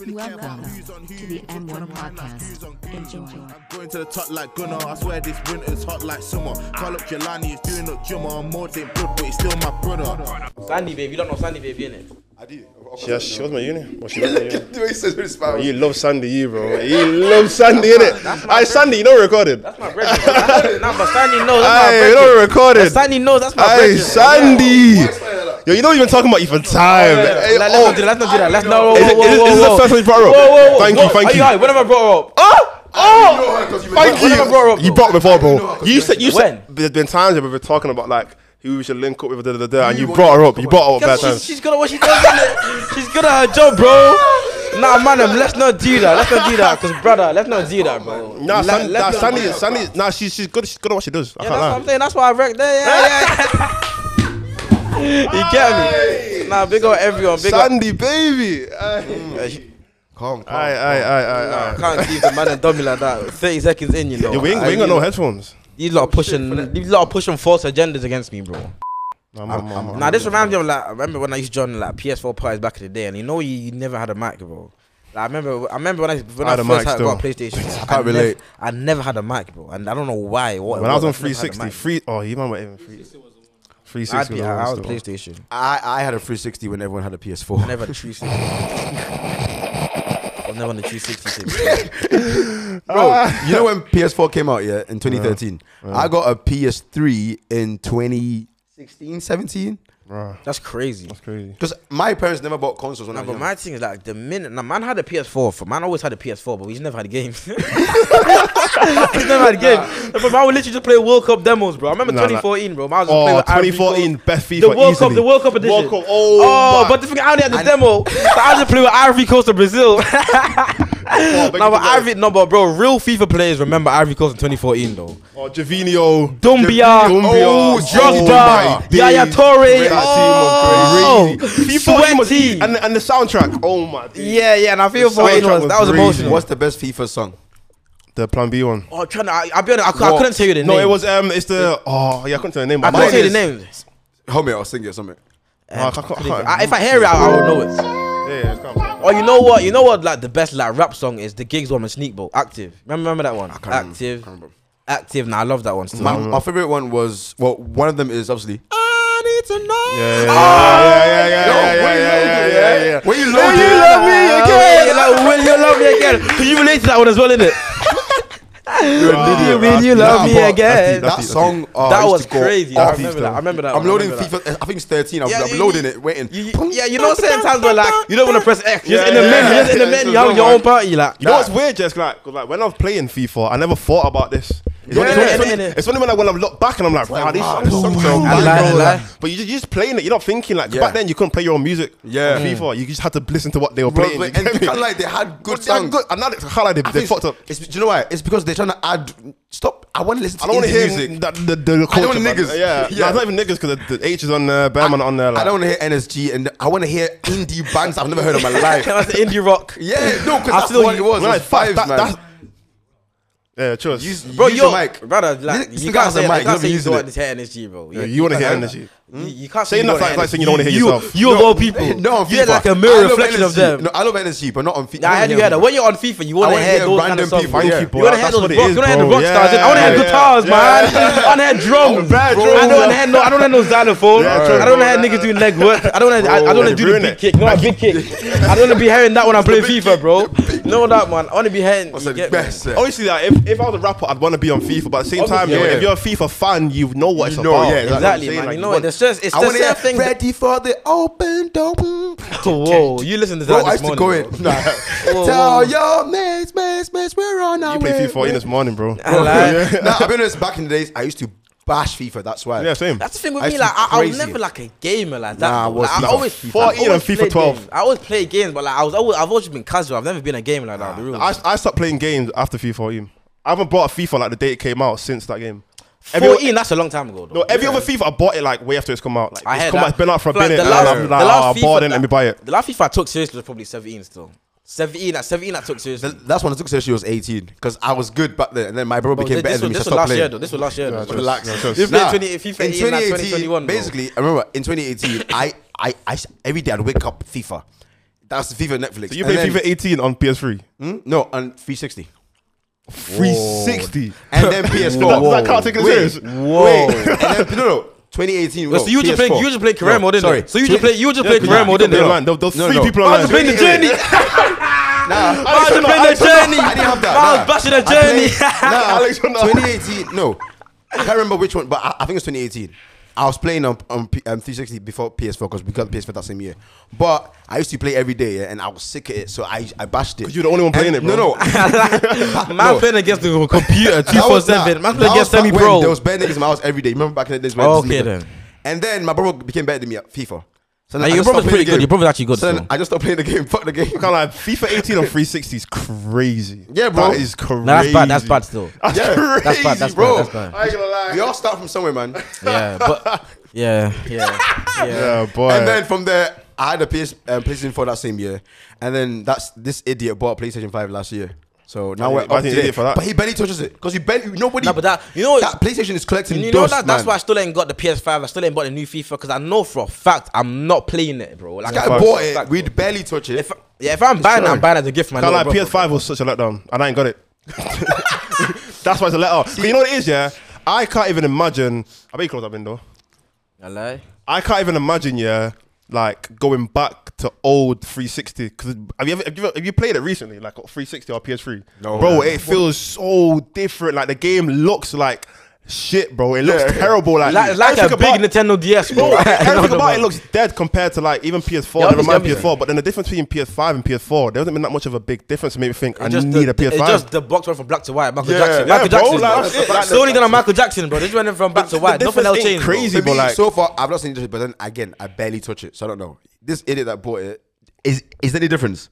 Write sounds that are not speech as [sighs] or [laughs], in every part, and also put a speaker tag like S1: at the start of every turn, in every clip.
S1: Really care about
S2: Welcome
S1: who's on who,
S2: to the
S1: who's on
S2: M1
S1: mine, like
S2: podcast.
S1: who's on who.
S2: Enjoy.
S1: I'm going to the top like Gunnar. I swear this winter's hot like summer. Call up Jelani, he's doing up Jumma. I'm more than blood, but he's still my brother.
S3: Sandy babe, you don't know Sandy babe, innit?
S4: I do.
S5: She, has, she was my uni. Well, she was
S4: [laughs]
S5: my uni.
S4: the way he says it's
S5: You love Sandy, you bro. You love Sandy, innit? I Sandy, you know we recorded.
S3: That's
S5: [laughs]
S3: my brother. That's- nah, but Sandy knows that's
S5: Aye,
S3: my
S5: you know we
S3: brother.
S5: recorded.
S3: Sandy knows that's my
S5: Aye,
S3: brother.
S5: Sandy. Yo, you don't even talk about even time. Hey,
S3: Like, let's
S5: oh,
S3: not do that. Let's not do that. Let's not. Whoa,
S5: Is it-
S3: whoa,
S5: is it-
S3: whoa,
S5: is this
S3: whoa.
S5: the first one you brought her up?
S3: Whoa, whoa, whoa.
S5: Thank you,
S3: Whoa,
S5: thank
S3: are
S5: you. Oh.
S3: high? When have I brought her up?
S5: Thank
S3: When have I brought her up,
S5: you. You
S3: though?
S5: brought before, bro. You said you
S3: When?
S5: said there's been times where we've been talking about like who we should link up with, da, da, da, da, and you brought her up. You brought her up bad
S3: Guess
S5: times.
S3: She's, she's good at what she does, innit? She's good at her job, bro. Nah, man, um, let's not do that. Let's not do that. Because, brother, let's not do that, bro.
S5: Nah,
S3: Let-
S5: Sandy, nah,
S3: let's not do
S5: Sandy,
S3: that.
S5: Sandy, nah, she's she's good. She's good at what she does. I
S3: Yeah,
S5: can't
S3: that's what I'm
S5: lie.
S3: saying. That's why I wrecked there. Yeah, yeah, yeah. you get me? Nah, big up everyone. Big up. Mm.
S5: Sandy, baby. Aye,
S4: Calm, calm.
S5: aye, aye, aye, aye.
S3: Can't leave the man and dummy like that. 30 seconds in, you know.
S5: Yo, we ain't, we ain't got no headphones.
S3: These lot are pushing, these lot are pushing false agendas against me, bro.
S5: Oh, Nah, man, man, man.
S3: Now this reminds me of like I remember when I used to join like PS4 parties back in the day, and you know you, you never had a mic, bro. Like, I remember, I remember when I when
S5: I
S3: I,
S5: had a
S3: first
S5: mic
S3: had, got a
S5: still. [laughs]
S3: PlayStation. I
S4: can't
S3: Never,
S4: relate.
S3: I never had a mic, bro, and I don't know why. What,
S5: When I was on
S3: what, I just
S5: 360,
S3: never had a
S5: free. Oh, you man were even free.
S3: mic.
S5: 360.
S3: I'd be,
S5: was the
S3: I, I was
S5: worst, though.
S3: PlayStation.
S4: I, I had a 360 when everyone had a
S3: I
S4: PS4.
S3: never had a
S5: [laughs]
S3: 360. I was never on the 360. shit.
S4: Bro, [laughs] you know when PS4 came out, yeah, in 2013? I got a PS3 in 2016, 17.
S5: Bruh,
S3: That's crazy.
S5: that's crazy.
S4: Because my parents never bought consoles when
S3: Nah,
S4: I was
S3: but
S4: young.
S3: my thing is like the minute now man had a PS4, for man always had a PS4, but we just never had games. [laughs] he's never had games. But man would literally just play World Cup demos, bro. I remember
S5: Nah, nah.
S3: 2014, bro. Man was just playing
S5: Oh,
S3: with Ivory
S5: 2014,
S3: Coast.
S5: best FIFA.
S3: The World
S5: easily.
S3: Cup, the World Cup edition.
S5: World Cup,
S3: Oh,
S5: oh,
S3: but the thing I only had the [laughs] demo. So I just play with Ivory Coast of Brazil. no,
S5: oh,
S3: but Ivory, no, but bro, real FIFA players remember Ivory Coast in 2014 though.
S5: Oh, Javinho.
S3: Dumbia,
S5: Dumbia.
S4: Oh,
S5: Oh, my
S3: Drogba,
S5: days.
S3: Yaya Torre,
S5: That
S3: oh,
S5: team was crazy. FIFA was-
S3: Sweaty.
S5: and, and the soundtrack. Oh my. days.
S3: Yeah, yeah, and I feel
S5: The
S3: for it.
S5: soundtrack
S3: Was,
S5: was
S3: that was
S5: crazy.
S3: emotional.
S4: What's the best FIFA song?
S5: The Plan B one.
S3: Oh, trying to, I, I'll be honest, I, cou- I
S4: What?
S3: couldn't tell you the
S5: No,
S3: name.
S5: it was um, it's the oh yeah, I couldn't tell the name.
S3: I
S5: but
S3: couldn't tell you
S5: mine
S3: the
S5: is-
S3: name.
S4: Homie, I'll sing it or something.
S5: Oh, I can't- I can't-
S3: I, if I hear it, I, I will know it.
S5: Yeah, yeah, it's gone.
S3: Or Oh, you know what? You know what? Like the best like rap song is the Gigs one with Sneak Boat. Active. Remember, remember that one.
S4: remember.
S3: Active.
S4: Can't remember.
S3: Active. Now I love that one. Still.
S4: My, my favorite one was, well, one of them is obviously.
S3: I need to know.
S5: Yeah, yeah, yeah, yeah, yeah, yeah, yeah, yeah, yeah, yeah, yeah.
S4: When you
S3: Oh, Will
S4: load
S3: you love me
S4: it-
S3: again? Like, will you love me again? Can you relate to that one as well, innit?
S5: Nah,
S3: Will you
S5: nah,
S3: love me
S4: but
S3: again?
S5: that's
S4: That song, uh,
S3: That
S4: used
S3: was
S4: to go
S3: crazy.
S4: off
S3: I
S4: used
S3: remember
S4: to-
S3: that. I remember that.
S4: I'm
S3: one, I
S4: loading
S3: remember that.
S4: FIFA. I think it's 13. I'm,
S3: Yeah,
S4: I'm
S3: you-
S4: loading
S3: you-
S4: it, waiting.
S3: You, you, yeah, you know, certain times where like you don't want to press X. You're just in
S5: Yeah,
S3: the
S5: yeah,
S3: menu. You're
S5: yeah.
S3: just in the
S5: Yeah,
S3: menu.
S5: it's
S3: You
S5: a
S3: have your
S5: long
S3: own
S5: one.
S3: party, like.
S5: You know what's weird, Jess? Like, 'cause, like when I was playing FIFA, I never thought about this. It's, only,
S3: Yeah,
S5: it's,
S3: yeah,
S5: only,
S3: yeah.
S5: it's only when I when I'm looked back and I'm like, wow, these
S4: wow,
S5: songs are so
S3: I
S5: bad,
S3: lie, I
S5: bro.
S3: lie.
S5: But you just, you're just playing it. You're not thinking like 'cause
S4: Yeah.
S5: back then you couldn't play your own music.
S4: Yeah.
S5: on FIFA, you just had to listen to what they were
S4: Bro,
S5: playing.
S4: but- [laughs]
S5: you
S4: and
S5: get me?
S4: because, like they had good
S5: They had
S4: songs.
S5: good- And now they, I can't lie, they,
S4: I
S5: they
S4: think
S5: fucked up.
S4: It's, do you know why? It's because they're trying to add. Stop. I want to listen to
S5: I don't want to
S4: indie
S5: hear
S4: music.
S5: that, the, the culture,
S4: want
S5: man.
S4: niggas.
S5: Yeah, yeah.
S4: Yeah.
S5: No, it's not even niggas because the, the H is on there, Bearman on there. Like,
S4: I don't want to hear NSG, and I want to hear indie bands I've never heard
S3: [laughs]
S4: in my life.
S3: That's the indie rock.
S4: Yeah, no, because
S3: I
S4: that's
S3: feel
S4: what it
S3: you.
S4: was.
S5: When
S4: it
S5: I
S4: was
S5: fuck,
S4: fives,
S5: that-
S4: man.
S5: that's- yeah, trust.
S4: Use-
S3: Bro,
S4: use
S3: yo,
S4: your mic.
S3: brother, like,
S4: Stick
S3: you
S4: it
S3: can't
S4: as a
S3: say,
S4: mic,
S3: you can't
S4: never
S3: say you
S4: use
S3: don't
S4: it.
S3: want to hear NSG, bro.
S5: Yeah, you wanna hear energy.
S3: You, you can't
S5: Saying
S3: you
S5: that's
S3: wanna
S5: like- like saying you
S3: energy.
S5: don't wanna hear yourself.
S3: You, you of all people,
S4: No, on FIFA.
S3: you're like a
S4: I
S3: mirror
S4: love
S3: reflection of
S4: NSG.
S3: them.
S4: No, I love NSG, but not on FIFA.
S3: Nah, I had you hear that. When you're on FIFA, you want to
S4: wanna
S3: hear
S4: hear
S3: those kind
S4: random
S3: of songs. bro.
S4: people. Thank
S3: You
S4: you, bro.
S3: want to hear
S5: That's
S3: those
S5: what it
S3: rock, you
S5: is,
S3: want to hear the
S5: bro.
S3: rock stars. I
S5: Yeah,
S3: want to hear
S5: yeah,
S3: guitars,
S5: yeah.
S3: man.
S5: Yeah.
S3: [laughs] I want to hear drums.
S5: bad drums.
S3: I don't want to hear no. I don't want to hear no xylophone. I
S5: Yeah, true,
S3: don't want to
S5: bro.
S3: hear niggas do leg work. I don't want to. I
S5: Bro,
S3: don't want to
S5: they
S3: do the
S5: ruin
S3: big
S5: it.
S3: kick. No, a big kick. I don't want to be hearing that when I play FIFA, bro. No, that man. I want to be hearing.
S4: What's
S3: you
S4: the
S3: get me?
S4: best? eh?
S5: Honestly, like, if, if I was a rapper, I'd want to be on FIFA. But at the same time,
S3: Obviously,
S5: yo,
S4: yeah.
S5: if you're a FIFA fan, you know what it's
S4: You know, yeah,
S5: about. You know what I'm
S3: Exactly,
S5: saying?
S3: man.
S5: Like,
S3: You know,
S5: want-
S3: it's just it's
S4: I
S3: the
S4: want to
S3: same
S4: hear
S3: thing. that-
S4: ready for the open door.
S3: [laughs] Whoa, you listen to that
S4: Bro, I
S3: this
S4: used to
S3: morning?
S4: go
S3: bro.
S4: in.
S5: [laughs]
S4: Nah.
S3: Whoa, whoa.
S4: Tell your mates, mates, mates, we're on our
S5: You played
S4: way.
S5: FIFA
S4: [laughs]
S5: in this morning, bro.
S3: I like-
S5: [laughs]
S4: nah, I've been honest. Back in the days, I used to bash FIFA. That's why.
S5: Yeah, same.
S3: That's the thing with
S4: I
S3: me.
S4: used to
S3: Like
S4: be
S3: I, I was
S4: crazy.
S3: never like a gamer like that.
S4: Nah, I
S3: though.
S4: was
S3: like, I
S4: FIFA.
S3: always I
S5: 14
S3: always
S5: and FIFA
S3: played
S5: 12.
S3: games. I always played games, but like I was always, I've always been casual. I've never been a gamer like that. the real.
S5: I, I stopped playing games after FIFA 14. I haven't bought a FIFA like the day it came out since that game. Every-
S3: Fourteen. that's a long time ago. Though.
S5: no, every other FIFA I bought it like way after it's come out. Like,
S3: I
S5: it's
S3: had
S5: come
S3: that.
S5: out, it's been out for a
S3: Like,
S5: minute.
S3: the
S5: and
S3: last-
S5: I'm like,
S3: the last
S5: oh, I bought
S3: FIFA
S5: it, let
S3: that-
S5: me buy it.
S3: The last FIFA I took seriously was probably seventeen. Still, seventeen. At seventeen, I took seriously.
S4: Th- That's when I took seriously was 18 because I was good back then, and then my bro
S3: Bro, this,
S4: became better
S3: this,
S4: than
S3: was,
S4: me.
S3: this
S4: so
S3: was
S4: I
S3: last
S4: stopped
S3: year.
S4: playing.
S3: Though. This was last year. Though.
S4: Relax.
S3: This played 20 FIFA 18, like 2021, bro.
S4: [laughs] basically, I remember in 2018, I, I, I, s- every day I'd wake up FIFA. That's FIFA Netflix.
S5: So you
S4: And
S5: play
S4: then-
S5: FIFA 18 on PS3.
S4: Hmm? No, on 360.
S5: 360.
S4: And then PS4.
S5: That, that can't take it serious.
S3: Whoa.
S4: Wait, and then, no, no, 2018.
S3: Wait, so you just
S4: PS4.
S3: played, you just played Carremo,
S4: No,
S3: didn't
S4: sorry.
S3: you? So you just played, you just played
S5: Yeah,
S3: Carremo,
S5: you can
S3: didn't
S5: play
S3: you?
S5: online. There- there was
S4: No,
S5: three
S4: no.
S5: people
S3: I
S5: online.
S3: was playing the journey. I
S4: Nah,
S3: was
S5: Alex,
S3: playing
S5: no,
S3: the
S5: Alex, no,
S3: journey.
S4: I didn't have that.
S3: I
S4: nah.
S3: was bashing the
S4: I played-
S3: [laughs] journey.
S5: Alexander.
S4: nah, 2018. No, I can't remember which one, but I, I think it's 2018. I was playing on, on P, um, 360 before PS4 because we got PS4 that same year. But I used to play every day, yeah, and I was sick at it, so I I bashed it.
S5: 'Cause you're the only one playing
S4: And-
S5: it, bro.
S4: No, no,
S3: Man
S4: No.
S3: playing against the computer two
S4: That
S3: four
S4: was-
S3: seven.
S4: nah,
S3: Man playing
S4: that
S3: against
S4: was
S3: semi
S4: back when There
S3: pro.
S4: was better niggas in my house every day. Remember back in the days when
S3: Okay
S4: this nigga-
S3: then.
S4: And then my brother became better than me at FIFA. So
S3: Nah,
S4: I
S3: your
S4: just
S3: brother's
S4: stopped
S3: pretty
S4: playing the
S3: good.
S4: game.
S3: Your brother's actually good
S4: So then
S3: still.
S4: I just stopped playing the game. [laughs] Fuck the game.
S5: I can't lie, FIFA 18 on 360 is crazy.
S4: Yeah, bro.
S5: That is crazy.
S3: Nah, that's bad. That's bad still. [laughs]
S5: That's
S4: Yeah.
S5: crazy,
S3: That's bad. That's
S5: bro.
S4: bro.
S3: bad. That's bad.
S5: I ain't gonna lie.
S4: We all start from
S3: [laughs]
S4: somewhere, man.
S3: Yeah, [laughs] but yeah, yeah, yeah.
S5: Yeah, boy.
S4: And then from there, I had a PS, um, PlayStation 4 that same year, and then that's this idiot bought a PlayStation 5 last year. So now
S5: Yeah,
S4: we're
S5: imagine
S4: up to
S5: an idiot
S4: date.
S5: for that.
S4: But he barely touches it because you barely nobody.
S3: Nah, but that- you know-
S4: that PlayStation is collecting
S3: You know
S4: dust,
S3: that, that's
S4: man.
S3: why I still ain't got the PS5. I still ain't bought the new FIFA because I know for a fact I'm not playing it, bro. Like,
S4: This
S3: I
S4: guy
S5: Facts.
S4: bought it.
S3: Facts,
S4: We'd barely touch it.
S3: if yeah, if I'm buying, it, I'm
S4: Sorry.
S3: buying it as a gift, for my
S5: Can't
S4: [laughs]
S3: little
S5: lie,
S3: brother.
S5: PS5 was such a letdown, and I ain't got it. [laughs] That's why it's a letdown. But you know what it is, yeah? I can't even imagine. I bet you close that window.
S3: I lie.
S5: I can't even imagine, yeah, like going back to old 360. Because have you ever have you, have you played it recently, like 360 or PS3?
S4: No.
S5: bro, it feels so different. Like the game looks like shit, bro. It looks terrible. Like,
S3: Like, like a
S5: everything
S3: big Nintendo
S5: about-
S3: DS, bro. [laughs]
S5: Bro,
S3: I know
S5: everything
S3: the
S5: about
S3: one.
S5: it looks dead compared to like even PS4.
S3: Yeah,
S5: never mind
S3: obviously,
S5: PS4, but then the difference between PS5 and PS4, there hasn't been that much of a big difference to make me think I
S3: It's just
S5: need
S3: the,
S5: a PS5.
S3: It's just the box went from black to white. Michael
S5: Yeah,
S3: Jackson.
S5: yeah,
S3: Michael
S5: bro,
S3: Jackson.
S5: like,
S3: bro.
S5: that's it, like,
S3: Sony
S5: that's-
S3: done a Michael Jackson, bro. This went from black
S5: The-
S3: to
S5: the
S3: white. Nothing
S5: difference
S3: else
S5: ain't
S3: changed. bro.
S5: crazy.
S4: For
S5: but
S4: me,
S5: like-
S4: so far, I've not seen it, but then again, I barely touch it, so I don't know. This idiot that bought it is is there any difference?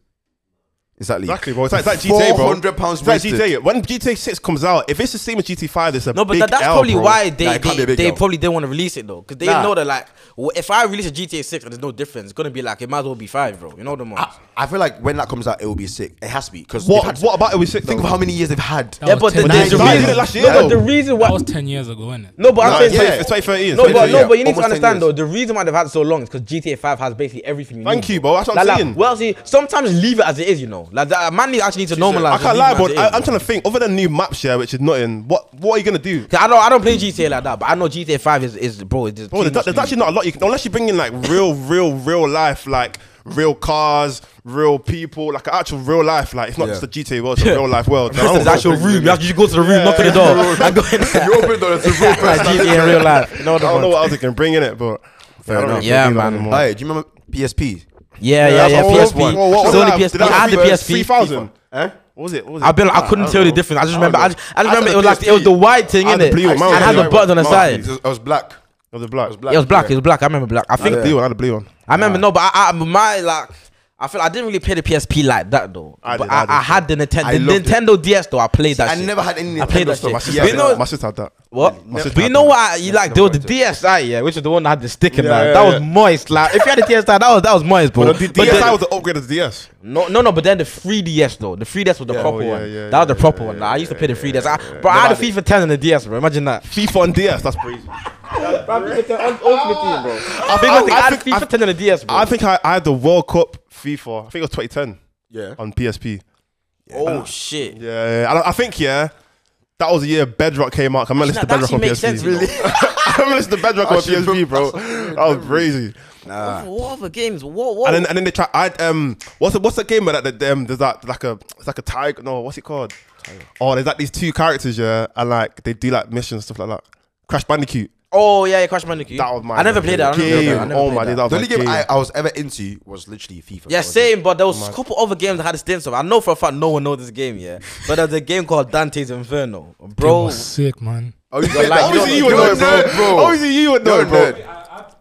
S4: Exactly.
S5: Exactly, bro. It's like, it's like GTA, bro.
S4: £400 pounds
S5: It's like
S4: wasted.
S5: GTA. When GTA 6 comes out, if it's the same as GTA 5, it's a
S3: No, but
S5: big
S3: that, that's
S5: L,
S3: probably
S5: bro.
S3: why they
S4: Nah, it can't be
S3: they,
S4: a big
S3: they
S4: L.
S3: probably didn't want to release it though, because they
S4: Nah.
S3: know that like w- if I release a GTA six and there's no difference, it's gonna be like it might as well be five, bro. You know the most.
S4: I, I feel like when that comes out, it will be sick. It has to be because
S5: What, what about it was
S4: Think of how many years they've had.
S3: Yeah,
S2: was
S3: but the,
S2: 10
S3: there's
S2: years
S3: a
S2: ago.
S5: They did
S3: reason.
S5: it last year,
S3: no, but
S5: though.
S3: the reason why.
S2: That was 10 years ago, innit?
S3: No, but
S5: Nah,
S3: I'm saying
S5: it's
S3: sorry.
S5: 20 it's 2013, it's
S3: No, but
S5: 2013,
S3: no, but you need to
S4: almost 10
S3: understand though.
S4: years.
S3: The reason why they've had it so long is because GTA Five has basically everything. You
S5: Thank
S3: need,
S5: you, bro. That's what I'm
S3: Like, like,
S5: saying.
S3: well, see, sometimes leave it as it is. You know, like that, a man need- actually needs to normalize.
S5: I
S3: and
S5: can't
S3: leave
S5: lie,
S3: it as
S5: bro.
S3: it
S5: I,
S3: is,
S5: I'm trying to think. Other than new maps, yeah, which is nothing. What What are you gonna do?
S3: 'Cause I don't, I don't play GTA like that, but I know GTA Five is, is bro. It's just too
S5: Bro, there's,
S3: much
S5: there's
S3: to
S5: actually not a lot you can, unless you bring in like real, real, real life, like real cars, real people, like actual real life. Like it's not
S4: Yeah.
S5: just a GTA world, it's a real
S3: [laughs]
S5: life world.
S3: This is actual room. You have to you go to the room, knock on the door. [laughs] I go in there.
S4: you opened the
S3: like GTA in real life. You know
S5: [laughs] I
S3: what I
S5: don't know
S3: mean?
S5: what else you can bring in it, but I don't
S4: enough.
S5: really
S3: Yeah,
S5: do that
S3: man.
S5: anymore.
S4: Hey, do you remember PSP?
S3: Yeah, yeah, yeah.
S5: That's all-
S3: PSP.
S5: Whoa, whoa,
S3: It's
S5: whoa,
S3: only
S5: whoa,
S3: PSP.
S5: did that
S3: I had the
S5: have
S3: PSP.
S5: 3000.
S4: Eh?
S5: What was it? What was it?
S3: I've been. I couldn't tell the difference. I just remember. I just, I just
S4: I had
S3: remember
S4: the
S3: it was like it was
S4: PSP.
S3: the white thing
S5: I had
S3: in
S5: the
S3: it.
S5: blue one.
S3: And
S5: Mine was
S3: it had the
S5: the white
S3: button on the
S5: one.
S4: I
S3: side.
S4: was, I was black.
S5: It was black.
S4: I was
S3: It
S4: black.
S3: was black. It
S4: yeah.
S3: was black. I remember black. I
S5: I think
S3: think.
S5: the blue one. I had the blue one.
S3: I remember no, but I, I my like. I feel I didn't really play the PSP like that though.
S5: I
S3: but
S5: did, I
S3: I,
S5: did.
S3: I, had the
S4: I
S3: Nintendo. The
S4: loved it.
S3: Nintendo DS though. I played that.
S4: I
S3: shit.
S4: never had any
S3: I played
S4: Nintendo
S3: that
S4: stuff.
S3: shit. But
S4: Yeah,
S5: My sister, had
S3: you
S5: that.
S3: know,
S5: my sister had that.
S3: What?
S5: My sister
S3: But you
S5: had
S3: know
S5: that.
S3: what? You like there was the
S4: never
S3: DSi, yeah, which is the one that had the stick in
S5: Yeah,
S3: that.
S5: yeah,
S3: that was
S5: yeah.
S3: moist. Like if you had the DSi, that was that was moist, bro.
S5: But the
S3: But
S5: DSi
S3: then-
S5: was the upgrade of the DS.
S3: no, no, no. But then the 3DS though, the 3DS was the proper
S5: oh, yeah,
S3: one.
S5: yeah,
S3: that was the
S5: yeah,
S3: proper
S5: yeah,
S3: one.
S5: yeah,
S3: Like, I used to play the 3DS. I, Ah, bro,
S5: Never
S3: I had a
S5: had it.
S3: FIFA 10 and the DS, bro. Imagine that.
S5: FIFA on DS. That's crazy.
S3: I, think
S5: I-
S3: I,
S5: I
S3: had
S5: think-
S3: FIFA 10 and the DS, bro.
S5: I think I, I had the World Cup FIFA. I think it was 2010
S4: Yeah.
S5: on PSP.
S3: oh shit.
S5: Yeah, and I, I think yeah, that was the year Bedrock came out. I remember listening to
S3: that
S5: Bedrock
S3: actually
S5: on
S3: makes sense,
S5: PSP.
S3: you know.
S5: [laughs] I remember listening to Bedrock on PSP, bro. That was crazy.
S3: What other games? What? What?
S5: And then and then they try. I um, what's the, what's the game where that the, um, there's that like a it's like a tiger. No, what's it called? Oh, there's like these two characters, yeah, and like they do like missions stuff like that. Crash Bandicoot.
S3: oh yeah, yeah, Crash Bandicoot.
S5: That was my.
S3: I never played that. I never played
S5: Game.
S3: that. I never
S5: Oh
S3: played
S5: my
S3: that.
S5: days, that was
S4: The
S5: my
S4: only game
S5: game.
S4: I, I was ever into was literally FIFA.
S3: Yeah,
S4: That was it.
S3: same, but there was a couple other games that had a stint of. I know for a fact no one knows this game, yeah. But there's a game called Dante's Inferno,
S2: It
S3: bro.
S2: was sick, man.
S4: Oh, you
S3: like- Obviously you would
S5: know it, bro. Obviously you would know it, bro.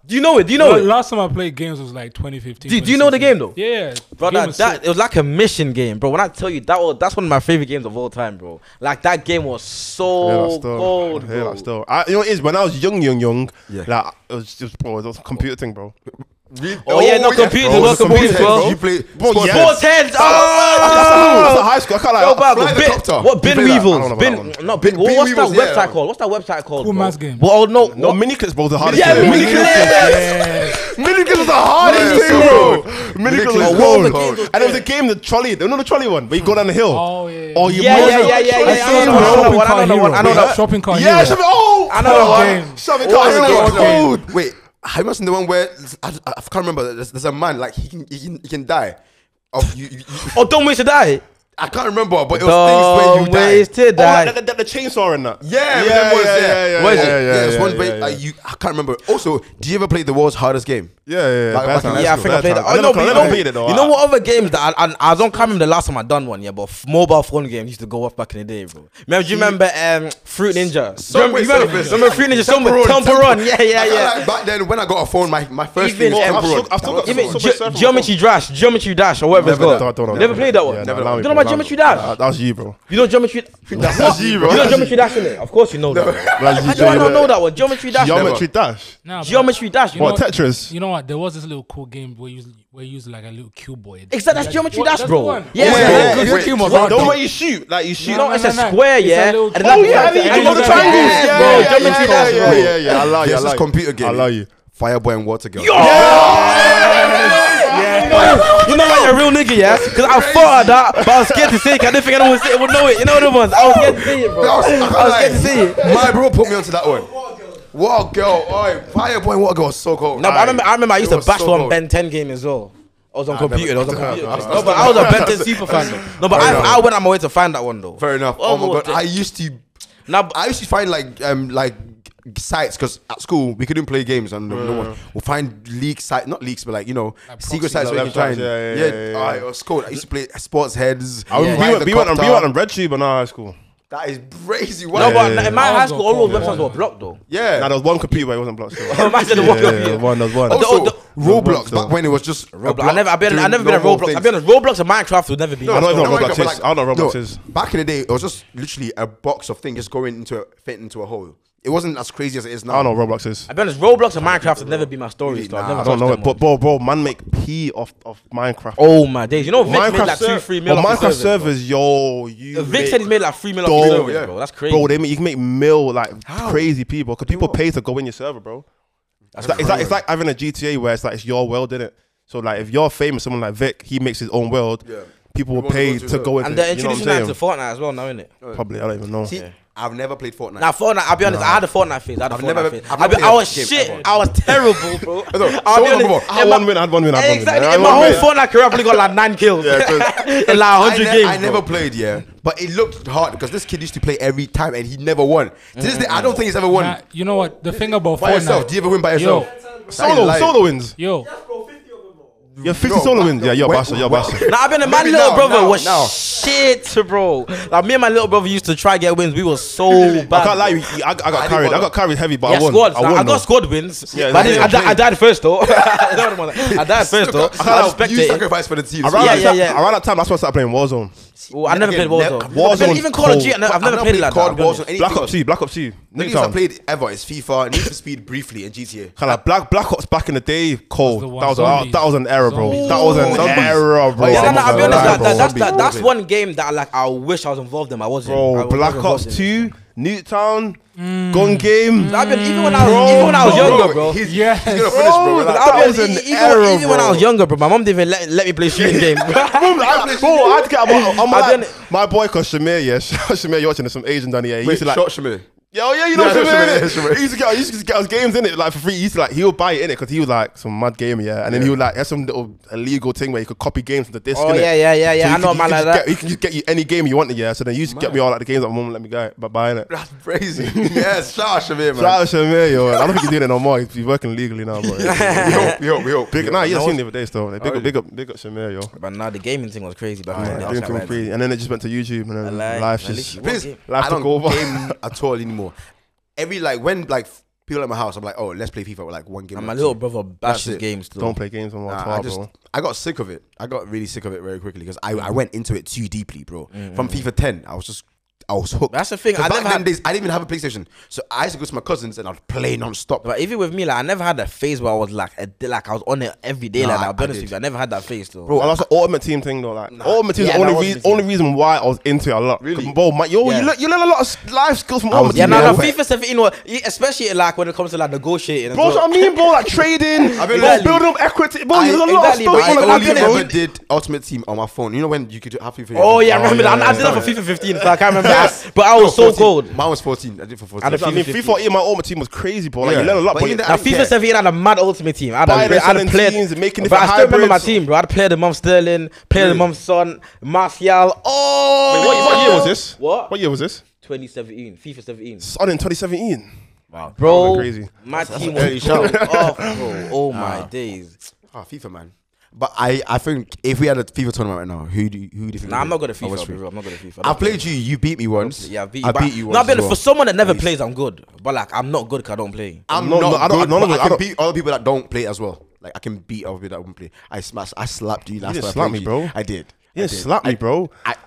S3: Do you know it? Do you
S2: No,
S3: know it?
S2: last time I played games was like 2015.
S3: Do, do you know the
S2: 2016.
S3: game though?
S2: Yeah,
S3: Bro,
S2: game
S3: that,
S2: was
S3: that
S2: sick.
S3: it was like a mission game, bro. When I tell you that was that's one of my favorite games of all time, bro. Like that game was
S5: Yeah,
S3: so
S5: that's dope.
S3: cold,
S5: Yeah,
S3: Oh, bro.
S5: that's dope. I, you know what it is? When I was young, young, young,
S4: Yeah.
S5: like it was just bro, it was a computer thing, bro.
S3: Oh, yeah, no computers,
S5: bro.
S3: no computers,
S5: Sports heads,
S3: bro.
S5: bro.
S4: You play
S5: Bro,
S4: sports heads.
S5: yeah.
S3: Sports heads,
S5: That's, that's,
S3: oh!
S5: that's a high I can't lie.
S3: Yo,
S5: I-
S3: Bab,
S4: fly the
S3: bin-
S4: copter.
S3: what bin
S5: You play that? I don't know
S3: weevils?
S5: about that
S3: Bin,
S5: one.
S3: not bin.
S4: Bin
S3: what's
S4: Weevils,
S3: that
S4: yeah.
S3: website called? What's that website called?
S2: Cool
S3: bro?
S2: Mass Game.
S3: Well, no,
S5: No,
S3: what-
S5: mini clips, bro, was the hardest.
S3: Yeah,
S5: thing.
S3: mini
S5: Mini clips was the hardest
S4: Yeah,
S5: thing,
S4: so-
S5: bro.
S4: Mini
S5: Mini clips
S4: clips was
S5: was gold.
S4: gold.
S5: And there was a game, the trolley. No, no, the trolley one, where you go down the hill.
S2: Oh, yeah.
S5: Oh, you
S3: Yeah,
S5: must-
S3: yeah, yeah, yeah,
S5: I
S3: yeah.
S5: see
S3: I
S5: you,
S3: know
S5: bro.
S3: that
S2: Shopping
S3: one, I
S2: cart
S3: know that
S2: hero.
S3: one, I know
S2: Wait,
S3: that-
S2: Shopping cart
S5: Yeah,
S2: hero.
S5: shove it. Oh,
S3: I know that
S5: God.
S2: one.
S5: Shove it.
S4: Oh,
S5: God,
S4: there's a
S5: hell,
S4: game, okay.
S5: gold.
S4: Wait, have you not seen the one where I, I, I can't remember? There's, there's a man like he can he can, he can die. Of you, you, you-
S3: Oh, don't wait to die.
S4: I can't remember, but it was
S3: Don't
S4: things where you
S3: wait
S4: die.
S3: to
S5: Oh,
S3: die.
S5: like the, the, the chainsaw and that.
S4: Yeah,
S5: yeah,
S4: yeah, yeah,
S5: yeah,
S4: yeah,
S5: yeah,
S4: What is
S5: yeah,
S4: it?
S5: yeah, yeah,
S4: there's one
S5: yeah,
S4: where
S5: yeah.
S4: like, you, I can't remember. Also, do you ever play the world's hardest game?
S5: Yeah, yeah, yeah.
S4: Back-
S5: Bad
S4: back in
S5: times.
S4: high
S3: Yeah, I
S4: school.
S3: think I
S5: Bad
S3: played that.
S5: times.
S3: Oh,
S5: I
S3: you know,
S5: never-
S3: but
S5: I
S3: you
S5: never
S3: know,
S5: played it though.
S3: you know
S5: I-
S3: what other games that I, I, I don't can't remember the last time I done one. Yeah, but f- mobile phone games used to go off back in the day, bro. Remember? Do you remember um, Fruit Ninja? Remember,
S4: Subway
S3: you remember,
S4: Surfers.
S3: remember Fruit Ninja? Some
S4: Temple Run,
S3: Temple
S4: Temple-
S3: Run. Yeah, yeah,
S4: I can't
S3: yeah.
S4: lie, back then, when I got a phone, my, my first
S3: Even
S4: thing was
S3: Em-
S4: Temple
S5: I've
S4: Run.
S5: still- I've still got
S4: That
S5: Subway
S3: Even
S4: was-
S5: Surfers.
S3: Ge-
S5: Subway Surfers.
S3: Geometry Dash, Geometry Dash, or whatever it's
S5: Never-
S3: called.
S5: don't- don't- don't-
S3: Never
S5: don't-
S3: played that
S5: yeah,
S3: one. You
S5: never
S3: don't
S5: allow me,
S3: know
S5: bro.
S3: about Geometry Dash?
S5: That was you, bro.
S3: You know Geometry?
S5: [laughs] That's you, bro.
S3: You know Geometry Dash in it? Of course you know that.
S5: That's
S3: How
S5: you,
S3: do I not
S5: Geometry-
S3: know that one? Geometry Dash.
S5: Geometry Dash.
S2: Nah, but-
S3: Geometry Dash.
S2: You know
S5: What, Tetris?
S2: You know what? There was this little cool game where you where you used like a little cube boy.
S3: Exactly, that's Geometry Dash, bro. Yeah,
S2: Yeah,
S4: wait,
S2: yeah,
S4: wait,
S2: yeah.
S4: wait,
S2: Cube
S4: wait,
S2: was
S5: What,
S2: round.
S5: the one where you shoot, like you shoot.
S3: No,
S2: no,
S3: it's
S2: no,
S3: a
S2: no.
S3: square,
S2: It's a
S3: yeah.
S2: little-
S3: And
S2: Oh,
S3: like-
S2: yeah, I
S3: and
S2: mean,
S3: like-
S2: you know the
S3: and
S2: triangles,
S3: like-
S2: yeah,
S3: bro,
S2: yeah,
S3: Geometry
S5: yeah,
S3: Dash,
S5: yeah,
S3: bro.
S5: yeah, yeah. I allow you. I
S4: There's
S5: allow
S4: this
S5: you.
S4: computer game.
S5: I allow you.
S4: Fireboy and Water Girl.
S3: You know what, you're a real nigga, yeah? Because I thought of that, but I was scared to say it. I didn't think anyone would, say, would know it. You know the ones? I was scared to say it, bro.
S4: I was, I can't
S3: I was
S4: lie.
S3: scared to say it.
S4: My bro put me onto that one. What girl? Oi, Fireboy and Water Girl was so cold.
S3: No, but I remember, I remember I used
S4: It
S3: to
S4: was
S3: bash
S4: so
S3: one
S4: cold.
S3: Ben 10 game as well. I was on computer. I was on
S4: never-
S3: computer.
S4: no, no,
S3: No, but I was a Ben 10 super fan. though. No, but
S4: Fair
S3: I,
S4: enough.
S3: I went on my way to find that one though.
S4: Fair enough. Oh, my god, I used to.
S3: Now,
S4: I used to find like um like sites because at school we couldn't play games and no
S3: Mm.
S4: one. We'll find leak sites, not leaks, but like you know secret sites
S5: like
S4: where you can try.
S5: websites,
S4: and-
S5: yeah, yeah, yeah, yeah.
S4: aye, it was cold. I used to play sports heads.
S5: I remember
S4: Fly
S5: we went,
S4: the
S5: we went on, we
S4: Copter.
S5: went on RedTube in our high school.
S4: That is crazy.
S3: no,
S4: Wow.
S3: but
S5: yeah,
S3: in my
S2: yeah.
S3: high school, all those
S2: Yeah.
S3: websites were blocked though.
S4: Yeah.
S5: Now there was one computer where it
S3: [laughs]
S5: wasn't blocked. still.
S3: Imagine the
S5: Yeah,
S3: one
S5: yeah,
S3: computer.
S5: yeah, one, there was one.
S4: Also,
S3: the-
S4: Roblox.
S5: Roblox,
S4: back when it was just
S3: Roblox. I never, I've been,
S4: doing
S3: I've never been on
S4: normal
S3: Roblox. I've
S4: things.
S3: been on Roblox and Minecraft would never be.
S5: I don't
S4: No,
S5: know what
S4: no,
S5: Roblox
S4: but
S5: is. I don't know what Roblox
S4: no,
S5: is.
S4: Back in the day, it was just literally a box of things just going into a, fit into a hole. It wasn't as crazy as it is now.
S5: I don't know what Roblox is.
S3: I've been honest, Roblox and Minecraft would never be my story. so I've never
S5: I don't
S3: touched
S5: know
S3: them
S5: it,
S3: ones.
S5: but bro, bro, man, make pee off of Minecraft.
S3: Oh my days! You know Vic made
S5: Minecraft
S3: like two,
S5: ser-
S3: three mil.
S5: oh,
S3: off his
S5: Minecraft
S3: service, bro.
S5: servers, yo, you.
S3: Vic
S5: make-
S3: said he's made like three mil off
S5: Dog,
S3: his service,
S4: yeah.
S3: bro. That's crazy.
S5: Bro, they make, you can make mil like
S3: How?
S5: crazy people because people pay to go in your server, bro. It's like, it's like it's like having a GTA where it's like it's your world, innit? So like if you're famous, someone like Vic, he makes his own world.
S4: Yeah.
S5: People will
S4: Everyone
S5: pay
S4: goes to
S5: to
S4: that.
S5: go in.
S3: and they're
S5: you know
S3: introducing
S5: what I'm
S3: that to
S5: saying?
S3: Fortnite as well now, innit?
S5: Probably, I don't even know.
S4: See, I've never played Fortnite.
S3: Now Fortnite, I'll be honest, I had a Fortnite phase. I had a
S4: I've
S3: Fortnite
S4: never-
S3: phase.
S4: I've
S3: I, be,
S4: never
S3: I
S4: played
S3: was
S4: that shit
S3: shit.
S4: ever.
S3: I was terrible,
S5: [laughs]
S3: bro.
S4: No,
S3: I'll be
S4: someone
S3: honest,
S4: before.
S5: I had
S3: in
S5: one
S3: my-
S5: win, I had one win, I had one win.
S3: Exactly.
S5: I had
S3: in my
S5: one
S3: whole
S5: win.
S3: Fortnite career, I've only got like nine kills [laughs] in
S4: I
S3: like hundred
S4: ne-
S3: games.
S4: I
S3: bro.
S4: never played, yeah, but it looked hard because this kid used to play every time and he never won. To this day, I don't think he's ever won
S2: Nah, you know what? The thing about
S4: by
S2: Fortnite.
S4: yourself. Do you ever win by yourself? That is
S5: Solo,
S4: life.
S5: solo wins.
S2: Yo,
S5: You're 50
S4: No,
S5: solo wins. Yeah, you're a
S4: when-
S5: bastard, you're a
S4: when-
S5: bastard.
S3: Nah, I've been a my
S4: Maybe
S3: little
S4: now,
S3: brother
S4: now,
S3: was
S4: now.
S3: shit, bro. Like me and my little brother used to try get wins. We were so bad.
S5: [laughs] I can't lie,
S3: bro.
S5: I, I got
S4: didn't
S5: carried. I
S4: bother.
S5: got carried heavy, but
S3: Yeah,
S5: I won.
S3: squads.
S5: I
S3: Like,
S5: won.
S3: I
S5: though.
S3: got squad wins.
S5: Yeah,
S3: but I,
S5: yeah,
S3: didn't- I, di- I died first
S5: [laughs]
S3: though. [laughs] I died first though.
S4: I
S3: I
S4: can't lie,
S3: respect
S4: you
S3: it.
S4: sacrificed for the team. so
S5: Around,
S3: Yeah,
S5: that
S3: yeah,
S5: time-
S3: yeah.
S5: around that time, that's when I started playing Warzone.
S3: Well, I never
S4: Again,
S3: played Warzone.
S4: never-
S3: I've been-
S5: Warzone
S3: even Call of
S5: cold.
S3: Duty, I never, I've
S4: I've
S3: never played it like
S4: COD,
S3: that. I'll be
S4: Warzone,
S3: honest.
S4: anything.
S5: Black Ops 2, Black Ops 2.
S4: The only
S5: Niggas
S4: games I
S5: are-
S4: played ever is FIFA, Need for Speed briefly, and GTA.
S3: Uh,
S5: Kinda like Black Black Ops back in the day, cold.
S2: the one.
S5: That was a,
S2: Zombies.
S5: that was an error, bro.
S2: Zombies.
S5: That was an
S4: Zombies.
S5: error, bro.
S4: Oh, yeah,
S3: Yeah,
S5: I'm
S3: nah,
S5: not
S3: I'll be
S5: gonna
S3: honest.
S5: lie,
S3: That,
S5: bro.
S3: that, that's
S4: Zombie,
S3: that, that's
S4: zombie.
S3: one game that like I wish I was involved in. but I wasn't. I
S5: Bro,
S3: wasn't
S5: Black
S3: involved in
S5: Ops
S3: it. Mm.
S5: 2, Newt Town, Gun Game.
S3: I've been even when I was even when I was
S5: Bro,
S3: younger, bro.
S4: He's,
S2: Yeah.
S4: he's gonna finish, bro.
S3: I'll be
S4: Like,
S5: that
S3: honest,
S5: was an
S3: e- even,
S5: error,
S3: even when I was
S5: bro.
S3: younger, bro, my mom didn't even let, let me play shooting
S5: [laughs]
S3: games.
S5: Boom,
S3: [laughs]
S5: I, bro, I'd get. I'm, I'm
S3: I've
S5: like,
S3: been-
S5: my boy, cause Shamir, yeah, [laughs] Shamir, you're watching this, some Asian down here. He
S4: Wait,
S5: used to like,
S4: shot Shamir.
S5: yo, yeah, you know
S4: Yeah,
S5: Shamir.
S4: Shamir,
S5: innit?
S4: Shamir.
S5: He used to get, he used to get us games in it, like for free. He used to like, he would buy it in it, cause he was like some mad gamer, yeah. And then he would like, have some little illegal thing where you could copy games from the disc.
S3: Oh,
S5: innit?
S3: yeah, yeah, yeah, yeah. I
S5: he
S3: know
S5: could-
S3: a man like
S5: he could just
S3: that.
S5: Get, he can just get you any game you want, yeah. So then you used to get me all like the games that my mum let me go, but buying it.
S4: That's crazy. yes, shout out Shamir, man.
S5: Shout out Shamir, yo. I don't think he's doing it no more. He's, he's working legally
S3: [laughs]
S5: now, bro.
S4: we hope, we hope, we hope.
S5: Big,
S4: we
S5: nah,
S4: hope.
S5: you seen the other day still. Like, big, up, big up, big up Shamir, yo.
S3: but nah, the gaming thing was crazy back
S5: Yeah,
S3: then. I
S5: doing
S3: was
S5: something
S3: like,
S5: crazy. And then it just went to YouTube and then
S3: Alive,
S5: life
S3: at
S5: just.
S3: least
S4: Please,
S3: What game?
S5: Life
S4: I
S5: took
S4: don't
S5: over.
S4: game at all anymore. Every like when like people at my house, I'm like, oh, let's play FIFA with like one game.
S3: And
S4: at
S3: my
S4: a
S3: little
S4: time.
S3: brother bashes
S4: it.
S3: games still.
S5: Don't play games on my
S4: Nah,
S5: car,
S4: I just
S5: bro.
S4: I got sick of
S3: Mm.
S4: it. I got really sick of it very quickly because I, I went into it too deeply, bro. From FIFA 10, I was just I was hooked.
S3: That's the thing,
S4: 'Cause
S3: I
S4: back
S3: never
S4: then
S3: had-
S4: days, I didn't even have a PlayStation, so I used to go to my cousins and I'd play non-stop.
S3: But even with me, like I never had that phase where I was like, a- like I was on it every day.
S4: Nah,
S3: like that.
S4: I-
S3: I'll be
S4: I
S3: honest
S4: did.
S3: with you, I never had that phase though.
S5: Bro, and that's the ultimate team thing though. Like, ultimate team
S3: Yeah,
S5: is the
S3: that
S5: only,
S3: was
S5: rea-
S3: the
S5: only reason why I was into it a lot.
S4: Really?
S5: Bro, my, yo,
S3: Yeah.
S5: you, learn, you learn a lot of s- life skills from
S4: I was
S5: ultimate
S3: yeah,
S5: team.
S4: no,
S3: nah,
S5: you
S3: no,
S5: know?
S3: FIFA
S4: but-
S3: 17 was e, especially like when it comes to like negotiating. as
S5: Bro,
S3: well.
S5: that's what I mean, bro. Like
S3: [laughs]
S5: trading, bro,
S3: Exactly.
S5: building up equity. Bro,
S3: I-
S5: there's a lot
S3: exactly,
S5: of
S3: bro.
S5: stuff.
S4: I
S5: on
S3: Well,
S5: the
S3: I've
S4: only
S3: been-
S5: internet,
S4: ever
S5: bro.
S4: did Ultimate Team on my phone. You know when you could do happy for
S3: Oh yeah, I
S5: Oh,
S3: remember
S5: yeah,
S3: that. I- I
S5: yeah,
S3: did that for
S5: yeah.
S3: FIFA 15. So I can't remember. that. [laughs] But I was so cold.
S4: Mine was 14. I did for 14.
S3: And if
S5: I mean,
S3: 50.
S5: FIFA 8, my ultimate team was crazy, bro. Like,
S4: Yeah.
S5: you learn a lot,
S4: But
S5: but
S4: even
S5: you-
S4: I
S3: Now
S4: didn't
S3: FIFA
S4: care.
S3: 17 had a mad ultimate team. I had, a,
S5: Buying
S3: I had a
S5: selling
S3: player,
S5: teams and making
S3: but I
S5: different
S3: still remember my
S5: hybrids.
S3: team, bro. I had player the mom Sterling, player the mom Son, Martial. Oh,
S5: Wait, what, what year was this?
S3: What?
S5: What year was this?
S3: 2017, FIFA 17.
S5: Son in 2017.
S3: Wow, bro,
S5: was crazy.
S3: my team
S4: early
S3: was [laughs]
S4: shout.
S3: going off, bro. Oh my days.
S4: Ah, FIFA, man. But I, I think if we had a FIFA tournament right now, who do you, who do you think?
S3: Nah,
S4: would
S3: I'm not
S4: win?
S3: gonna
S4: I was
S3: FIFA,
S4: free.
S3: bro. I'm not gonna FIFA.
S4: I played you. You beat me once.
S3: Yeah, I beat you.
S4: I
S3: but-
S4: beat you
S3: No,
S4: once.
S3: but
S4: as well.
S3: for someone that never
S4: least.
S3: plays, I'm good. But like, I'm not good 'cause I don't play.
S4: I'm
S5: No,
S4: not,
S5: no, I don't-
S4: good,
S5: no, no,
S4: but I
S5: no, I
S4: can
S5: don't-
S4: beat other people that don't play as well. Like I can beat other people that don't play. I smashed. I slapped you last
S5: didn't
S4: time. I
S5: slap
S4: played
S5: me,
S4: you.
S5: bro.
S4: I did.
S5: Yeah,
S4: I did.
S5: slap me, bro.
S3: I,
S4: I, yeah.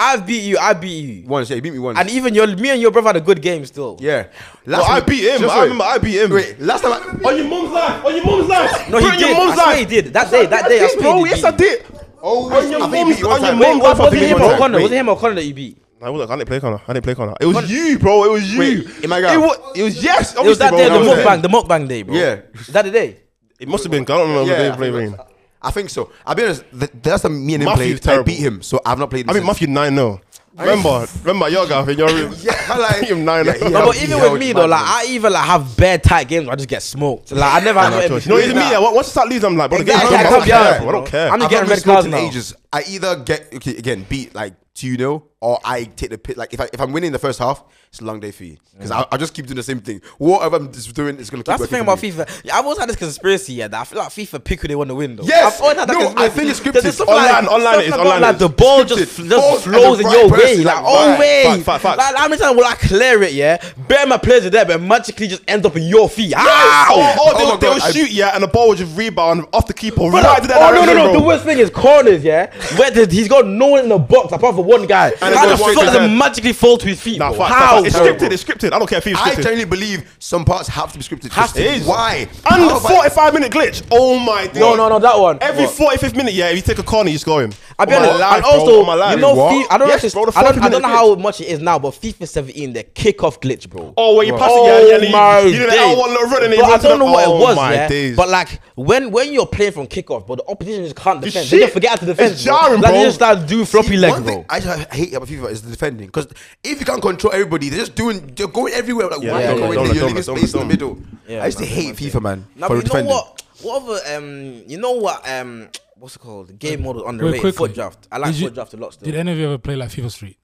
S3: I, I beat you. I beat you.
S4: once. Yeah, you beat me once.
S3: And even your, me and your brother had a good game still.
S4: yeah,
S5: Bro,
S4: time-
S5: I beat him.
S4: Just
S5: I
S4: wait.
S5: remember I beat him.
S4: Wait, last
S3: Oh,
S4: time I,
S5: On your mum's life. On your mum's life.
S3: No, he did. I swear he did. That day, that day, I swear
S5: bro.
S3: he
S5: Yes, I did.
S4: Oh,
S5: On your
S4: I think you
S5: mum's,
S4: beat one
S5: on your
S4: time.
S3: Wait,
S5: mum's
S3: was,
S5: life. I
S3: was it
S5: beat
S3: him
S5: him
S3: or
S5: one
S3: Connor? Was it
S5: time.
S3: him or Connor that you beat?
S5: I wasn't- I didn't play Connor. I didn't play Connor. It was you, bro. It was you.
S4: Wait, am I
S5: It
S4: going?
S5: was. It was yes.
S3: It was that day,
S4: bro,
S3: the
S4: that was it.
S3: mukbang, the mukbang day, bro.
S4: Yeah.
S3: Is that the day?
S5: It must have been. I don't remember.
S4: Yeah,
S5: Yeah,
S4: I think that's- I think so. I'll be honest. th- That's the me and him
S5: Matthew
S4: played. I
S5: terrible.
S4: beat him, so I've not played. him
S5: I mean,
S4: since.
S5: Matthew nine 0 Remember, remember your guy in your room.
S4: [laughs] Yeah,
S5: [laughs]
S4: like-
S5: Him nine
S4: Yeah,
S5: 0
S4: yeah.
S3: No, but
S4: he
S3: even
S4: held
S3: with me
S4: mad
S3: though, like
S4: man.
S3: I even like have bad tight games, where I just get smoked. Like I never have
S5: You know, it's me. yeah, Once you start losing, I'm like, bro, the game's
S4: Exactly,
S5: over.
S4: I can't be
S5: I don't care.
S4: honest,
S5: bro. I don't
S3: bro.
S5: care.
S3: I'm
S4: I've
S3: getting red
S4: not been smoked
S3: cards
S4: in
S3: now.
S4: ages. I either get okay, again beat like two 0 or I take the pit. Like if I if I'm winning the first half, it's a long day for you because I'll, I'll just keep doing the same thing. Whatever I'm just doing, it's gonna. Keep
S3: That's the
S4: working
S3: thing
S4: for
S3: about
S4: me.
S3: FIFA. Yeah, I've always had this conspiracy, yeah, that I feel like FIFA pick who they want to win though.
S4: Yes!
S3: I've always had that
S4: No, I
S3: conspiracy.
S4: think it's
S3: There's
S4: scripted.
S3: stuff
S5: Online- online
S3: stuff
S5: it is,
S3: about,
S5: online
S3: like,
S5: it is.
S3: the ball just,
S4: Scripted.
S3: f-
S4: Balls
S3: just
S4: and
S3: flows
S4: the
S3: in
S4: right
S3: your way.
S4: person,
S3: Like,
S4: like,
S3: oh
S4: right.
S3: way.
S5: Fact, fact, fact.
S3: Like how many times will I clear it, yeah? Bear my players are there, but it magically just ends up in your feet. Ow!
S5: Oh,
S4: Oh
S5: oh,
S4: my
S5: they'll,
S4: God,
S5: they'll
S4: I-
S5: shoot yeah, and the ball would just rebound off the keeper.
S3: Brother,
S5: Right to that
S3: oh no no
S5: direction,
S3: no!
S5: bro.
S3: The worst thing is corners, yeah. Where the, he's got no one in the box apart from one guy.
S5: And it
S3: How the
S5: goes straight
S3: fuck
S5: to
S3: does
S5: his
S3: it
S5: head.
S3: magically fall to his feet?
S5: Nah,
S3: bro?
S5: fact, fact,
S3: How?
S5: fact. It's
S3: terrible.
S5: scripted. It's scripted. I don't care if it's
S4: I
S5: scripted.
S4: genuinely believe some parts have to be scripted.
S3: Has to.
S4: Just- Why?
S5: And the
S4: How about-
S5: 45 minute glitch. Oh my god.
S3: No no no, that one.
S5: Every
S3: What?
S5: 45th minute, yeah, if you take a corner, you score him.
S3: I'll be
S5: On my
S3: honest.
S5: life,
S3: and
S5: bro,
S3: also,
S5: on my life.
S3: you know,
S4: What?
S3: fi- I don't know
S5: Yes,
S3: if it's,
S5: bro, the
S3: I don't,
S5: 45
S3: I don't know
S5: minute
S3: how much it is now, but FIFA 17, the kickoff glitch, bro.
S5: Oh, where you pass
S3: oh
S5: it, yeah, yeah,
S3: my
S5: you, you know that
S3: days.
S5: L1 little run and
S3: Bro,
S5: then you
S3: I
S5: run to
S3: don't
S5: the-
S3: know what
S5: oh
S3: it was,
S5: my
S3: yeah.
S5: days.
S3: But like when when you're playing from kickoff, but the opposition just can't defend. They
S5: shit.
S3: just forget how to defend.
S5: It's jarring,
S3: Like they
S5: bro.
S3: just start doing floppy
S4: See,
S3: leg,
S4: one
S3: bro.
S4: thing I just hate about FIFA is the defending because if you can't control everybody, they're just doing, they're going everywhere. Like, why
S5: yeah,
S4: are you
S5: yeah,
S4: going
S5: don't
S4: there?
S5: let-
S4: You're
S5: don't
S4: leaving
S5: let- don't
S4: space in
S5: let-
S4: the middle.
S3: Yeah,
S4: I used to
S3: man,
S4: hate FIFA, man.
S3: Now, but
S4: for
S3: you
S4: defending.
S3: know what? What other um, you know what um, what's it called? The game mode is
S2: Wait,
S3: underrated.
S2: quickly.
S3: Foot draft. I like
S2: Did you-
S3: foot draft a lot still.
S2: Did any of you ever play like FIFA Street?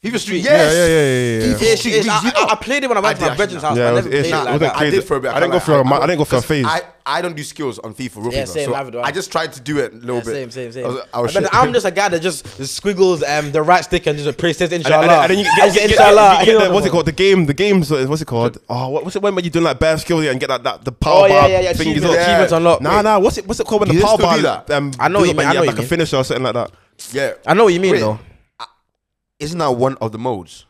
S4: FIFA Street, yes.
S5: Yeah, yeah, yeah, yeah, yeah.
S4: FIFA
S3: Yeah,
S4: Street,
S3: shit,
S4: we-
S3: I,
S4: you know-
S3: I- I played it when I went to
S4: I did
S3: my
S4: actually
S3: brethren's
S4: not.
S3: house.
S5: Yeah,
S3: I
S5: it was-
S3: never played
S5: it's
S3: it
S5: not- it
S3: like
S5: was
S3: that.
S5: like
S4: I
S5: crazy.
S4: did for a bit.
S5: I didn't go
S4: can't
S5: for
S4: lie.
S5: a ma- I didn't go for a
S4: Cause
S5: phase.
S4: I, I don't do skills on FIFA. Real
S3: Yeah,
S4: FIFA.
S3: same,
S4: So
S3: neither do I.
S4: I just tried to do it a little
S3: Yeah,
S4: bit.
S3: same, same, same.
S4: I was, I was
S3: and then
S4: shit.
S3: I'm just a guy that just squiggles um, the right stick and just prays says
S5: And then-
S3: inshallah.
S5: and then- and then you get,
S3: I
S5: you
S3: say,
S5: get, you
S3: inshallah.
S5: get,
S3: [laughs]
S5: you get the, what's it called? The game, the game's what's it called? Oh, what, what's it when when you doing like bare skills and get that, that the power
S3: Oh, yeah,
S5: bar
S3: yeah, yeah,
S5: thing?
S3: achievements-
S5: is up?
S3: achievements unlocked.
S5: Nah,
S3: Wait.
S5: nah. What's it? What's it called when
S4: Do
S5: the
S4: they
S5: power
S4: still
S5: bar?
S4: do that?
S5: Um,
S3: I know
S5: goes
S3: you
S5: up
S3: mean,
S5: and
S3: I know
S5: have
S3: you
S5: like a
S3: mean.
S5: finisher or something like that.
S4: [laughs] yeah.
S3: I know what you mean
S4: Wait,
S3: though.
S4: Isn't that one of the modes?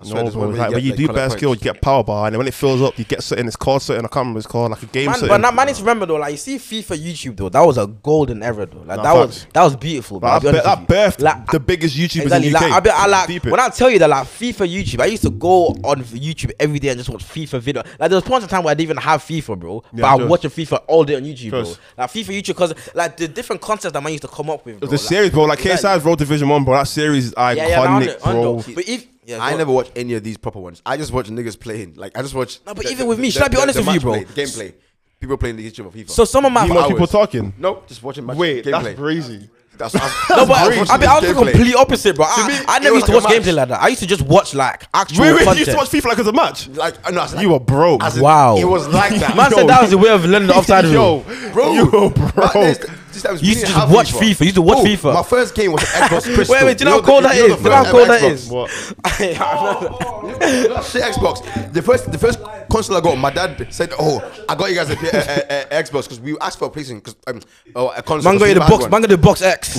S4: I swear
S5: No,
S4: there's
S5: bro,
S4: one
S5: it's
S4: where
S5: like when you
S4: get,
S5: do
S4: colour
S5: bare
S4: points.
S5: skill, you get power bar, and then when it fills up, you get something. It's called something. I can't remember. It's called like a game.
S3: Man,
S5: something.
S3: but now man needs to remember though, like you see FIFA YouTube though, that was a golden era though. Like
S5: Nah,
S3: that was
S5: facts.
S3: that was beautiful. bro, I'll
S5: Like,
S3: be
S5: that,
S3: honest
S5: bir- that
S3: with you.
S5: birthed
S3: Like,
S5: the biggest YouTubers
S3: Exactly.
S5: in the UK.
S3: Like, I, be, I like
S5: Deep it.
S3: when I tell you that like FIFA YouTube, I used to go on YouTube every day and just watch FIFA video. Like there was points of time where I didn't even have FIFA, bro, but
S5: Yeah,
S3: I
S5: sure.
S3: was watching FIFA all day on YouTube, bro.
S5: Course.
S3: Like FIFA YouTube, because like the different concepts that man used to come up with. Bro,
S5: the series, bro, like KSI's Road Division One, bro. That series is iconic,
S3: yeah, yeah, nah, on it- on
S5: bro.
S3: though. But if yeah,
S4: I
S3: go-
S4: never watch any of these proper ones. I just watch niggas playing. Like I just watch.
S3: No, but even with me, should I be honest with
S4: match
S3: you, bro?
S4: Play, the gameplay. People playing the YouTube of FIFA.
S3: So some of my
S5: You want people
S4: hours.
S5: talking?
S4: no, just watching match
S5: Wait,
S4: gameplay.
S5: that's crazy.
S4: That's,
S3: [laughs]
S4: that's,
S3: No, but
S4: crazy.
S3: I, mean, I was the
S4: Gameplay.
S3: complete opposite, bro. I,
S4: me,
S3: I
S4: it
S3: never
S4: was
S3: used to
S4: like a
S3: watch
S4: match.
S3: gameplay like that. I used to just watch like actual
S5: Wait, wait. You
S3: content.
S5: used to watch FIFA like as a match.
S4: Like, no, it's like
S5: You were broke.
S4: as in,
S3: Wow.
S4: It was like that.
S3: [laughs] Man
S4: Yo, [laughs]
S3: said that was the way of learning the offside rule.
S5: Yo,
S4: bro.
S5: Yo,
S4: But
S5: bro.
S4: there's- This time
S3: You used to just watch FIFA. You used to watch FIFA.
S4: Oh, My first game was
S3: [laughs]
S4: the Xbox Crystal.
S3: Wait, wait, do you know how
S4: the-
S3: cold that
S4: know
S3: is?
S4: the
S3: Do you know
S4: first
S3: how cold that
S4: Xbox?
S3: is?
S5: What?
S4: Shit, Xbox. The first, the first console I got, my dad said, "Oh, I got you guys a, P- a, a, a Xbox because we asked for a PlayStation because um, oh, a
S3: [laughs]
S4: console."
S3: Mango
S4: 'cause
S3: the
S4: we had
S3: box.
S4: one. [laughs]
S3: Mango the box X.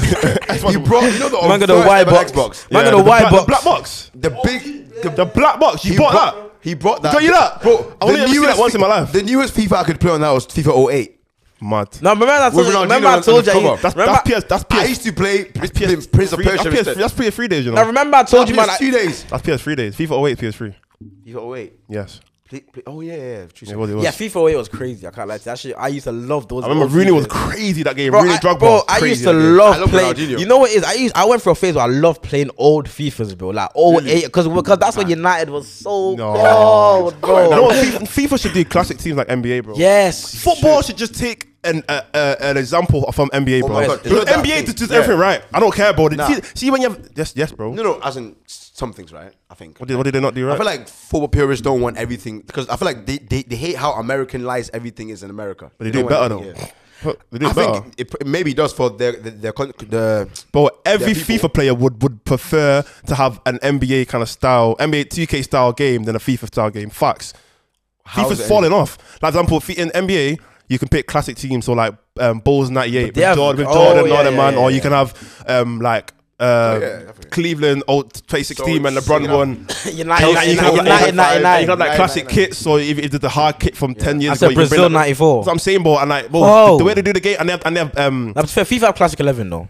S4: You brought, you know the
S3: Mango the
S4: first
S3: Y
S4: ever
S3: box.
S4: Xbox.
S3: Mango the
S5: the
S3: Y
S5: black-
S3: box.
S5: The black box.
S4: The big, the,
S5: The black box. You bought that.
S4: He brought that.
S5: Got you that?
S4: bro.
S5: I only ever seen that once in my life.
S4: The newest FIFA I could play on that was FIFA 08.
S5: Mad.
S3: No, remember I told
S4: With
S3: you.
S4: Ronaldinho
S3: Remember I
S4: on- on
S3: told
S4: the
S3: you.
S4: cover.
S5: That's,
S3: remember-
S5: that's PS. That's PS.
S4: I used to play
S5: that's
S4: Prince, Prince of
S5: three- that's
S4: Persia.
S5: PS
S4: instead.
S5: That's PS3 days, you
S3: Now
S5: know.
S3: remember I told you, man.
S4: That's two
S3: I-
S4: days.
S5: That's PS3 days. FIFA 08, PS3.
S4: FIFA 08.
S5: Yes.
S4: Play, play, oh yeah, yeah. true.
S5: It was, it was.
S3: Yeah, FIFA 08 was crazy. I can't lie to you. That shit, I used to love those.
S5: I remember
S3: old
S5: Rooney
S4: oh
S5: was
S3: FIFAs.
S5: crazy that game.
S3: Bro,
S5: Rooney
S3: I,
S5: Drogba.
S3: bro, I
S5: crazy
S3: used to
S5: that game.
S3: love
S4: I love
S3: playing.
S4: Ronaldinho.
S3: You know what it is? I used I went through a phase where I loved playing old FIFAs, bro. Like 08, because because that's when United was so
S5: No.
S3: cold,
S5: You know
S3: bro.
S5: what? FIFA, FIFA should do classic teams like NBA,
S3: Oh.
S5: bro.
S3: Yes,
S5: Football should just take an uh, uh, an example from NBA,
S4: Oh
S5: bro.
S4: my God,
S5: Because
S4: it's not that
S5: NBA
S4: thing.
S5: just does
S4: Yeah.
S5: everything right. I don't care, bro.
S4: Nah.
S5: See, see when you have yes, yes, bro.
S4: No, no, as in s- some things, right? I think.
S5: What did, what did they not do right?
S4: I feel like football purists don't want everything because I feel like they, they, they hate how Americanized everything is in America.
S5: but they, do it better though. They do
S4: I
S5: it better.
S4: think it, it maybe does for their their, their, con- their
S5: But every
S4: Yeah, people-
S5: FIFA player would, would prefer to have an NBA kind of style, NBA 2K style game than a FIFA style game. Facts.
S4: How is
S5: FIFA's
S4: it-
S5: falling off. Like for example, in NBA, you can pick classic teams, so like um, Bulls 98 with
S3: they have-
S5: Jordan, with
S3: oh,
S5: Jordan and
S3: yeah,
S5: all them,
S3: yeah,
S5: man,
S3: yeah,
S5: or you
S3: yeah. Oh,
S5: can have um, like uh,
S4: yeah, definitely.
S5: Cleveland oh, old 2016
S4: So
S5: and
S4: it's
S5: LeBron
S4: singing
S3: [coughs]
S4: up.
S5: one.
S3: United,
S5: You can have like-
S3: 99,
S5: you can have like- you can have
S3: 99.
S5: like classic kits, so if if it's the hard kit from 10 years
S3: I
S5: ago,
S3: said
S5: you can bring
S3: Brazil
S5: that-
S3: '94.
S5: So I'm saying, bro, and like, bro,
S3: Whoa.
S5: the way they do the game, and they have, and they have um, bro,
S3: That's fair. FIFA have classic 11 though.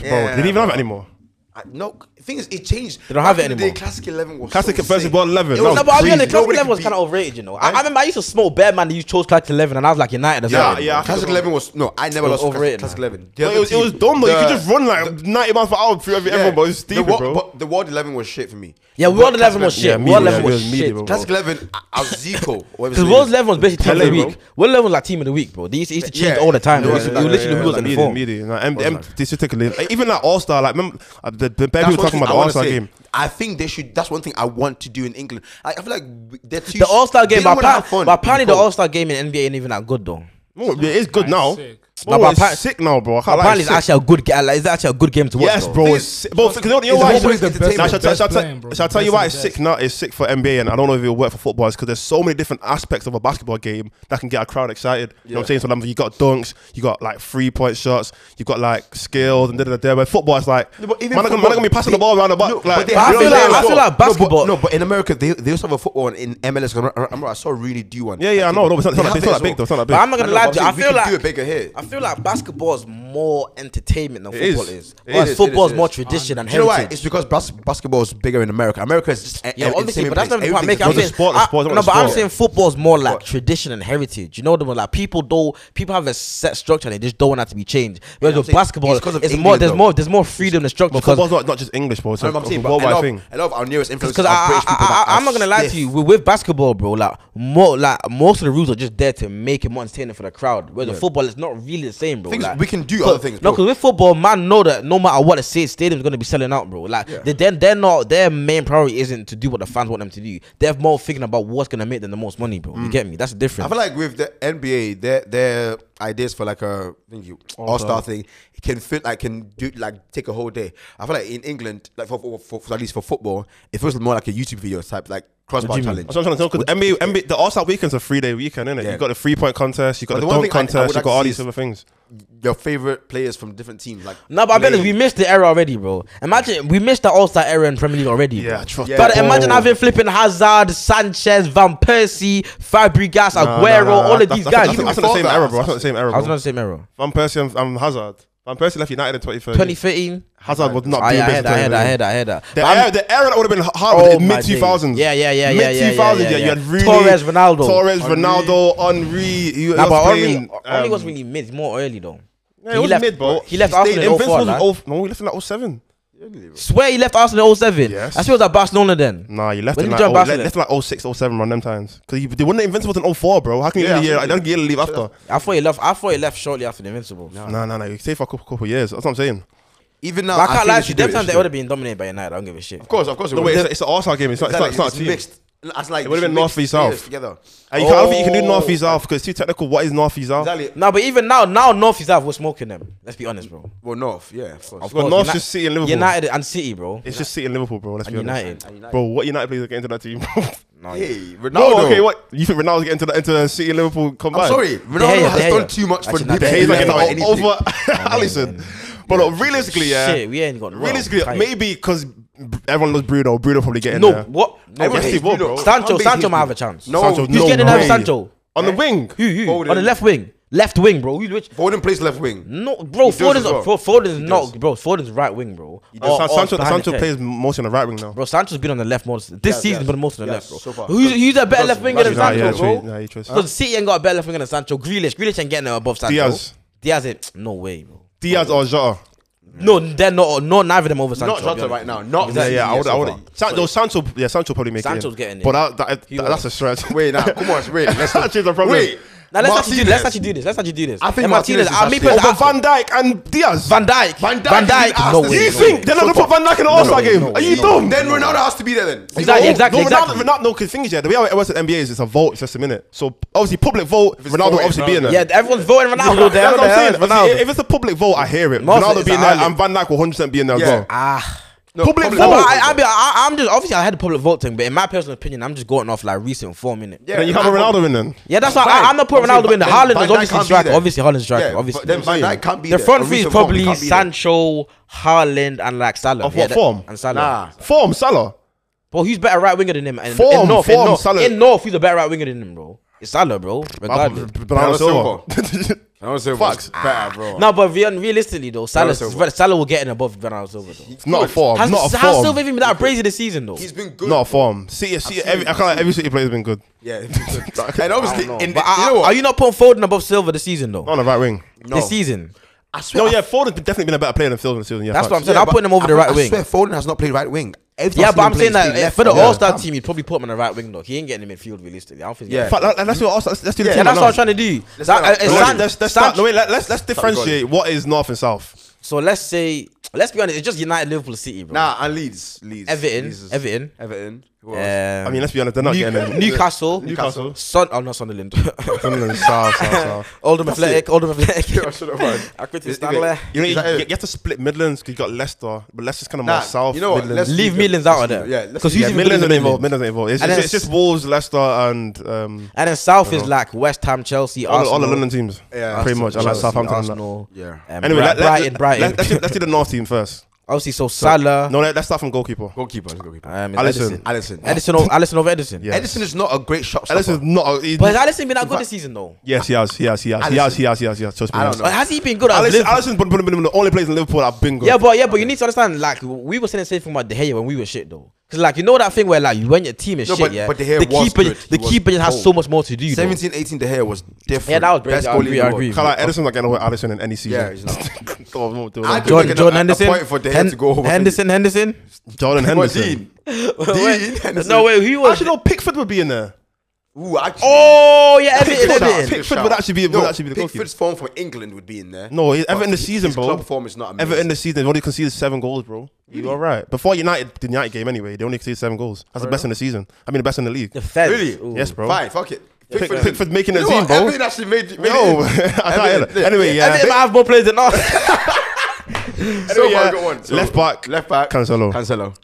S5: they didn't even have it anymore.
S4: I- no, the thing is, it changed. They
S3: don't have it anymore.
S4: Classic Eleven was
S5: Classic
S4: so
S5: versus
S4: sick.
S5: Ball
S4: It
S5: 11.
S4: was
S5: no.
S3: No, but I'll be honest, classic
S4: Nobody
S3: 11 was
S4: beat-
S3: kind of overrated, you know. I, I remember I used to smoke bad man that used chose classic 11, and I was like United as
S5: Yeah,
S3: well.
S5: yeah. I think
S4: Classic
S5: it was-
S4: Eleven was no. I never
S3: It was
S4: lost
S3: overrated,
S4: Classic
S3: man.
S4: Eleven. The
S5: But
S4: other
S5: it was, it was
S4: team-
S5: dumb though. you
S4: the-
S5: could just run like 90 miles per hour through every, everyone, bro. It was
S4: the,
S5: stupid,
S4: World-
S5: bro.
S4: But the World Eleven was shit for me.
S3: Yeah,
S4: But
S3: World 11
S4: Classic
S3: was shit.
S5: yeah,
S3: World
S5: media,
S3: 11
S5: it
S3: was
S5: was media,
S3: shit.
S5: bro.
S4: Classic Eleven, I, I was
S3: [laughs]
S4: Zico.
S3: Because World 11 was basically team of the
S5: Pele, bro.
S3: week. World 11 was like team of the week, bro. They used to, used to change
S4: Yeah.
S3: all the time.
S4: Yeah,
S3: bro.
S4: yeah,
S3: It
S4: yeah,
S3: was literally
S4: yeah,
S3: who was
S4: yeah.
S3: in the
S5: media,
S3: form.
S5: media. Like, M- M- they should take a lead. Like, even that All Star, like remember, uh, the, the bare people
S4: one
S5: talking
S4: thing
S5: about the
S4: I wanna
S5: All Star
S4: say.
S5: game.
S4: I think they should. That's one thing I want to do in England. I, I feel like w- they're too.
S3: The All Star
S4: they
S3: game,
S4: don't
S3: but
S4: wanna have
S3: apparently,
S4: fun.
S3: but apparently the
S4: Bro,
S3: All Star game in NBA ain't even that good though.
S5: Oh, yeah, it's good
S2: That's
S5: now.
S2: sick.
S5: Bro,
S3: No, but
S5: it's
S3: appa-
S5: sick now, bro. I can't lie,
S3: Apparently, it's
S5: sick.
S3: actually a good. ga- Like, it's actually a good game to watch.
S5: Yes,
S3: though.
S5: bro.
S4: Thing
S5: It's
S4: is,
S5: sick. Bro, because you know
S4: it's
S5: why?
S4: always the best-
S5: Nah, shall- shall-
S2: best
S5: shall-
S2: playing, bro.
S5: shall I tell
S2: Best
S5: you why
S2: and
S5: it's
S2: best.
S5: sick now? It's sick for NBA, and I don't know if it'll work for football. Is because there's so many different aspects of a basketball game that can get a crowd excited. You know what I'm saying? So like, you got dunks, you got like three point shots, you got like skills, and da da da. da. Where football is like,
S4: No,
S5: man,
S4: but
S5: I'm
S4: even
S5: gonna man,
S4: football-
S5: I'm gonna be passing
S4: they-
S5: the ball around the back.
S4: no,
S5: like,
S4: but they
S5: you know
S3: I
S4: have-
S5: what
S3: feel
S5: I'm
S3: like-
S5: saying?
S3: I feel
S5: So-
S3: like
S4: No, but-
S3: basketball-
S4: No, but, in America, they, they also have a football in- in MLS. 'cause I remember I saw Rooney do one.
S5: Yeah, yeah, I know. No, but it's
S4: They
S5: not,
S4: have
S5: it's
S4: it
S5: not
S4: as
S5: that big,
S4: well.
S5: though. It's not that big.
S3: But I'm not gonna
S4: I know,
S3: lie
S4: but
S3: to you.
S4: I'm
S3: I
S4: saying we
S3: feel
S4: could
S3: like
S4: do it bigger here.
S3: I feel like basketball is more entertainment than
S5: It
S3: football
S5: is.
S3: is.
S5: It
S3: Whereas
S4: is, it
S3: football
S4: is,
S3: is
S4: it
S3: more
S4: is.
S3: tradition and
S4: Do you know why?
S3: heritage.
S4: It's because bas- basketball is bigger in America. America is just
S3: Yeah,
S4: a- a- in the
S3: obviously,
S4: same
S3: but that's not
S4: place.
S3: the point. I'm
S4: Everything's
S3: making. I'm
S5: It's a
S3: saying,
S5: sport,
S3: I,
S5: it's a sport, it's
S3: no,
S5: a
S3: but I'm
S5: sport.
S3: saying football's more like tradition and heritage. You know, the one like people don't people have a set structure and they just don't want that to be changed. Whereas
S4: Yeah, I'm
S3: with
S4: saying
S3: basketball,
S4: it's
S3: it's,
S4: 'cause of
S3: more.
S4: England,
S3: There's
S4: though.
S3: more. There's more freedom and structure.
S5: But
S3: Because
S5: football's not, not just English, bro. It's
S4: I
S5: a,
S4: know what I'm
S5: a
S4: saying, but a
S5: worldwide
S4: lot,
S5: thing.
S4: of, a lot of our nearest influences
S3: Because I,
S4: are
S3: I,
S4: British
S3: I,
S4: people that
S3: I,
S4: are
S3: am not gonna lie to
S4: stiff.
S3: you. With, with basketball, bro, like more, like most of the rules are just there to make it more entertaining for the crowd. Whereas the football is not really the same, bro.
S4: Things-
S3: like-
S4: we can do
S3: 'cause-
S4: other things,
S3: No,
S4: bro.
S3: because with football, man, know that no matter what, the state stadium's gonna be selling out, bro. Like they, they're they're not their main priority isn't to do what the fans want them to do. They're more thinking about what's gonna make them the most money, bro. You get me? That's the
S4: Mm. I
S3: difference.
S4: feel like with the NBA, their their ideas for like a thank you all star thing can fit like can do like take a whole day. I feel like in England, like for, for, for, for- at least for football, it feels more like a YouTube video type like crossbar challenge.
S5: That's what I'm trying to tell because NBA, NBA, the All Star Weekend's a three day weekend, innit?
S4: Yeah.
S5: You got the three point contest, you got
S4: But the
S5: the
S4: one
S5: dunk
S4: thing I- I would
S5: contest, you
S4: like
S5: got
S4: to
S5: all
S4: see
S5: these
S4: is-
S5: other things.
S4: Your favorite players from different teams, like
S3: No, but I bet
S4: playing.
S3: we missed the era already, bro. Imagine we missed the All Star era in Premier League already.
S5: Yeah,
S3: bro.
S5: trust-
S3: But
S5: Yeah.
S3: imagine
S5: Bro.
S3: having flipping Hazard, Sanchez, Van Persie, Fabregas, Aguero,
S5: nah, nah,
S3: all of
S5: that's-
S3: these guys.
S5: that's- That's, that's
S4: Even
S5: not the same
S4: before
S5: era,
S4: that.
S5: bro. That's not the same era,
S3: I was
S5: bro.
S3: gonna say Mero.
S5: Van Persie and, and Hazard. Van Persie left United in 2013.
S3: 2013.
S5: Hazard was not
S3: I, I
S5: doing business.
S3: had that, I had that, I had that, I had that.
S5: The
S3: But I'm-
S5: era, the era that would have been hard
S3: Oh
S5: in
S3: my
S5: mid 2000s.
S3: days. Yeah, yeah, yeah, yeah, yeah,
S5: Mid
S3: yeah,
S5: 2000s, yeah,
S3: yeah,
S5: You had
S3: yeah.
S5: really
S3: Torres, Ronaldo.
S5: Torres, Ronaldo, Henri. You
S3: Nah,
S5: was
S3: but
S5: playing,
S3: Henry, Henry
S5: um,
S3: was really mid, more early though.
S5: Yeah, he was
S3: left,
S5: mid, bro.
S3: He left
S5: He stayed-
S3: Arsenal in 04.
S5: Invincibles
S3: Like.
S5: was 0- No, he left in like 07.
S3: Swear he left Arsenal in 07.
S5: Yes.
S3: I swear it was at Barcelona then.
S5: Nah, you left
S3: When
S5: in
S3: did
S5: like,
S3: you
S5: oh,
S3: join
S5: left,
S3: Barcelona?
S5: left in like 06, 07 around them times. Because they weren't the Invincibles in 04, bro. How can you
S4: Yeah,
S5: leave a year? I
S4: absolutely.
S5: don't get to leave after.
S3: I thought he left. I thought he left shortly after the Invincibles.
S5: No, no, no. You stay for a couple, couple years. That's what I'm saying.
S4: even now.
S3: But I can't
S4: think
S3: lie to
S4: they
S3: you.
S4: should do
S3: Them
S4: it,
S3: times
S4: they
S3: they
S4: should
S3: would
S4: do
S3: have been dominated by United. I don't give a shit.
S4: it. Of course, of course. it
S5: No,
S4: would.
S5: wait, it's, it's an All Star game. It's not, it's
S4: Exactly,
S5: not, it's not a
S4: it's
S5: team.
S4: mixed. That's like
S5: It would've been
S4: mix
S5: North v
S4: players
S5: South.
S4: together.
S5: And you can't, I don't think you can do North
S4: Oh.
S5: East South because it's too technical. What is North East South?
S4: Exactly.
S3: No, but even now, now North is out. We're smoking them. Let's be honest, bro.
S4: Well, North, yeah, of course.
S3: Of
S5: Well,
S3: course,
S5: North's
S3: Uni-
S5: just City and Liverpool.
S3: United and City, bro.
S5: It's just City and Liverpool, bro. Let's
S3: And
S5: be honest.
S3: United.
S4: And United.
S5: Bro, what United players are getting into that team? [laughs]
S3: No, yeah.
S4: Hey, Ronaldo.
S5: no, okay, what? You think Ronaldo's getting into, the, into City and Liverpool combined?
S4: I'm sorry, Ronaldo
S3: Gea,
S4: has
S3: De
S4: done
S3: Gea.
S4: too much for
S3: Actually, not
S4: Liverpool
S3: De
S4: [laughs]
S5: He's
S3: Gea,
S5: like
S3: Yeah,
S5: getting
S3: yeah,
S5: over,
S3: yeah.
S5: over [laughs] Allison. But look, realistically, yeah.
S3: Oh, Shit, we ain't got
S5: Realistically,
S3: well,
S5: maybe because everyone loves Bruno. Bruno probably getting
S3: No,
S5: there.
S3: what? No,
S5: Everyone
S3: wait.
S5: hates Bruno.
S4: Bro,
S3: Sancho,
S4: Kante's
S3: Sancho
S4: huge,
S3: might have
S4: bro.
S3: a chance.
S4: No,
S5: Sancho,
S4: he's
S3: Who's
S5: no
S3: getting
S5: way.
S3: there with Sancho?
S5: On the wing.
S3: Who? Who?
S4: Foden.
S3: On the left wing. Left wing, bro. Who? Which?
S4: Foden plays left wing.
S3: No, bro.
S4: He does
S3: Foden's
S4: as well.
S3: Fo- Foden's
S4: does.
S3: not, bro. Foden's right wing, bro. Or- or
S5: San- Sancho,
S3: Oh, behind the
S5: Sancho
S3: ten.
S5: plays mostly on the right wing now.
S3: Bro, Sancho's been on the left more this
S4: Yes,
S3: season,
S4: yes.
S3: but most on the left,
S4: Yes,
S3: bro.
S4: so far.
S3: Who's, who's a better
S4: Does-
S3: left winger than
S4: does- Nah,
S3: Sancho,
S5: yeah,
S3: bro?
S5: true. Nah, you trust.
S3: Because City ain't got a better left winger than Sancho. Grealish, Grealish ain't getting her above Sancho.
S5: Diaz.
S3: Diaz, ain't, no way, bro.
S5: Diaz or Jota.
S3: No, they're not. No, neither of them over Sancho.
S4: Not
S3: I'll be
S4: Jota right
S3: honest.
S4: now. Not
S5: Yeah, yeah, I would. I
S4: so
S5: would.
S4: far.
S5: San, no, Sancho. Yeah, Sancho probably make
S3: Sancho's
S5: it.
S3: getting it.
S5: But that, that,
S3: He
S5: that- that's a stretch.
S4: Wait, now, come on, wait. Let's
S5: That is a problem.
S4: Wait,
S3: Now let's actually, do, let's
S4: Martinez.
S3: actually do this. Let's actually do this.
S4: I think
S3: And
S4: Martinez is
S3: I'll
S4: actually-
S3: meet
S4: Oh,
S3: Van,
S5: Over
S4: but
S5: Van Dyke and Diaz.
S3: Van Dyke.
S4: Van Dijk
S3: Van
S4: is in
S3: Dyke. No
S4: Arsenal. Do
S3: way.
S5: Do you
S3: no
S5: think
S3: way.
S5: they're not gonna put Van Dyke in the All Star
S3: no,
S5: game?
S3: no,
S5: Are you
S3: no.
S5: dumb?
S4: Then Ronaldo has to be there then.
S3: Exactly, exactly,
S5: no,
S3: exactly.
S5: Ronaldo, Ronaldo, no, because the thing is, yeah, the way how it works at NBA is it's a vote, it's just a minute. So obviously, public vote,
S4: it's
S5: Ronaldo will
S4: voted,
S5: obviously be in there.
S3: Yeah, everyone's voting Ronaldo. there.
S5: that's
S3: What
S5: what I'm
S3: the
S5: saying.
S3: hell is
S5: If- If it's a public vote, I hear it.
S3: Most of
S5: Ronaldo
S3: it's
S5: being
S3: an
S5: there
S3: island.
S5: and Van Dyke will 100% be in there
S4: Yeah.
S5: as well.
S3: Ah.
S4: No,
S5: Public
S3: No, but
S5: vote.
S3: I, I, be, I, I'm just obviously I had the public vote thing, but in my personal opinion, I'm just going off like recent form, innit?
S4: Yeah,
S5: Then you have a Ronaldo in then.
S3: Yeah, that's why
S4: Fine.
S3: I, I'm not putting
S4: Obviously,
S3: Ronaldo in. The
S4: Van-
S3: Haaland
S4: Van
S3: is
S4: Dijk
S3: obviously
S4: can't be
S3: striker.
S4: there.
S3: Obviously, Haaland's striker.
S4: Yeah,
S3: obviously,
S4: but then Van Dijk can't be
S3: the
S4: there.
S3: front
S4: Or
S3: three is
S4: Reece Oxford
S3: probably
S4: can't be there.
S3: Sancho, Haaland, and like Salah.
S5: Of what
S3: that-
S5: form?
S3: And Salah.
S4: Nah.
S5: Form, Salah.
S3: Well, who's better right winger than him? And
S5: Form,
S3: in North,
S5: form,
S3: in North,
S5: Salah.
S3: in North, who's a better right winger than him, bro? It's Salah, bro. Regardless.
S5: Bernardo
S4: Silva.
S5: Silva.
S4: Ronaldo Silva's better, bro.
S3: No, but real- realistically though, Salah,
S4: Silva.
S3: Salah will get in above Bernardo Silva. Though.
S5: It's not a form.
S3: Has,
S5: Not a
S3: has Silva
S5: form.
S3: even been that crazy this season though?
S4: He's
S3: But
S4: been good.
S5: Not a form. City, City, every, I can't lie, every City player has been good.
S4: Yeah. he's been good. and obviously, in the,
S3: I,
S4: you know what?
S3: are you not putting Foden above Silva this season though?
S5: On the right wing.
S4: No.
S3: This season,
S4: I swear,
S5: No, yeah, Foden's definitely been a better player than Silva this season. Yeah,
S3: that's what I'm
S5: facts.
S3: saying.
S4: Yeah,
S3: I'm
S4: but
S3: putting him over
S4: I-
S3: the right
S4: I
S3: wing.
S4: swear Foden has not played right wing. Every
S3: Yeah,
S4: time
S3: but I'm
S4: he
S3: saying
S4: plays,
S3: that
S4: he's
S3: eh,
S4: left
S3: for the
S4: wing.
S3: All Star team, you'd probably put him on the right wing though. He ain't getting in midfield realistically. I don't think. he's
S4: Yeah.
S3: getting-
S5: Fact, let- Let's do us. Let's let's do the
S4: Yeah,
S5: team
S3: that's what
S5: right now.
S3: I'm trying to do.
S4: Let's
S3: That-
S4: go.
S3: eh, eh,
S4: Let's-
S3: San-
S5: Let's, let's
S3: San-
S5: start. No, wait, let, let's let's differentiate what is North and South.
S3: So let's say, let's be honest, it's just United, Liverpool, City, bro.
S4: Nah, and Leeds. Leeds.
S3: Everton,
S4: Leeds is-
S3: Everton.
S4: Everton. Who else?
S3: Um,
S5: I mean, let's be honest, they're not getting
S3: New- [laughs]
S5: in.
S3: Newcastle,
S5: Newcastle.
S3: Sun, oh not Sunderland, [laughs]
S5: Sunderland, South, South, South.
S3: Oldham Athletic, Oldham Athletic.
S4: I should have won.
S3: I quit
S4: Is-
S3: this Stanley.
S5: You, know,
S4: Is
S5: you,
S4: that
S5: you
S4: it?
S5: you have to split Midlands 'cause you got Leicester, but Leicester's kind of
S4: Nah,
S5: more South.
S4: you know what?
S5: Midlands.
S4: Let's
S3: Leave
S4: leave
S3: Midlands
S4: it.
S3: out of
S4: Let's
S3: there.
S4: leave it. Yeah, let's
S3: because
S4: leave
S3: he's
S5: yeah,
S3: even good in
S5: Midlands
S3: the
S5: ain't involved.
S3: Midlands.
S5: Midlands ain't involved. It's,
S3: And
S5: it's,
S3: then
S5: it's just Wolves, Leicester, and um,
S3: And then South
S4: Uh-huh.
S3: is like West Ham, Chelsea,
S5: all, the- all
S3: Arsenal,
S5: the London teams.
S4: Yeah.
S5: pretty much. I like
S3: Chelsea,
S5: Southampton. and that.
S3: Arsenal.
S4: Yeah.
S3: um,
S5: Anyway,
S3: Bri-
S5: let, let,
S3: Brighton,
S5: let,
S3: Brighton.
S5: Let's, do, let's do the North team first.
S3: Obviously, so Salah.
S5: No, let, let's start from goalkeeper.
S4: Goalkeeper. let's goalkeeper.
S3: um,
S5: Alisson.
S3: Edison.
S4: Alisson.
S3: Edison,
S4: [laughs]
S3: over, Alisson over Edison.
S5: Yeah.
S4: Edison is not a great shot stopper.
S5: Ellis is not. A, he,
S3: But has Edison been that good this season though?
S5: yes, he has. He has. He has. He has. He has. He has. He has. Trust me.
S4: I
S5: he
S4: don't
S5: has.
S4: know.
S3: Or has he been good at
S5: Alisson,
S3: Liverpool?
S5: Alisson's been been- been the only players in Liverpool that have been good.
S3: Yeah, but yeah, but you need to understand, like we were saying the same thing about De Gea when we were shit though. Cause like you know that thing where like you when your team is
S4: No,
S3: shit,
S4: but-
S3: yeah.
S4: but De Gea
S3: the
S4: was
S3: keeper,
S4: good.
S3: the
S4: He was
S3: keeper just has so
S4: cold.
S3: much more to do. though.
S4: 17, 18, De Gea was different.
S3: Yeah, that was
S4: best
S3: crazy. I
S4: goalie
S3: agree,
S4: in
S3: I
S4: the world.
S3: agree.
S5: Kinda like Edison's not getting away with Alisson in any season.
S4: Yeah, he's not.
S5: God, no, dude,
S4: I
S5: no.
S4: do-
S3: Jordan,
S4: Like
S3: Jordan
S4: a- a
S3: Henderson,
S4: point for De Gea
S3: Hen-
S4: to go over.
S3: Henderson, Henderson.
S4: [laughs]
S5: Jordan
S4: What,
S5: Henderson.
S4: Dean? Dean
S3: Wait,
S4: Henderson.
S3: no way, he was.
S5: Actually, no, Pickford would be in there.
S4: Ooh, actually.
S3: Oh yeah, Everton,
S4: Pickford,
S5: Pickford,
S3: Everton.
S5: Pickford would actually be- would actually be the goalkeeper.
S4: Pickford's form for England would be in there.
S5: No, he-
S4: But
S5: Everton this
S4: his-
S5: season,
S4: his
S5: bro.
S4: Club form is not amazing.
S5: Ever in the season, they only conceded seven goals, bro. You all right? Before United, the United game anyway, they only conceded seven goals. That's the best in the season. I mean, the best in the league.
S3: Defense.
S4: Really?
S3: Ooh.
S5: Yes, bro.
S4: Fine, fuck it.
S5: Pickford- Pickford making
S4: You
S5: the
S4: know
S5: team,
S4: what?
S5: bro.
S4: Everton actually made. made it.
S5: No, [laughs] I
S4: Everton-
S5: can't hear that. Anyway, yeah.
S3: Everton might have more players than us.
S4: Anyway,
S5: yeah.
S4: I got one. So,
S5: Left back,
S4: Left back.
S5: Cancelo.
S4: Cancelo.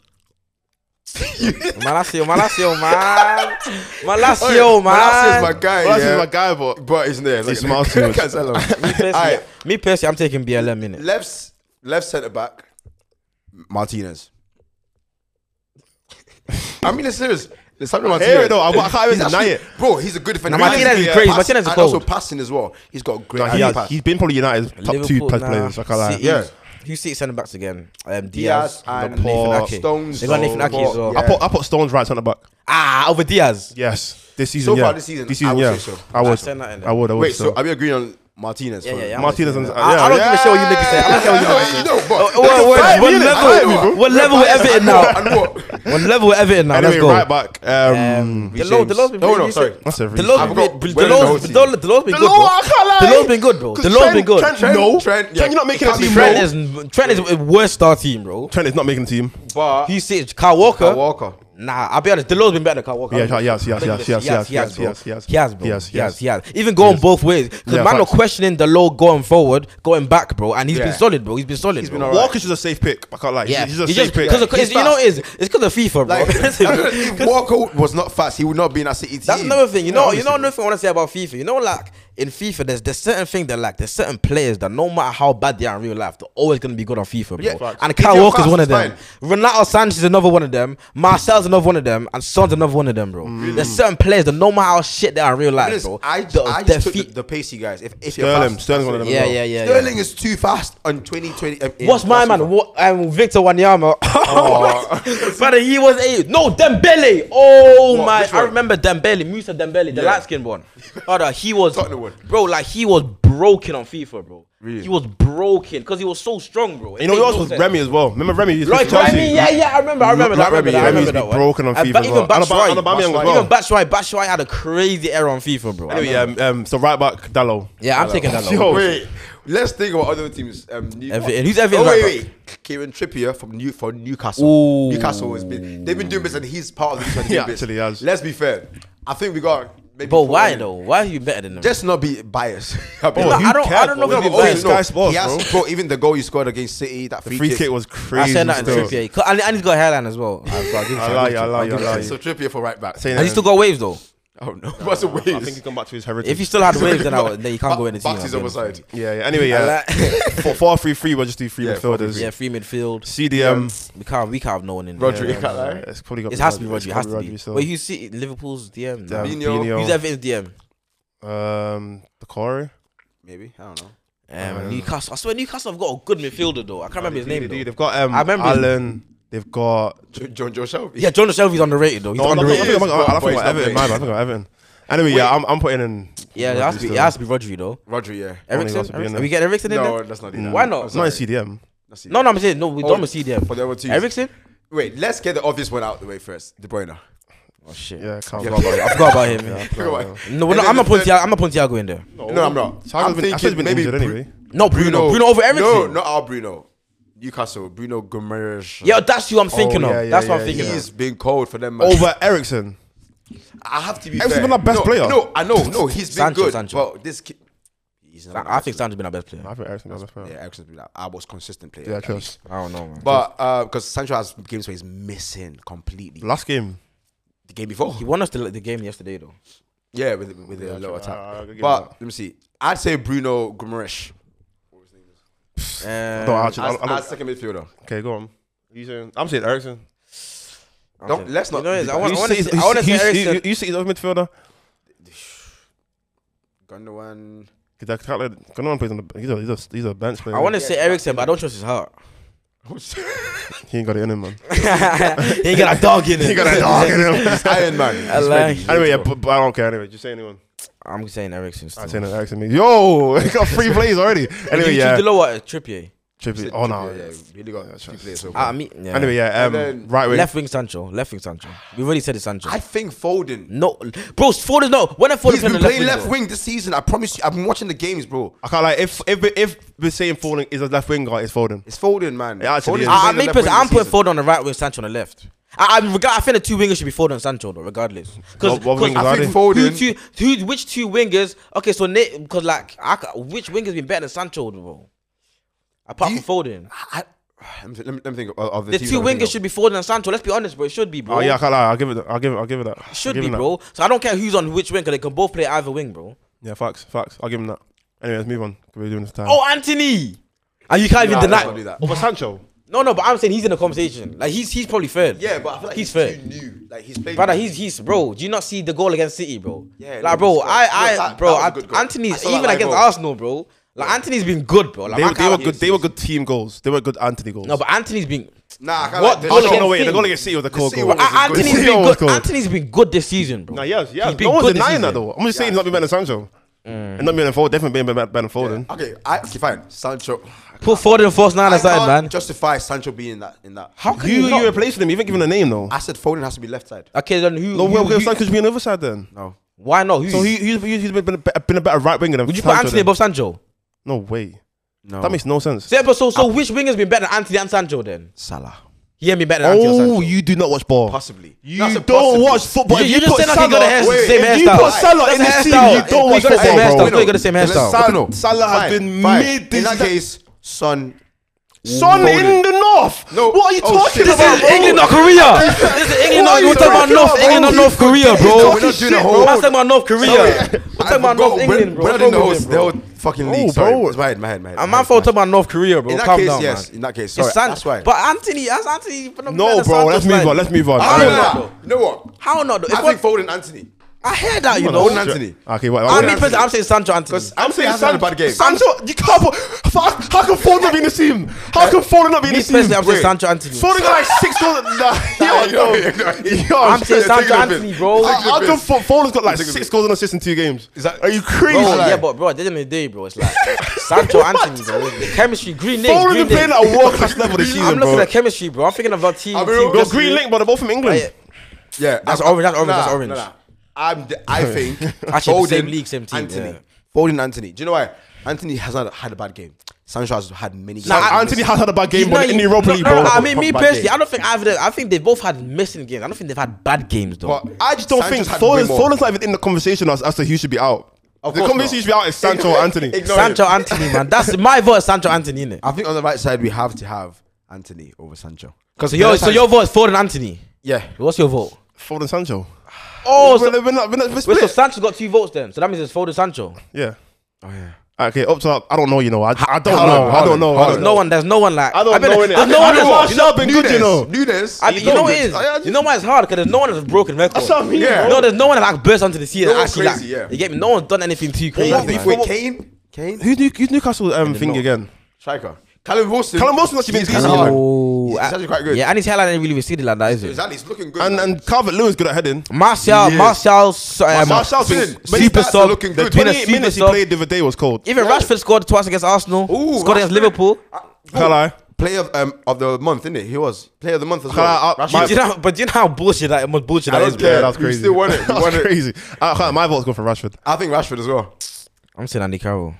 S3: Malacio, Malacio, man.
S4: Oh,
S3: Malacio,
S4: Malasse's my
S3: man.
S4: guy.
S5: Well, that's
S4: yeah.
S5: my guy, but
S4: But he's there.
S5: He smiles
S4: [laughs]
S5: too much. [laughs]
S4: Cancelo.
S3: Me personally,
S4: [laughs] All right.
S3: me personally, I'm taking BLM in it.
S4: Left, left centre back,
S5: [laughs]
S4: Martinez. I mean, it's serious. There's something about
S5: hear
S4: Martinez.
S5: it though, I- I can't even
S4: He's
S5: deny
S4: actually-
S5: it.
S4: Bro, he's a good defender.
S3: Now, Martinez
S4: Realistically,
S3: is crazy.
S4: pass-
S3: Martinez is
S4: and
S3: cold.
S4: also passing as well. He's got a great
S5: he
S4: hand
S5: has,
S4: pass.
S5: he's been probably United's top two
S3: Liverpool,
S5: best
S3: nah.
S5: players. I can't lie.
S3: City.
S4: Yeah.
S3: Who sits centre backs again? Um, Diaz,
S4: Diaz and
S3: Nathan
S5: Laporte,
S3: Ake.
S4: Stones.
S3: They got Nathan Ake as well.
S4: Yeah.
S5: I put I put Stones right centre back.
S3: Ah, over Diaz.
S5: Yes, this season.
S4: So
S5: yeah.
S4: far this season, I would
S5: yeah.
S4: say so.
S5: I
S3: I'd
S5: would.
S3: say that in
S5: I would. I would.
S4: Wait, so
S5: so.
S4: are we agreeing on Martinez?
S3: Yeah,
S4: for-
S3: yeah, yeah. I'm
S5: Martinez and
S3: I, I don't give a shit what you niggas say. I don't care
S4: [laughs]
S3: what you niggas say.
S4: You know, but-
S3: Oh, oh,
S4: That's
S3: oh,
S4: fine,
S3: what
S4: innit?
S3: level-
S4: I know,
S3: what
S4: I
S3: level
S4: know,
S3: Everton
S4: I know,
S3: now?
S4: I know what-
S3: One level with Everton now.
S5: Anyway,
S3: Let's go.
S5: right back. Um,
S3: Um, [laughs] the low, the low's been
S4: No,
S3: pretty
S4: no,
S3: decent.
S4: sorry.
S5: that's a
S3: The
S5: reason.
S3: low's been
S4: I've
S3: pretty-
S4: got-
S3: the low's the low- the low's been good.
S5: low,
S3: bro.
S5: I can't lie.
S3: The low's been good, bro. The low's been good.
S5: Trent,
S4: Trent-
S5: no.
S4: Trent,
S5: Trent,
S4: yeah.
S5: you're not making a
S4: Can't be
S5: team.
S3: Trent
S5: no.
S3: is Trent is a worst star team, bro.
S5: Trent is not making the team.
S4: But
S3: He sits Kyle Walker.
S4: Walker.
S3: Nah, I'll be honest. Delo's been better than Kyle Walker.
S5: Yeah, yes, yes,
S3: Look at
S5: yes,
S3: this.
S5: yes, yes,
S3: he has,
S5: yes,
S3: bro.
S5: yes, yes.
S3: He has, bro.
S5: Yes,
S3: He has,
S5: yes.
S3: he has. Even going
S5: Yes.
S3: both ways. Because
S5: Yeah,
S3: man are
S5: facts.
S3: questioning Delo going forward, going back, bro. And he's
S4: Yeah.
S3: been solid, bro. He's been solid.
S4: He's been
S3: bro.
S4: alright.
S5: Walker's just a safe pick. I can't lie.
S3: Yeah,
S5: He's, he's just a
S3: He's
S5: safe
S3: just-
S5: pick.
S3: 'cause of-
S4: He's
S3: it's- you know, what it is it's because of FIFA, bro. [laughs]
S4: Like,
S5: [laughs]
S4: if [laughs] Walker was not fast, he would not be in that City
S3: That's
S4: team.
S3: another thing. You know, you know
S4: honestly.
S3: another thing I want to say about FIFA. You know, like in FIFA, there's there's certain thing that like there's certain players that no matter how bad they are in real life, they're always gonna be good on FIFA, bro.
S4: Yeah, facts.
S3: and
S4: If
S3: Kyle
S4: you're
S3: Walker's
S4: fast,
S3: one of
S4: it's
S3: them. Renato Sanchez is another one of them. Marcel's another one of them, and Son's another one of them, bro. There's certain players that no matter how shit they are in real life,
S4: Mm. Listen,
S3: bro.
S4: I
S3: the-
S4: just, I
S3: their
S4: just took the,
S3: feet-
S4: the pacey guys. If, if you're
S5: Sterling,
S4: fast,
S5: Sterling's one of them.
S3: yeah,
S5: as well.
S3: yeah, yeah, yeah.
S4: Sterling is too fast on 2020. um, in
S3: What's my
S4: Barcelona.
S3: man? What, um, Victor Wanyama.
S5: Oh.
S3: [laughs] but he was a no Dembele. Oh
S4: What,
S3: my!
S4: which
S3: I
S4: one?
S3: remember Dembele, Musa Dembele, the
S4: Yeah.
S3: light skinned one. Brother, he was
S4: Tottenham one.
S3: bro, like he was broken on FIFA, bro.
S4: Really?
S3: He was broken because he was so strong, bro. It
S5: You know,
S3: made
S5: yours
S3: no
S5: was
S3: sense.
S5: Remy as well. Remember Remy? He's
S3: Like
S5: with Chelsea.
S3: Remy, yeah, yeah, I remember, I remember that. I remember
S4: Remy,
S3: that. I remember
S4: Remy has
S3: that
S5: been
S3: one.
S5: broken on
S3: And
S5: FIFA
S3: ba-
S5: as
S3: Even
S5: well. And
S3: Batshuayi,
S5: Aubame- Aubameyang as well.
S3: even Batshuayi, Batshuayi had a crazy error on FIFA, bro. I
S5: Anyway,
S3: remember.
S5: um, um, so right back, Dallo.
S3: yeah, I'm taking that.
S5: Yo.
S3: low.
S4: Wait, let's think about other teams. Um, New-
S3: Everton. Who's Everton's
S4: Oh, wait,
S3: right
S4: wait. Kieran Trippier from New for Newcastle.
S3: Ooh.
S4: Newcastle has been. They've been doing this, and he's part
S5: [laughs]
S4: of the reason
S5: He
S4: they've been
S5: actually
S4: doing
S5: has.
S4: this. Let's be fair. I think we got. Maybe
S3: But
S4: four
S3: why
S4: in.
S3: though? Why are you better than them?
S4: Just not be biased. [laughs] I'll be
S5: Oh,
S3: No,
S4: honest.
S5: who
S3: I don't. I
S5: cares,
S3: don't know.
S5: bro?
S3: if
S5: No,
S3: I'm
S5: but
S3: better.
S5: also Sky
S4: no,
S5: Sports,
S4: he has,
S5: bro.
S4: bro. Even the goal you scored against City, that free,
S5: Free kick was
S3: I
S5: crazy.
S3: said that in
S5: still.
S3: Trippier. 'cause- And, and he's got a hairline as
S5: [laughs]
S3: well. I, so I'll give it
S5: I
S3: to
S5: lie,
S3: him.
S5: I lie, I
S3: I'll give it to him.
S5: lie.
S4: So Trippier for right back.
S5: Saying
S3: And
S5: that-
S3: he still got waves though.
S4: [laughs] Oh no, what's a waste?
S5: I think
S4: [laughs]
S5: he's gone back to his heritage.
S3: If he
S5: [laughs]
S3: still had waves, then, I, would- then you can't go in the team.
S4: Box is
S3: I'll be
S4: overside.
S3: honest.
S5: yeah, yeah. Anyway, yeah. [laughs] For four, three, three, we'll just do three
S4: Yeah, four, three,
S3: [laughs]
S5: midfielders.
S3: Yeah, free midfield.
S5: CDM.
S3: We can't. We can't have no one in. there.
S4: Rodri, can't lie.
S5: It's probably got.
S3: It has to be
S5: it's
S3: Rodri. It has to
S5: probably
S3: be.
S5: Rodri, so.
S3: Wait, you see Liverpool's DM? Nah.
S5: Yeah,
S4: Mino.
S5: Fabinho.
S3: Who's Everton's DM?
S5: Um, the Corey.
S4: Maybe I don't know.
S3: Um, Newcastle. I swear Newcastle have got a good midfielder though. I can't remember his name
S5: Uh, They do.
S3: though.
S5: They've got um,
S3: I remember his-
S5: Allen. They've got.
S4: Jo- John Joe Shelby.
S3: Yeah, John Shelby's underrated though. He's
S5: No, I'm not- I
S3: underrated.
S5: think I'm
S4: But-
S5: not- I
S4: but
S5: think
S4: he's
S5: I'm
S4: not
S5: Everton.
S4: playing.
S5: My bad. I think I'm Everton. Anyway, yeah, I'm, I'm putting in.
S3: Yeah, it
S5: Rodri
S3: has to be.
S5: still.
S3: It has to be Rodri though.
S4: Rodri, yeah.
S5: got
S3: Ericsson.
S5: to be in there.
S3: Are we getting Ericsson in
S4: No,
S3: there?
S4: let's not do that.
S3: Why not?
S4: I'm
S5: It's not in
S4: sorry.
S5: CDM.
S4: Let's see.
S3: No, no, I'm saying no. We
S4: Oh,
S3: don't see them.
S4: For the other two.
S3: Ericsson.
S5: Oh,
S4: Wait, let's get the obvious one out of the way first. De Bruyne.
S3: Oh shit.
S5: Yeah, can't
S3: I forgot about- I forgot about him. No, we're not,
S4: And
S3: I'm
S4: then
S3: not
S4: the
S3: putting.
S4: third-
S3: Thiago, I'm not putting Thiago in there.
S4: No, I'm not. I'm
S5: Oh. Thiago's been, I said he's been injured
S4: Bru-
S5: anyway.
S3: No, Bruno. Bruno, over Ericsson.
S4: No, not our Bruno. Newcastle, Bruno Gomes.
S3: Yeah, that's who I'm thinking
S5: Oh, yeah,
S3: of.
S5: yeah,
S3: That's what
S5: yeah,
S3: I'm
S4: he's
S3: thinking of.
S4: been cold for them. man.
S5: Over Ericsson.
S4: I have to be.
S5: Ericsson's
S4: fair.
S5: been our best
S4: no,
S5: player.
S4: No, I know, no, he's been
S3: Sancho,
S4: good.
S3: Sancho.
S4: But this, kid, he's not.
S3: I I think Sancho's been our best player.
S5: I think Ericsson's our best player.
S4: yeah, Ericsson's been our most consistent player.
S5: Yeah,
S4: at
S5: true.
S4: least.
S3: I don't know, man.
S4: But because Sancho has games where he's missing completely.
S5: Last game.
S4: The game before,
S3: he won us the, the game yesterday, though.
S4: yeah, with with a low attack.
S3: Uh,
S5: I'll give you
S4: but
S5: that.
S4: let me see. I'd say Bruno Gomes
S5: No, actually, I
S4: as,
S5: don't- I don't-
S4: as second midfielder.
S5: Okay, go on. You saying, I'm saying Ericsson.
S4: Don't let's not.
S3: Um, You know, it's- I
S4: be-
S3: want-
S5: You
S3: wanna
S5: see-
S3: say-
S5: you
S3: I [laughs] wanna
S5: see-
S3: say
S5: you see-
S3: Eriksen.
S5: You see he's a midfielder?
S4: [laughs] Gundogan.
S5: Because I can't let Gundogan plays on the. He's a, he's a, he's a bench player.
S3: I want to say Ericsson, but I don't trust his heart.
S5: He ain't got it in him, man.
S3: [laughs] [laughs] he ain't got a dog in it.
S5: he ain't got a dog in him. [laughs]
S4: He's Iron
S3: [laughs]
S4: Man. He's
S3: like-
S4: ready. He's
S5: Anyway, yeah,
S4: ready to
S5: but, but I don't care. Anyway, just say anyone.
S3: I'm saying Ericsson.
S5: I
S3: Still.
S5: say no, Ericsson. means- Yo, [laughs] he got three plays already. Anyway,
S3: Did you
S5: yeah.
S3: choose the lower Trippier?
S4: [laughs]
S5: Trippier.
S4: go.
S5: Oh no.
S4: Yeah, yeah, really got three players so far.
S3: Ah, I mean, yeah.
S5: Anyway, yeah.
S4: And
S5: Um,
S4: then-
S5: right wing.
S3: left wing Sancho, left wing Sancho. We already said it's Sancho.
S4: I think Foden.
S3: no, bro, Foden. No, when I Foden
S4: He's
S3: played
S4: been
S3: on
S4: playing
S3: left
S4: left
S3: wing,
S4: wing this season. I promise you. I've been watching the games, bro.
S5: I can't like if if if we're saying Foden is a left winger, it's Foden.
S4: It's Foden, man.
S5: Yeah,
S4: Foden's
S5: actually is.
S4: been
S5: Ah,
S3: I, I
S4: playing
S3: mean,
S4: left wing
S3: I'm
S4: this
S3: putting Foden on the right wing, Sancho on the left. I, I, regard, I think the two wingers should be Foden and Sancho though, regardless. Because
S5: What- what wingers
S4: are
S3: I think
S4: they?
S3: Foden,
S4: Foden.
S3: who, two, who, which two wingers? Okay, so because like, I, ca- which wingers been better than Sancho bro? Apart
S4: Do
S3: from
S4: you-
S3: Foden,
S4: I, I- let, me, let me think of, of the,
S3: the
S4: teams
S3: two
S4: I'm thinking
S3: wingers
S4: of.
S3: should be Foden and Sancho. Let's be honest, bro. It should be, bro.
S5: Oh yeah, I can't lie. I'll give it. that- I'll give it. I'll give it that. I'll
S3: should
S5: give
S3: be,
S5: him that.
S3: bro. So I don't care who's on which wing, because they can both play either wing, bro.
S5: Yeah, facts, facts. I'll give him that. Anyway, let's move on. 'cause We're doing this time.
S3: Oh, Anthony. And you can't even
S4: Nah,
S3: deny.
S4: let's not do that.
S5: but Sancho.
S3: No, no, but I'm saying he's in the conversation. Like he's he's probably third.
S4: Yeah, but I feel like he's,
S3: he's third.
S4: too new. Like he's playing.
S3: Brother, he's he's bro. Do you not see the goal against City, bro?
S4: Yeah, no,
S3: like bro,
S4: he's good.
S3: I I
S4: No, that-
S3: bro,
S4: that was a
S3: I,
S4: good goal. I
S3: Anthony's
S4: saw that
S3: even
S4: live
S3: against
S4: goal.
S3: Arsenal, bro. Like Anthony's been good, bro. Like
S5: They,
S3: I
S5: were- they
S3: can't-
S5: were good. They were good team goals. They were good Anthony goals.
S3: No, but Anthony's been.
S4: Nah, I
S3: What?
S4: can't like this.
S3: Goal
S5: Oh, no,
S3: against
S5: no, wait. The
S3: City.
S5: goal against City was the cold
S4: City
S5: goal.
S4: was
S3: Bro,
S4: a
S3: [laughs]
S4: good-
S3: Anthony's
S5: City
S3: been
S5: was
S3: good.
S5: good.
S3: Anthony's been good this season, bro.
S5: Nah, yes, yes.
S3: He's been
S5: no one's
S3: good this
S5: denying that
S3: season.
S5: though. I'm just saying he's not been better than Sancho. And not better than Foden. Definitely being better than Foden.
S4: Okay, I, okay, fine. Sancho.
S3: Put Foden and Force Nine
S4: I
S3: aside,
S4: can't
S3: man.
S4: justify Sancho being in that. In that.
S3: How can
S5: You
S3: you?
S5: you
S3: not?
S5: replacing him. You haven't given a name though.
S4: I said Foden has to be left side.
S3: Okay, then who?
S5: No,
S3: who-
S5: well,
S3: who-
S5: because Sancho's being on the other side then.
S4: No.
S3: why not? Who?
S5: So he, he's, he's been, been, a, better- been a better right winger than
S3: would you put
S5: Sancho
S3: Anthony
S5: then.
S3: above Sancho?
S5: No way.
S4: No.
S5: That makes no sense.
S4: Ah.
S3: So, so, so which winger's been better, than Anthony and Sancho? Then
S4: Salah.
S3: He ain't me better than Anthony
S5: Oh,
S3: Sancho.
S5: you do not watch ball.
S4: Possibly.
S5: You
S4: That's a
S5: don't
S4: possibly.
S5: watch football.
S3: You-
S5: If
S3: you just
S5: put
S3: said like he got a
S5: Salah-
S3: hair-
S5: Wait,
S3: same
S5: if you
S3: hairstyle.
S5: put Salah
S3: That's
S5: in
S3: a
S5: this team,
S3: hairstyle.
S5: you don't
S3: He
S5: watch
S3: got the same
S5: football, bro.
S3: hairstyle. Still got the same
S4: Then
S3: hairstyle.
S4: Salah,
S5: Salah has
S4: Fine,
S5: been
S4: fine.
S5: mid
S4: In
S5: this-
S4: that case, Son.
S5: Son in the north.
S4: No.
S5: What are you
S4: Oh,
S5: talking
S4: shit.
S3: This
S5: about?
S3: is
S5: bro?
S3: England, not Korea. This is England,
S5: What
S3: not.
S5: are you
S3: We're talking about
S5: talking
S3: North
S5: about?
S3: England, not
S5: You
S3: North Korea,
S5: forget-
S3: bro.
S4: We're not doing the
S3: I'm
S4: whole.
S3: talking about North Korea. We're talking about North England, bro.
S4: We're
S3: What's
S4: not in the
S3: wrong
S4: whole,
S3: with it,
S4: the
S3: bro?
S4: whole fucking league.
S5: Oh,
S4: sorry,
S5: bro.
S4: it's my head, my head, my head.
S3: I'm not talking about North Korea, bro.
S4: In that
S3: Calm
S4: case,
S3: down,
S4: yes.
S3: man.
S4: In that case,
S3: It's
S4: sorry.
S3: San-
S4: That's why.
S3: But Anthony, that's Anthony.
S5: No, bro. Let's move on. Let's move on.
S4: I
S5: Come
S4: don't
S5: on.
S3: How
S4: know. You know what?
S3: How not? though?
S4: I
S3: It's
S4: think
S3: what
S4: Foden, Anthony.
S3: I hear that, you
S5: Come
S3: know.
S5: on,
S4: Foden,
S5: shit.
S4: Anthony.
S5: Okay, wait.
S3: I
S5: wait.
S3: mean,
S4: Anthony.
S3: I'm saying Sancho Anthony.
S4: I'm saying
S5: Sancho-
S4: Salah had a bad game.
S5: Sancho, you can't put. How, how can Foden not be in the team? How can Foden not be in
S3: Me
S5: the team?
S3: personally, I'm saying
S4: wait.
S3: Sancho Anthony.
S5: Foden got like six goals. Nah,
S4: Nah,
S5: yo,
S4: yo,
S5: no.
S4: yo,
S5: Yo,
S3: I'm saying
S5: shit.
S4: taking
S3: Sancho
S4: a bit.
S3: Anthony, bro.
S5: How
S4: Taking a
S5: how
S4: bit.
S5: can Fo- Foden's got like
S4: Taking a
S5: six
S4: bit.
S5: goals and assists in two games?
S4: Is that-
S5: Are you crazy?
S3: Bro,
S4: like-
S3: yeah, but bro, at the end of the day, bro, it's like [laughs] Sancho Anthony, bro. The chemistry, Green Link,
S5: Foden
S3: Green
S5: been playing
S3: Link.
S5: at a world class level this
S3: I'm
S5: season,
S3: looking
S5: bro.
S3: at chemistry, bro. I'm thinking about team.
S4: I'll be
S3: team
S4: real.
S5: Yo,
S3: chemistry.
S5: Green Link, but they're both from England.
S4: Yeah,
S3: That's
S4: I'm-
S3: orange, that's orange,
S4: nah,
S3: that's orange.
S4: nah, nah. I'm. d- I think
S3: Actually, the same
S4: Foden,
S3: league, same team,
S4: Anthony,
S3: yeah.
S4: Foden, Anthony. Do you know why? Anthony has not had a bad game. Sancho has had many.
S3: Nah,
S4: games.
S3: I-
S5: Anthony has had a bad game,
S3: You know,
S5: but in the
S3: you-
S5: Europa
S3: no,
S5: League,
S3: no,
S5: bro.
S3: no, I mean, me
S4: Bad
S3: personally,
S4: game.
S3: I don't think I've. I think they both had missing games. I don't think they've had bad games though.
S4: But
S5: I just don't
S4: Sancho's
S5: think
S4: had way
S5: Foden,
S4: more.
S5: Foden's not even in the conversation as, as to who should be out.
S4: Of
S5: the
S4: course
S5: conversation
S4: not.
S5: should be out is Sancho or Anthony.
S4: Ignore him.
S3: Sancho Anthony, man, that's my vote. is Sancho Anthony, innit?
S4: I think on the right side we have to have Anthony over Sancho. Because
S3: So your so your vote is Foden Anthony.
S4: yeah.
S3: What's your vote?
S5: Foden, Sancho.
S3: Oh, so,
S5: we're, we're not, we're not, we're
S3: wait, so
S5: split.
S3: Sancho's got two votes then. So that means it's Foden Sancho.
S5: Yeah. Oh yeah. Okay, up top. I don't know. You know. I, I don't
S4: Haaland,
S5: know. I
S4: Haaland,
S5: don't know. Oh, I
S4: Haaland.
S5: don't
S3: No
S5: know.
S3: one. There's no one like.
S5: I don't
S3: I've been-
S5: know, innit?
S3: There's no one.
S5: I know
S3: that's-
S5: Martial been good, you know.
S4: Nunes.
S3: I,
S4: he's
S3: you know
S4: done
S3: it
S4: good. I- I
S3: is. You know why it's hard? Because no one has broken records.
S5: That's what I mean,
S4: Yeah.
S5: bro.
S3: No, there's no one that like burst onto the sea and
S4: No one
S3: actually
S4: crazy,
S3: like.
S4: yeah.
S3: You get me? No one's done anything too crazy.
S5: one
S4: just-
S5: beef
S3: man.
S5: with-
S4: Wait, Kane? Kane?
S5: Who's New, who's Newcastle um, thing again?
S4: Striker. Callum Wilson.
S5: Callum Wilson actually beats
S4: He's
S5: Callum.
S4: hard.
S3: Oh,
S4: He's- he's actually quite good.
S3: Yeah, and his hairline ain't really receded like that, is it?
S4: Exactly. He's looking good.
S5: And
S4: man.
S5: and Calvert Lewin's good at heading.
S3: Martial,
S4: He is.
S3: Martial, so- uh,
S5: Martial's been-
S3: super
S4: but his stats are
S3: sub.
S4: looking
S5: The
S4: good. Been a
S5: 28 minutes he
S3: super sub.
S5: played the other day was cold.
S3: Even
S4: Yeah.
S3: Rashford scored twice against Arsenal.
S4: Ooh,
S3: scored against
S4: Rashford. Uh,
S3: Liverpool.
S5: Can't lie.
S4: player of, um, of the month, isn't it? He was player of the month as well.
S5: Can I- I- my-
S3: Do you know, but do you know how bullshit that, much bullshit that
S4: don't
S3: is,
S4: care.
S3: bro?
S5: Yeah, that was
S4: we
S5: crazy.
S4: still won it. We
S5: [laughs] That was
S4: won it.
S5: crazy. I can't- my vote's going for Rashford.
S4: I think Rashford as well.
S3: I'm saying Andy Carroll.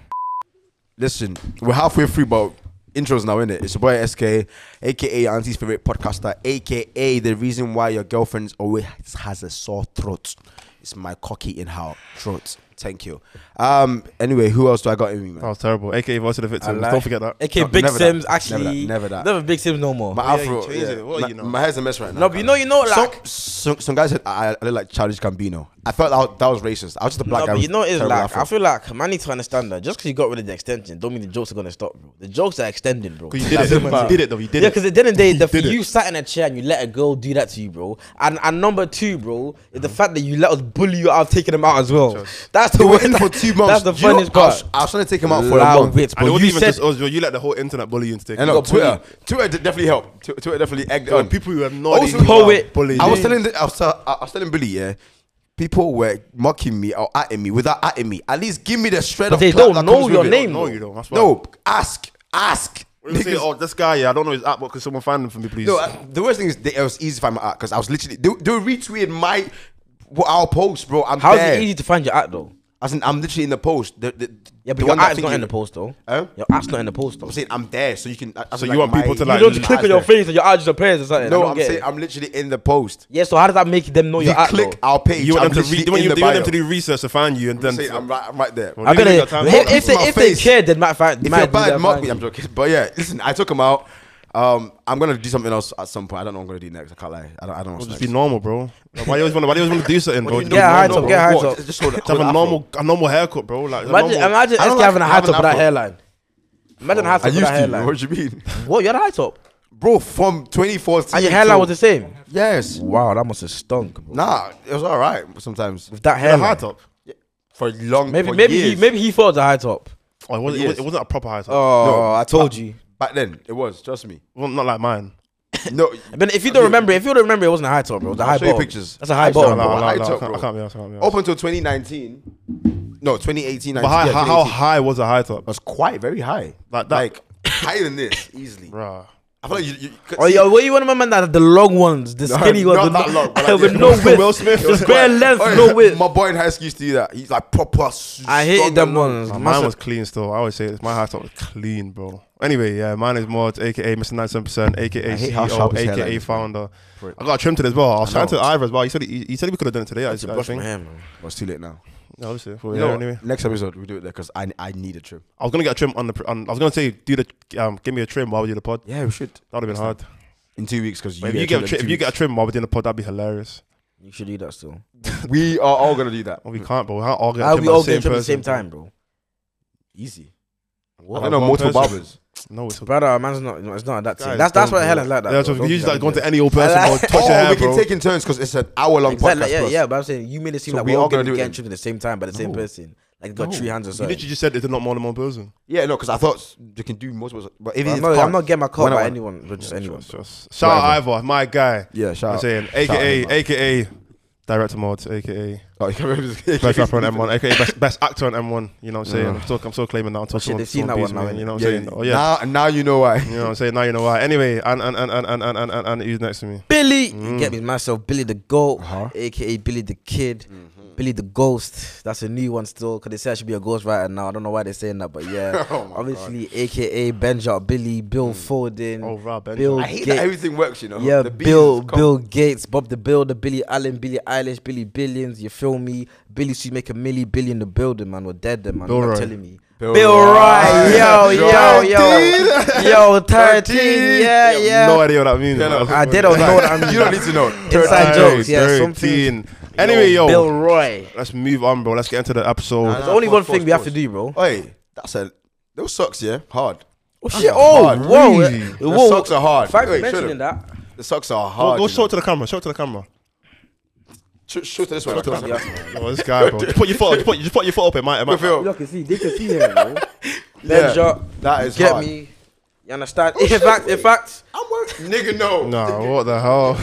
S4: Listen, we're halfway through, but intros now, innit? It's your boy SK, aka Auntie's favorite podcaster, aka the reason why your girlfriend always has a sore throat. It's my cocky in her throat. Thank you. Um. Anyway, who else do I got in me, man?
S5: That was terrible. AKA voice of the victims.
S4: lie.
S5: Don't forget that.
S3: Okay,
S4: No,
S3: Big
S4: never that.
S3: Sims
S4: Never
S3: actually.
S4: that. Never that.
S3: Big Sims no more.
S4: my
S5: Oh, yeah, you
S4: afro.
S5: changed
S4: yeah.
S5: it. What,
S4: My-
S5: you know?
S4: My hair's a mess right now.
S3: no, but you know, you know, like.
S4: Some, some, some guy said I, I look like childish Gambino. I thought that was, that was racist. I was just a black
S3: no,
S4: guy.
S3: but
S4: with
S3: you know, it's
S4: terrible
S3: like
S4: afro.
S3: I feel like man need to understand that just because you got rid of the extension, don't mean the jokes are gonna stop, bro. The jokes are extending, bro.
S5: You did
S3: That's
S5: it.
S3: the matter.
S5: You did it though. You did
S3: yeah,
S5: it.
S3: because at the end of the day, the,
S5: did it.
S3: you sat in a chair and you let a girl do that to you, bro. And and number two, bro, is the
S4: Uh-huh.
S3: fact that you let us bully you out of taking them out as well. That's the
S4: They were [laughs]
S3: way [laughs]
S4: in for two months.
S3: That's the
S4: Do you know-
S3: funniest
S4: I
S3: part.
S4: was, I was trying to take him out for a
S3: Allow
S4: month.
S3: it,
S5: And it
S3: bro.
S5: wasn't
S3: You
S5: even
S3: said
S5: just us, yo. You let the whole internet bully you into taking.
S4: And look,
S3: got bullied.
S4: Twitter, Twitter de- definitely helped. Tw- Twitter definitely egged it on.
S5: people who have no
S4: Also,
S5: idea who you are
S3: poet.
S5: bullying.
S4: I was telling, the, I, was, tell- I was telling Billy, yeah, people were mocking me or atting me without atting me. At least give me the shred
S3: But
S4: of
S3: they
S4: clap
S3: don't
S4: that
S3: know
S4: comes
S3: your
S4: with it.
S3: name.
S5: No, you don't. That's why.
S4: No, ask, ask.
S5: When you say,
S4: Niggas-
S5: oh, this guy, yeah, I don't know his app, but could someone find him for me, please?
S4: No, I- the worst thing is they, it was easy to find my art because I was literally they, they were retweeting my what our post, bro. I'm
S3: how's
S4: there.
S3: it easy to find your act though?
S4: As in, I'm literally in the post. The, the,
S3: Yeah, but
S4: the
S3: your
S4: one that
S3: app's
S4: thing
S3: not
S4: you-
S3: in the post though.
S4: Huh?
S3: Your app's not in the post though.
S4: I'm saying I'm there, so you can. I- I
S5: So
S4: feel
S5: you want people to,
S4: my-
S5: like, You don't
S3: just click on your face and your ad just appears or something. I
S4: No,
S3: don't
S4: I'm
S3: get
S4: saying
S3: it.
S4: I'm literally in the post.
S3: yeah, so how does that make them know
S4: You
S3: your act?
S4: click
S3: though?
S4: our page.
S5: you want
S4: I'm
S5: them to read.
S4: literally
S5: You want
S4: in
S5: you-
S4: the
S5: you want them
S4: bio.
S5: to do research to find you, and
S4: I'm
S5: then
S4: saying I'm right, I'm right there.
S5: Well,
S3: I
S5: you
S3: bet
S5: don't
S3: they,
S5: got time.
S3: if, if, they,
S4: My
S3: if they
S4: face.
S3: cared, then might find.
S4: If
S3: might
S4: you're
S3: do
S4: bad,
S3: that,
S4: mock
S3: might
S4: me.
S3: do.
S4: I'm joking. But yeah, listen, I took him out. Um, I'm gonna do something else at some point. I don't know what I'm gonna do next. I can't lie. I don't. I don't know.
S5: just
S4: What's
S5: be
S4: next.
S5: normal, [laughs] bro. Like, Why you always want to? Why you always want to do something, bro?
S3: Get a high top. Get a high
S4: What?
S3: top.
S4: Just- Just hold it.
S5: To have
S4: hold
S5: a
S4: it
S5: normal, a normal haircut, bro. Like a
S3: Imagine,
S5: normal,
S3: imagine
S4: I
S3: SK
S4: don't like
S3: having a high
S4: having
S3: top with that
S4: afro.
S3: hairline. Imagine having a high top
S4: I
S3: with
S4: used
S3: that
S4: to.
S3: hairline.
S4: What do you mean,
S3: What? You had a high top,
S4: bro? From 2014.
S3: and your hairline
S4: till-
S3: was the same.
S4: Yes.
S3: Wow, that must have stunk. Bro.
S4: Nah, it was all right sometimes
S3: With that
S5: a
S3: hairline,
S5: high top.
S4: for long.
S3: maybe
S4: for
S3: maybe he,
S4: years.
S3: maybe he thought it was a high top.
S5: Oh, it wasn't, it
S4: Yes.
S5: wasn't- it wasn't a proper high top.
S3: Oh, I told
S4: but-
S3: you.
S4: back then it was. Trust me.
S5: Well, not like mine.
S3: [laughs]
S4: No,
S3: But if you don't remember, if you don't remember, it wasn't a high top, bro. It was a high
S4: show you
S3: bottom.
S4: pictures.
S3: That's a high
S4: I saw
S5: No,
S3: bottom.
S5: no,
S4: bro,
S5: no,
S4: high
S5: no, I
S4: top,
S5: can't- I
S4: bro.
S5: can't be honest. I can't be honest.
S4: up until 2019. No, 2018.
S5: But high,
S4: 19, yeah,
S5: how, how
S4: 2018.
S5: high was a high top?
S4: was quite very high.
S5: Like that.
S4: Like higher
S3: [laughs]
S4: than this easily.
S5: Bruh.
S4: I feel like you. you could
S3: Oh,
S4: see-
S3: yo, what you want to remember that the long ones, the skinny
S4: not
S3: ones,
S4: that
S3: with,
S4: long,
S3: no,
S4: but like,
S3: with
S4: yeah.
S3: no width,
S5: Will Smith
S3: the
S5: was
S3: square
S5: quite-
S3: length,
S4: Oh, yeah,
S3: no width.
S4: My boy in high school used to do that. He's like proper.
S3: I hated them ones.
S5: Nah,
S3: Must
S5: mine
S3: have-
S5: was clean still. I always say this. My high top was clean, bro. Anyway, yeah, mine is Mod, aka Mr. 97%, aka
S4: I hate how
S5: CEO,
S4: sharp his hairline
S5: aka
S4: is,
S5: founder.
S4: Prick.
S5: I got a trim today as well. I was
S4: I know.
S5: trying to Ivor as well. He said he, he said we could have done it today. I, I
S3: It's a brush
S5: think.
S3: my hair, man.
S4: Well, Oh, it's too late now.
S5: Yeah, obviously. for-
S4: You
S5: Oh, yeah,
S4: know what?
S5: anyway.
S4: Next episode we do it there because I I need a trim.
S5: I was gonna get a trim on the. pr- On, I was gonna say do the um, give me a trim while we do the pod.
S4: Yeah, we should
S5: That would have been hard.
S4: in two weeks because you,
S5: But if you
S4: get
S5: get
S4: a trim
S5: a tri-
S4: in
S5: if
S4: two
S5: you get a trim while we're doing the pod, that'd be hilarious.
S3: You should do that still.
S4: weeks. we are all gonna do that.
S5: Well, we can't, bro. We can't all get a
S3: How
S5: trim
S3: we
S5: by
S3: all
S5: the same
S3: get trim at the same
S5: person.
S3: time, bro?
S4: Easy.
S5: What?
S4: I know multiple
S5: One person.
S4: barbers.
S5: No, it's.
S3: Brother, man's not. It's not that.
S5: Guys,
S3: thing. That's that's
S5: don't,
S3: why
S5: bro.
S3: Helen's like that. bro.
S5: yeah, so if
S3: Don't
S5: you
S3: do
S5: just
S3: that,
S5: like going
S3: bro.
S5: to any old person or touch your
S4: Oh,
S5: hair,
S4: we can
S5: bro.
S4: take in turns because it's an hour long
S3: Exactly.
S4: podcast.
S3: yeah,
S4: plus.
S3: yeah. But I'm saying you made it seem
S4: So
S3: like
S4: we
S3: we're
S4: all
S3: all
S4: gonna
S3: going to
S4: do it
S3: get
S4: then.
S3: tripped at the same time by the same person. Like got three hands or
S5: You
S3: something.
S5: literally just said it's not more than one person.
S4: Yeah, no, because I thought they can do multiple. But if
S3: I'm
S4: it's
S3: not,
S4: can't-
S3: I'm not getting my
S4: why
S3: car
S4: not?
S3: by anyone, but just anyone.
S5: Just- just- Shout out Ivor, my guy.
S4: Yeah, shout
S5: I'm
S4: out.
S5: saying,
S4: Shout out
S5: aka,
S4: him, man.
S5: aka, director mods, [laughs] aka,
S4: Oh, [laughs] you can't remember. [laughs]
S5: best rapper on M1, aka, best, best actor on M1. You know what I'm saying? I'm still, I'm still claiming that. until
S3: shit,
S5: someone-
S3: they've seen
S5: someone
S3: that
S5: beats
S3: one
S5: me,
S3: now,
S5: You know what I'm
S4: Yeah,
S5: saying? Oh, yeah.
S4: Now, now you know why.
S5: You know what I'm saying? Now you know why. Anyway, and and and and and and and, and, and who's next to me?
S3: Billy,
S5: Mm.
S3: you get me myself Billy the Goat,
S5: Uh-huh.
S3: aka Billy the Kid,
S5: Mm-hmm.
S3: Billy the Ghost. That's a new one still, cause they say I should be a ghost writer now. I don't know why they're saying
S5: [laughs]
S3: that, but yeah,
S5: Oh
S3: obviously, aka Benja, Billy, Bill Foden,
S5: Oh, rah, Benja.
S3: Bill
S4: I hate
S3: Gates.
S4: that everything works, you know.
S3: Yeah,
S4: Uh, The beat
S3: Bill,
S4: is com-
S3: Bill Gates, Bob the Builder, Billy Allen, Billy Eilish, Billy Billions. You feel me? Billy should make a milli, Billy in the building, man. We're dead, then, man.
S5: Bill
S3: You're
S5: Roy.
S3: telling me.
S4: Bill
S3: Bill, Roy, yo, yo, yo, yo, thirteen, yeah, yeah.
S5: No idea what that means.
S4: Yeah, no.
S5: man.
S3: I they [laughs] don't know what I mean.
S4: [laughs] You don't need to know.
S3: [laughs] Inside jokes, yeah, something.
S5: 13. Anyway, yo,
S3: Bill Roy.
S5: let's move on, bro. Let's get into the episode.
S4: Nah,
S3: There's
S4: nah,
S3: only
S4: pause,
S3: one
S4: pause,
S3: thing we have to
S4: pause.
S3: do, bro.
S4: Oi, that's a those socks, yeah, hard.
S3: Oh shit! Oh,
S4: hard.
S3: whoa,
S5: Really?
S3: uh,
S4: The
S3: whoa.
S4: socks are hard.
S3: Thanks for
S4: Wait, show
S3: mentioning
S4: them.
S3: that.
S4: The socks are
S5: Go,
S4: hard.
S5: go
S4: you
S5: show
S4: know.
S5: it to the camera. Show it to the camera.
S4: Show, show to this one. Show
S3: Yeah.
S5: Oh, this guy, bro. Just put your foot. Just put, just put your foot up. It might. It might.
S4: Phil,
S3: Y'all can see, they can see him, bro.
S4: [laughs] Yeah,
S3: Benja, yeah,
S4: that is
S3: get
S4: hard. Oh,
S3: me. You understand? in fact, in fact,
S4: I'm working. Nigga, no.
S5: Nah, what the [laughs] hell?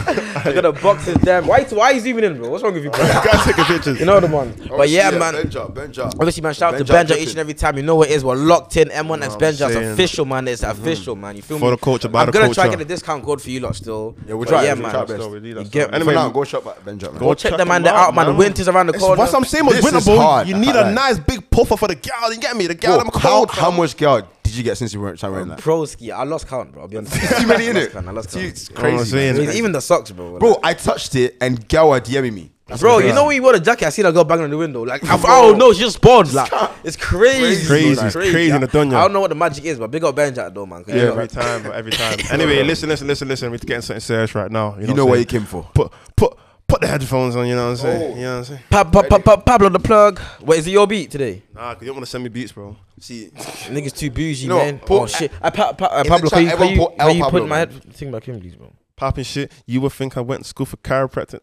S3: I got a box in them. Why? Why is he even in, bro? What's wrong with you, bro?
S5: Guys taking pictures.
S3: You know the one.
S4: Oh,
S3: but yeah,
S4: shit,
S3: man.
S4: Benja, Benja.
S3: Obviously, man, shout out to
S4: Benja
S3: Benja each
S4: Kitchen.
S3: and every time. You know what it is. We're locked in. M1X
S5: I'm
S3: Benja. It's
S5: saying.
S3: official, man. It's official, man. You feel
S5: For
S3: me?
S5: the culture, by
S3: I'm
S5: the
S3: gonna try
S5: culture.
S3: and get a discount code for you lot still.
S4: Yeah, we'll
S3: But
S4: try.
S3: Yeah,
S4: we'll
S3: man.
S4: try our
S5: Still,
S4: best.
S5: we need
S3: You
S5: that
S3: get
S5: stuff.
S3: me?
S4: For
S5: Anyway,
S4: now, go shop at Benja. man.
S3: Go check them, man. They're
S5: out,
S3: out, man. The
S5: man.
S3: winter's around the
S5: It's
S3: corner.
S5: what I'm saying was
S4: This is
S5: winnable.
S4: hard,
S5: you need
S4: I
S5: a
S4: like.
S5: nice big puffer for the gal. You get me? The gal,
S4: Bro,
S5: I'm
S4: how,
S5: cold.
S4: how much girl did you get since you weren't wearing that?
S3: Broski, I lost count, bro. I'll be honest.
S5: [laughs]
S4: Too many in
S3: I lost
S4: it.
S3: count, I lost count.
S4: It's
S5: You know what I'm
S4: crazy.
S5: saying?
S4: man.
S3: It's Even the socks, bro.
S4: Bro, I touched it and girl are DMing me. That's
S3: Bro,
S4: crazy.
S3: you know when you wore a jacket, I see that girl banging on the window. [laughs] Like, I, oh no, she just bored. Like, it's crazy.
S5: Crazy,
S3: bro.
S5: it's crazy in the dunya.
S3: I don't know what the magic is, but big up Benja though, man. 'cause you
S5: Yeah,
S3: know-
S5: every time, bro, every time.
S4: [laughs]
S5: Anyway, listen, listen, listen, listen. We're getting something serious right now. You know,
S4: You know
S5: what
S4: what
S5: I'm
S4: you
S5: saying?
S4: came for.
S5: Put put put the headphones on. You know what I'm saying?
S4: Oh.
S5: You know what I'm saying?
S3: Pa- pa- pa- pa- Pablo the plug. Wait, is it your beat today?
S5: Nah, 'cause you don't want to send me beats, bro.
S4: [laughs] See,
S3: Niggas too bougie,
S4: No,
S3: man.
S4: Paul-
S3: oh shit. I, pa- pa- uh,
S4: In the
S3: Pablo,
S4: chat,
S3: can you, can
S4: everyone
S3: you,
S4: put El
S3: can you
S4: Pablo,
S3: put my
S4: man.
S3: head thing back in, please, bro?
S5: Popping shit. You would think I went to school for
S4: [laughs]
S5: chiropractic.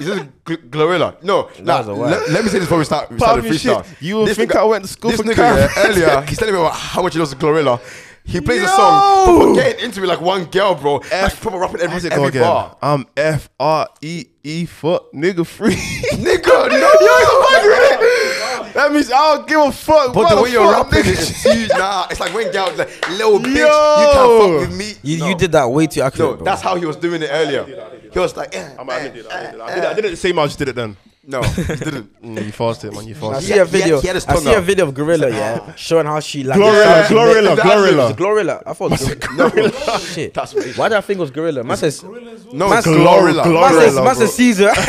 S4: is this gl- Glorilla? No, nah,
S3: was a word.
S4: let, let me say this before we start. We start the
S5: Popping shit.
S4: freestyle.
S5: You would
S4: This
S5: think
S4: nigga-
S5: I went to school
S4: This
S5: for
S4: nigga yeah, [laughs]
S5: chiropractic. [laughs]
S4: earlier, he's telling me about how much he loves Glorilla. He plays a song, but we're getting into it like one girl, bro. Like, proper rapping every,
S5: How's it go
S4: every
S5: again?
S4: bar.
S5: I'm F R E E fuck nigga free.
S4: [laughs]
S5: [laughs]
S4: Nigga, no, you're
S5: that means I don't give a fuck.
S4: But
S5: Why
S4: the way you're
S5: fuck,
S4: rapping
S5: nigga? [laughs]
S4: is [laughs] huge. Nah, it's like when girl like little bitch, you
S5: Yo.
S4: can't fuck with me.
S3: You,
S4: No.
S3: you did that way too accurate,
S4: No,
S3: bro.
S4: that's how he was doing it earlier. He was like, eh,
S5: I'm- I
S4: eh,
S5: didn't do that, I didn't do
S4: eh,
S5: that. I did it- I did it the same. I just did it then.
S4: No, he
S3: [laughs]
S4: didn't.
S5: Mm, you fast it, man. You
S3: I
S5: fast it.
S3: see
S4: he
S3: a
S4: had- he had-
S3: video.
S4: he had his
S3: I
S4: tongue
S3: see a
S4: out.
S3: video of Gorilla, yeah, showing how she like.
S5: Glorilla,
S3: Yeah.
S5: Glorilla,
S4: That's-
S5: Glorilla.
S3: It's Glorilla. I thought it was Gorilla. [laughs] Shit.
S4: That's racist.
S3: Why did I think it was Gorilla? Man says,
S4: No,
S3: Mas-
S4: Glorilla.
S5: Glor-
S3: man says,
S5: Glorilla,
S3: man says Caesar. [laughs]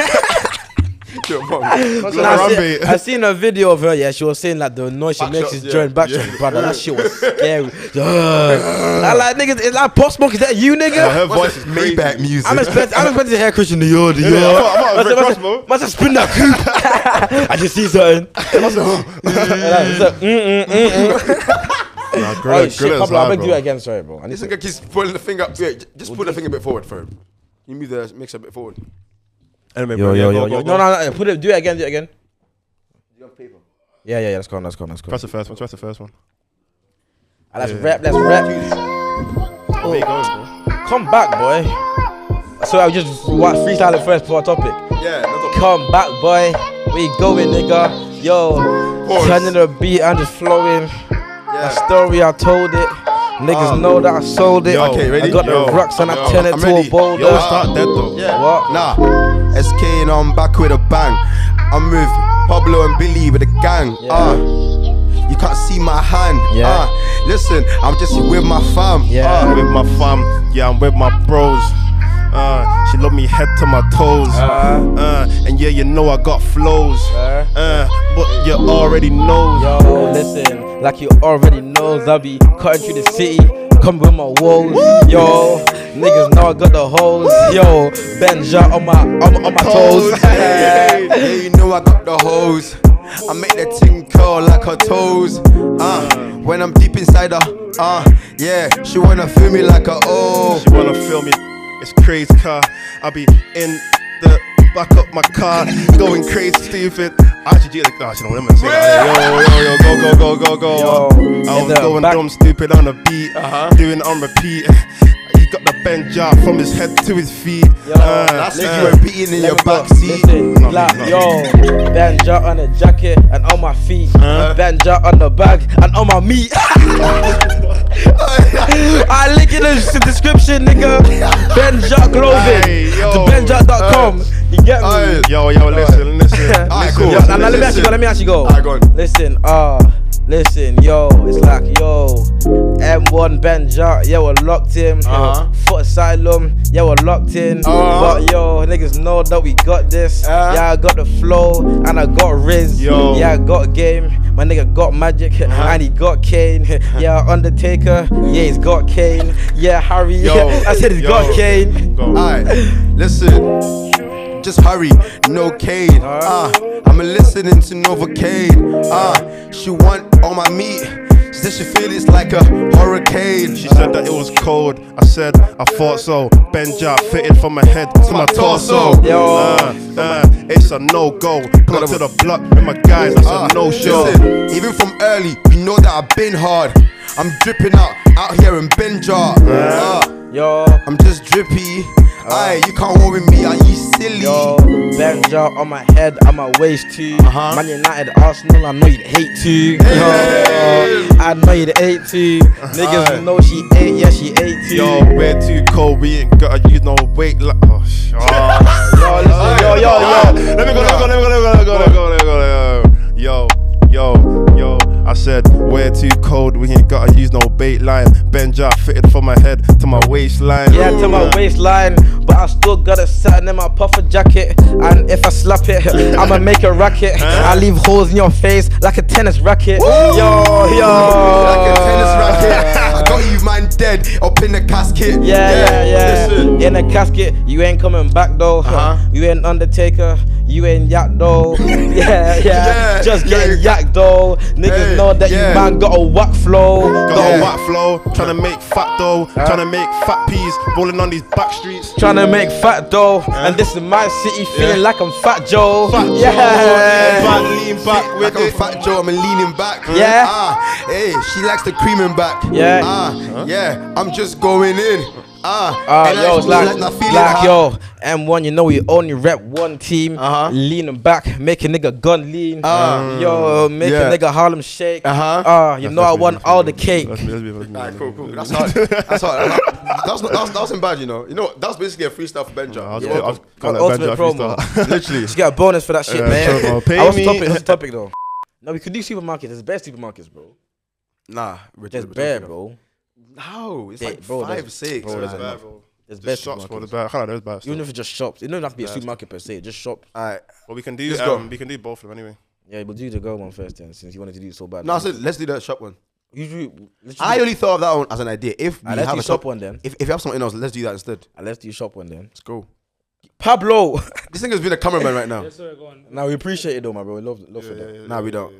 S4: Your mum.
S5: Glorilla.
S3: I,
S5: Harambe.
S3: see, I seen a video of her. Yeah, she was saying like the noise she
S4: Back
S3: makes
S4: shots,
S3: is
S4: yeah.
S3: during back shots, brother. That shit
S4: [laughs]
S3: was scary. [laughs] I like niggas. It's like post smoke. Is that you,
S5: Yeah,
S4: Uh-huh.
S5: her
S3: nigga?
S5: voice is crazy.
S4: Maybach music.
S3: I'm expecting. I'm expecting to hear Christian Dior. Dior.
S5: Yeah, I'm not-
S3: Man
S5: I'm not Rick
S3: said- man
S5: Ross,
S3: said-
S5: bro.
S3: Man said spin that coupe. [laughs] I just see something. And I was like, mm, mm, mm, mm.
S5: Nah,
S3: Oh,
S5: Glorilla's
S3: shit, Pablo, I'm
S5: hard,
S3: gonna do
S5: bro.
S3: it again. Sorry, bro. I need
S4: This
S3: to-
S4: nigga keeps pulling the finger. Yeah, j- just pull the finger a bit forward for him. You move the mix a bit forward.
S5: Anyway,
S3: Yo,
S5: bro, yeah,
S3: yo,
S5: go,
S3: yo,
S5: go,
S3: yo. No,
S5: go.
S3: no, no. Put it. Do it again. Do it again.
S4: You have paper.
S3: Yeah, yeah, yeah. Let's go. on, Let's go. on, Let's go. on.
S5: Press the first one. Press the first one.
S3: Ah, Let's rap. Let's rap.
S5: Where you going, bro?
S3: Come back, boy. So I was just what freestyle at first for our topic.
S4: Yeah, that's all.
S3: Come back, boy. We going, nigga. Yo,
S4: Pause.
S3: turning the beat and just flowing.
S4: Yeah.
S3: That story I told it. Niggas know that I sold it.
S5: Ah. Yo, Okay,
S4: ready?
S3: I got
S5: Yo,
S3: the rocks and
S4: yo,
S3: I turn it
S4: I'm
S3: to
S4: ready.
S3: a boulder.
S5: Yo, start dead though.
S4: Yeah.
S3: What?
S4: Nah. SK and I'm back with a bang. I'm with Pablo and Billy with a gang.
S3: Yeah.
S4: Uh, you can't see my hand.
S3: Yeah.
S4: Uh, Listen, I'm just with my fam. Ah.
S3: Yeah.
S5: I'm with my fam. Yeah, I'm with my bros. Uh, she love me head to my toes.
S3: Uh-huh.
S5: Uh, and yeah, you know I got flows.
S3: Uh.
S5: Uh, but you already knows.
S3: Yo, listen, like you already know, I be cutting through the city, come with my woes. Yo, niggas know I got the hoes. Yo, Benja on my on, on my toes.
S4: [laughs] Yeah, yeah, you know I got the hose. I make that ting curl like her toes. Uh, when I'm deep inside her, uh, yeah, she wanna feel me like a oh.
S5: She wanna feel me. It's crazy car. I be in the back of my car, going crazy, stupid. I actually did like, nah, she don't let me say that. Yo, yo, yo, go, go, go, go.
S3: Yo,
S5: I
S3: in
S5: was
S3: the
S5: going
S3: back- Uh-huh.
S5: dumb, stupid on the beat, doing on repeat. He got the bend job from his head to his feet. Uh,
S3: Yo,
S4: That's
S3: listen,
S4: you repeating in
S3: let
S4: your
S3: me go.
S4: backseat.
S3: Listen,
S5: Not me,
S3: like,
S5: not me.
S3: yo, Benja on the jacket and on my feet. Benja on the bag and on my meat. [laughs] I link in the s- description, [laughs] nigga. Benja clothing.
S5: Aye, yo.
S3: to benja.com. You get me?
S4: Aye.
S5: Yo, yo, listen, listen, listen.
S4: Alright, cool.
S3: Yo,
S5: listen,
S3: now, now let me
S5: listen.
S3: actually go. Let me actually go.
S4: Alright, go on.
S3: Listen, uh, listen, yo, it's like yo, M1 Benja, yeah, we're locked in.
S4: Uh-huh.
S3: Yo, Foot Asylum, yeah, we're locked in.
S4: Uh-huh.
S3: But yo, niggas know that we got this.
S4: Uh.
S3: Yeah, I got the flow and I got Riz.
S5: Yo.
S3: Yeah, I got game. My nigga got magic and he got Kane. Yeah, Undertaker. Yeah, he's got Kane. Yeah, Harry.
S4: Yo.
S3: [laughs] I said he's
S5: Yo.
S3: got Kane.
S5: Go.
S4: Alright, listen. Just hurry, no cane.
S5: Uh,
S4: Ah, I'm listening to Novocaine. Ah, she want all my meat. She said she feel it's like a hurricane.
S5: She said that it was cold. I said I thought so. Benja fitted from my head to my torso.
S3: Yo.
S5: Uh, uh, it's a no go. Come to the block with my guys. That's
S4: Ah,
S5: a no show.
S4: listen, even from early, you know that I've been hard. I'm dripping out, out here in Benjar. Ah,
S3: Yo.
S4: I'm just drippy. Aye, you can't worry me. Are you silly?
S3: Yo, Benja on my head, on my waist too.
S4: Uh-huh.
S3: Man United, Arsenal, I know you'd hate to. Yo, I know you'd hate to. Niggas
S4: Uh-huh. Aye.
S3: know she ate, yeah she ate to.
S5: Yo, we're too cold. We ain't gotta use no weight. Like, oh, sh- oh.
S3: yo, listen, yo, yo,
S5: yo,
S3: yo.
S5: let me go, let me go, let me go, let me go, let me go, let me go, let me go. Yo, yo, yo. I said we're too cold. We ain't gotta use no bait line. Benja fitted from my head to my waistline.
S3: Yeah, to my waistline, but I still got it satin in my puffer jacket. And if I slap it,
S4: [laughs]
S3: I'ma make a racket. I leave holes in your face like a tennis racket. Yo, yo.
S4: Like a tennis racket. I got you, man, dead up in the casket.
S3: Yeah, yeah, yeah.
S4: Listen.
S3: In a casket, you ain't coming back though.
S4: Uh-huh.
S3: You ain't Undertaker. You ain't yak though.
S4: [laughs]
S3: [laughs] yeah, yeah,
S4: Yeah,
S3: Just getting
S4: yeah.
S3: yak though. Niggas
S4: Hey,
S3: know that
S4: yeah.
S3: you man got a whack flow.
S5: Got
S4: Yeah.
S5: a whack flow, tryna make fat dough, tryna make fat peas, rolling on these back streets.
S3: Trying to make fat dough, and this is my city feeling like I'm Fat Joe.
S5: Fat Joe,
S3: yeah.
S5: lean back, lean back
S4: Like
S5: with
S4: I'm
S5: it.
S4: fat Joe, I'm leaning back.
S3: Yeah.
S4: Ah, hey, she likes the creaming back.
S3: Yeah.
S4: Ah, yeah. I'm just going in. Ah.
S3: Uh,
S4: and I
S3: yo, it's
S4: just
S3: like,
S4: not feeling
S3: like
S4: hot.
S3: yo, M1, you know we only rep one team.
S4: Uh-huh.
S3: Leaning back, make a nigga gun lean.
S4: Uh.
S3: yo, make
S4: Yeah.
S3: a nigga Harlem shake.
S4: Uh-huh.
S3: Uh, you know I want all the cake.
S5: Let's be- let's be- let's be-
S4: Alright,
S5: let's
S4: cool,
S3: [laughs]
S5: be-
S4: cool. That's hard. That's hard. That's not, that's, that wasn't bad, you know. You know, that's basically a freestyle for Benja.
S5: I was-
S4: You're
S5: I was
S4: welcome.
S5: gonna
S3: Ultimate
S5: let Benja
S3: promo.
S5: [laughs] freestyle.
S4: Literally.
S3: Just get a bonus for that shit,
S5: Uh,
S3: man.
S5: sure, bro. Pay
S3: I was
S5: me.
S3: topic, that was topic though. No, we could do supermarkets. There's bare supermarkets, bro.
S4: Nah,
S3: There's
S4: Richard.
S3: bare, bro.
S4: How? It's
S3: Yeah,
S4: like
S3: bro, there's-
S4: five, six.
S3: bro, there's
S4: man.
S5: Bad, bro.
S3: There's bare
S5: Just shops for the
S3: supermarkets.
S5: bad. Kind of those
S3: Even
S5: bad.
S3: if it's just shops, it don't have to be a supermarket per se. Just shop.
S4: Alright.
S5: Well, we can do.
S4: Let's go.
S5: Um, we can do both of them anyway.
S3: Yeah, we'll do the girl one first then, since you wanted to do it so bad.
S4: No, I said let's do that shop one.
S3: usually, let's, do,
S4: I only thought of that one as an idea. If we
S3: Ah, let's
S4: have
S3: do
S4: a
S3: shop
S4: shop
S3: one then.
S4: If, if you have something else, let's do that instead.
S3: Ah, let's do shop one then.
S4: Let's go.
S3: Pablo. [laughs]
S4: This thing has been a cameraman right now.
S2: Sorry, go on.
S3: Now we appreciate it though, my bro. We love, love for that.
S4: nah, we don't.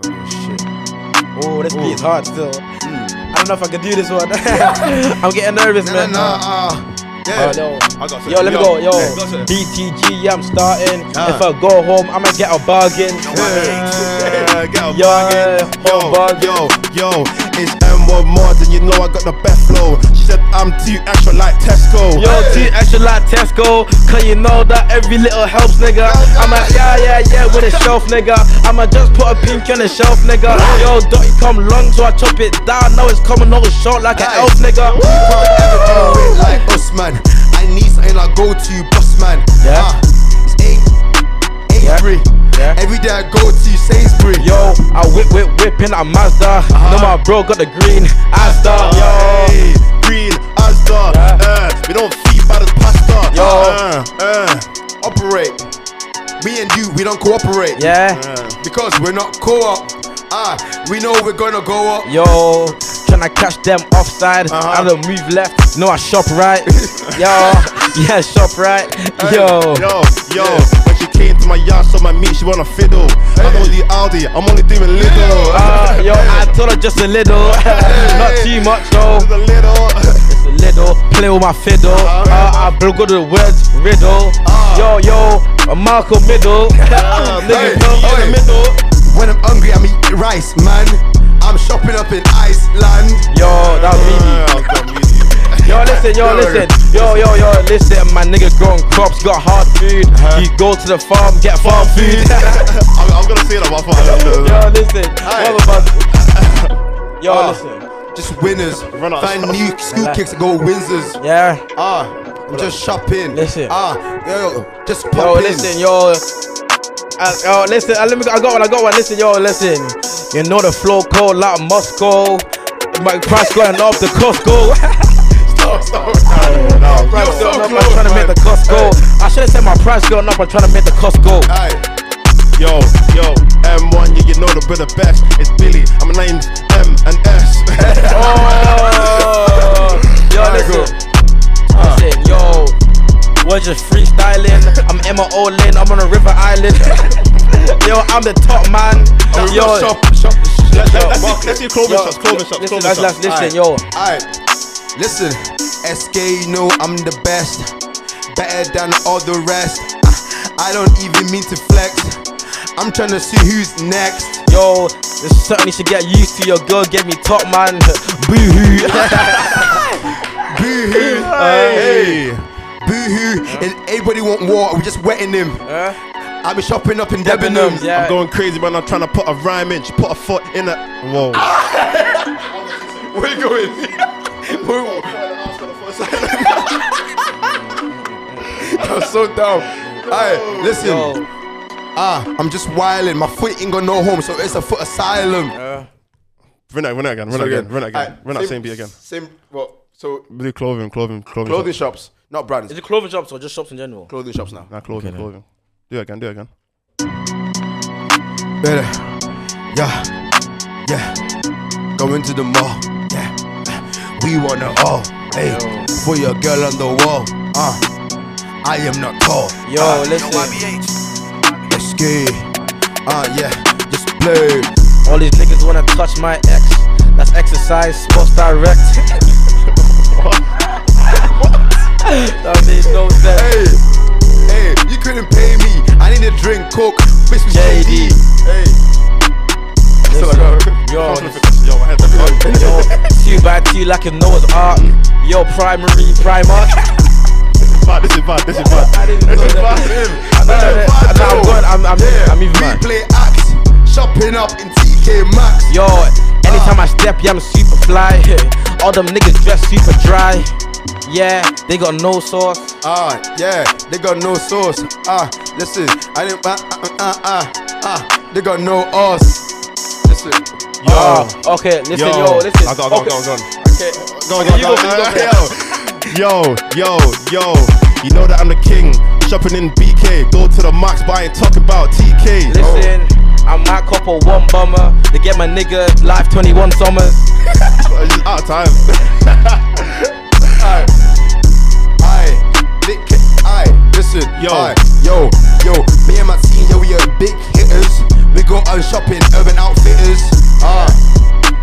S3: Oh, this beat's hard still. Hmm. I don't know if I can do this one. [laughs] I'm getting nervous,
S4: Nah, nah,
S3: man.
S4: nah. ah.
S3: Oh,
S4: Yeah.
S3: no.
S5: I got
S3: Yo, let me go. Yo,
S5: I got something.
S3: BTG, yeah, I'm starting.
S4: Ah.
S3: If I go home, I'ma get a bargain.
S5: Yeah, get a
S3: Yo,
S5: bargain.
S3: home bargain.
S5: yo, yo, it's M1 Mods and you know I got the best flow. She said I'm too extra like Tesco.
S3: Yo, T extra like Tesco, cause you know that every little helps, nigga. I'ma, yeah, yeah, yeah, with a shelf, nigga. I'ma just put a pink on the shelf, nigga. Yo, don't you come long, so I chop it down. Now it's coming over short like an elf, nigga.
S4: Fuck everything with like us, man. I need something I go to, boss man.
S5: Uh,
S3: Yeah.
S4: Ah, it's eight, eight
S3: Yeah.
S4: three.
S3: Yeah.
S4: Every day I go to Sainsbury.
S3: Yo, I whip, whip, whipping a Mazda. Know my bro got the green Asda. Yo,
S5: Uh-huh. Hey, green Asda.
S3: Yeah.
S5: Uh, we don't feed bad as pasta.
S3: Yo.
S5: Uh, uh,
S4: operate. Me and you, we don't cooperate. Uh,
S3: yeah.
S4: Because we're not co-op. Ah, we know we're gonna go up.
S3: Yo, can I catch them offside? I don't move left. No, I shop right. Yo, yeah, shop right. Yo,
S5: yo, yo. When she came to my yard, saw my meat, she want a fiddle. I don't do Aldi, I'm only doing little.
S3: uh, yo, I told her just a little, not too much though.
S5: Just a little.
S3: It's a little play with my fiddle. Uh, I broke all the words riddle. Yo, yo, a Marco
S5: [laughs]
S3: middle.
S4: Hey,
S3: Nigga, no,
S4: hey.
S3: in the middle.
S4: When I'm hungry, I'm eating rice, man. I'm shopping up in Iceland.
S3: Yo, that's me. Yo, listen, yo, listen. Yo, yo, yo, listen. My nigga growing crops, got hard food. You go to the farm, get farm food.
S5: Uh-huh. [laughs] I'm, I'm gonna say that, but I thought
S3: [laughs] yo, listen. What about-
S5: [laughs]
S3: Yo,
S4: Ah.
S3: listen.
S5: Uh.
S4: Just winners.
S5: Run out.
S4: Find new school kicks to go Windsors.
S3: Yeah.
S4: Ah, I'm just shopping.
S3: Listen.
S4: Ah, yo, just pop
S3: Yo,
S4: in.
S3: listen, yo. Uh, yo, listen, uh, let me, I got one, I got one. Listen, yo, listen. You know the flow cold like Moscow. My price going up the Costco. [laughs]
S4: Stop, stop, stop.
S5: No,
S3: Price
S4: so
S3: going up,
S4: close,
S3: I'm trying to make
S4: man.
S3: the cost go. I should have said my price going up, I'm trying to make the cost go.
S4: Aye.
S5: Yo, yo, M1, yeah, you know the brother best. It's Billy. I'm a name M and S.
S3: [laughs] Oh, yo,
S4: Alright,
S3: listen. Listen, yo. We're just freestyling. I'm in my own lane. I'm on a river island. [laughs] yo, I'm the top man. Oh, Yo,
S4: shop, shop, shop.
S5: Let- let-
S4: shop.
S5: Let's see- let's see clothing
S3: yo,
S5: shops, clothing shops,
S3: listen,
S5: clothing
S3: let's-
S5: shops.
S3: let's listen, yo.
S4: Alright, listen, SK, you know I'm the best, better than all the rest. I don't even mean to flex. I'm trying to see who's next.
S3: Yo, this certainly should get used to your girl gave me top man. [laughs] Boo [laughs] hoo.
S4: Boo hoo,
S5: Hey.
S4: boo hoo. And everybody want war. We just wetting him. i been shopping up in Debenhams.
S3: Debenhams, yeah.
S5: I'm going crazy, man. I'm trying to put a rhyme in. She put a foot in it. Whoa.
S4: [laughs] Where you [laughs] going? Where- I'm so dumb. Alright, listen.
S3: Yo,
S4: Ah, I'm just wilding. My foot ain't got no home, so it's a foot asylum.
S5: Run that, run that again, run that again, run that again,
S4: Alright,
S5: run that same beat again.
S4: Same. Well, so
S5: Do clothing, clothing, clothing.
S4: clothing
S5: shop.
S4: shops, not brands.
S3: is it clothing shops or just shops in general?
S4: clothing shops now.
S5: Nah, clothing, clothing. Do it again, do it again.
S4: Better. Yeah. Yeah. Going to the mall. Yeah. We want it all. Hey. For your girl on the wall. Uh. I am not tall.
S3: Yo,
S4: uh,
S3: listen.
S4: Let's get. Uh, yeah. Just play.
S3: All these niggas wanna touch my ex. That's exercise, sports direct. [laughs] that made no sense.
S4: Hey. Hey. You couldn't pay me. I need a drink. Coke. Miss me
S3: JD.
S4: Hey. So I got-
S3: Yo,
S5: Yo, my head's up.
S3: yo, two by two like a Noah's Ark. Yo, primary, primer.
S5: Bad, This is bad, this is bad.
S3: I didn't know that. I'm not- I'm not- I'm going- I'm- I'm- I'm even mad.
S4: Replay acts, shopping up in TK Maxx.
S3: Yo, anytime I step, yeah, I'm super fly. [laughs] All them niggas dress super dry. Yeah, they got no sauce.
S4: Ah, yeah, they got no sauce. Ah, listen, I didn't. Ah,
S5: uh,
S4: ah, ah, ah, ah, they got no us. Listen,
S5: Yo.
S3: Oh, okay, listen, yo, listen.
S5: I got, I got,
S3: okay.
S5: I got, I got.
S3: Okay.
S5: Go,
S3: Okay,
S5: go,
S3: you
S5: go,
S3: go, you go,
S5: go, Yo, yo, yo. You know that I'm the king. Shopping in BK. Go to the max, but I ain't talking about Oh, TK.
S3: Listen, I might cop a one bummer to get my nigga live 21 summers.
S5: Oh, it's out of time.
S4: I, Nick, I, listen,
S5: Yo.
S4: aye, yo, yo, me and my team, yo, we are big hitters. We go on shopping, urban outfitters. Ah,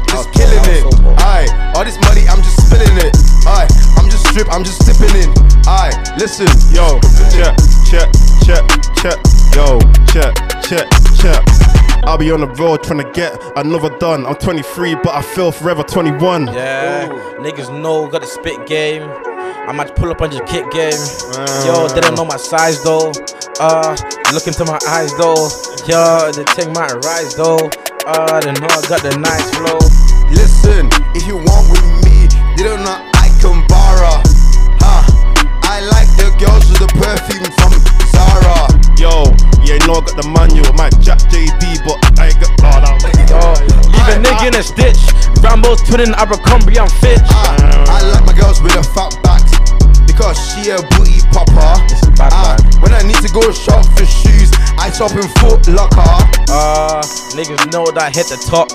S4: just killing
S3: that was
S4: it.
S3: so cool.
S4: Aye, all this money, I'm just spilling it. Aye, I'm just strip, I'm just sipping in. Aye, listen,
S5: Yo, check, check, check, check. Yo, check, check, check. I'll be on the road trying to get another done. I'm 23, but I feel forever 21.
S3: Yeah, niggas know, got the spit game. I might pull up on your kick game. Yo, they don't know my size though. Uh, look into my eyes though. Yo, the thing might rise though. Uh, they know I got the nice flow.
S4: Listen, if you want with me, they don't know I can borrow. Huh? I like the girls with the perfume from Zara.
S5: Yo, yeah, you know I got the manual. My Oh,
S3: girls twinning Abercrombie and Fitch.
S4: I like my girls with a fat back because she a booty popper.
S3: is bad,
S4: Ah,
S3: man.
S4: when I need to go shop for shoes, I shop in Foot Locker.
S3: Uh, niggas know that I hit the top.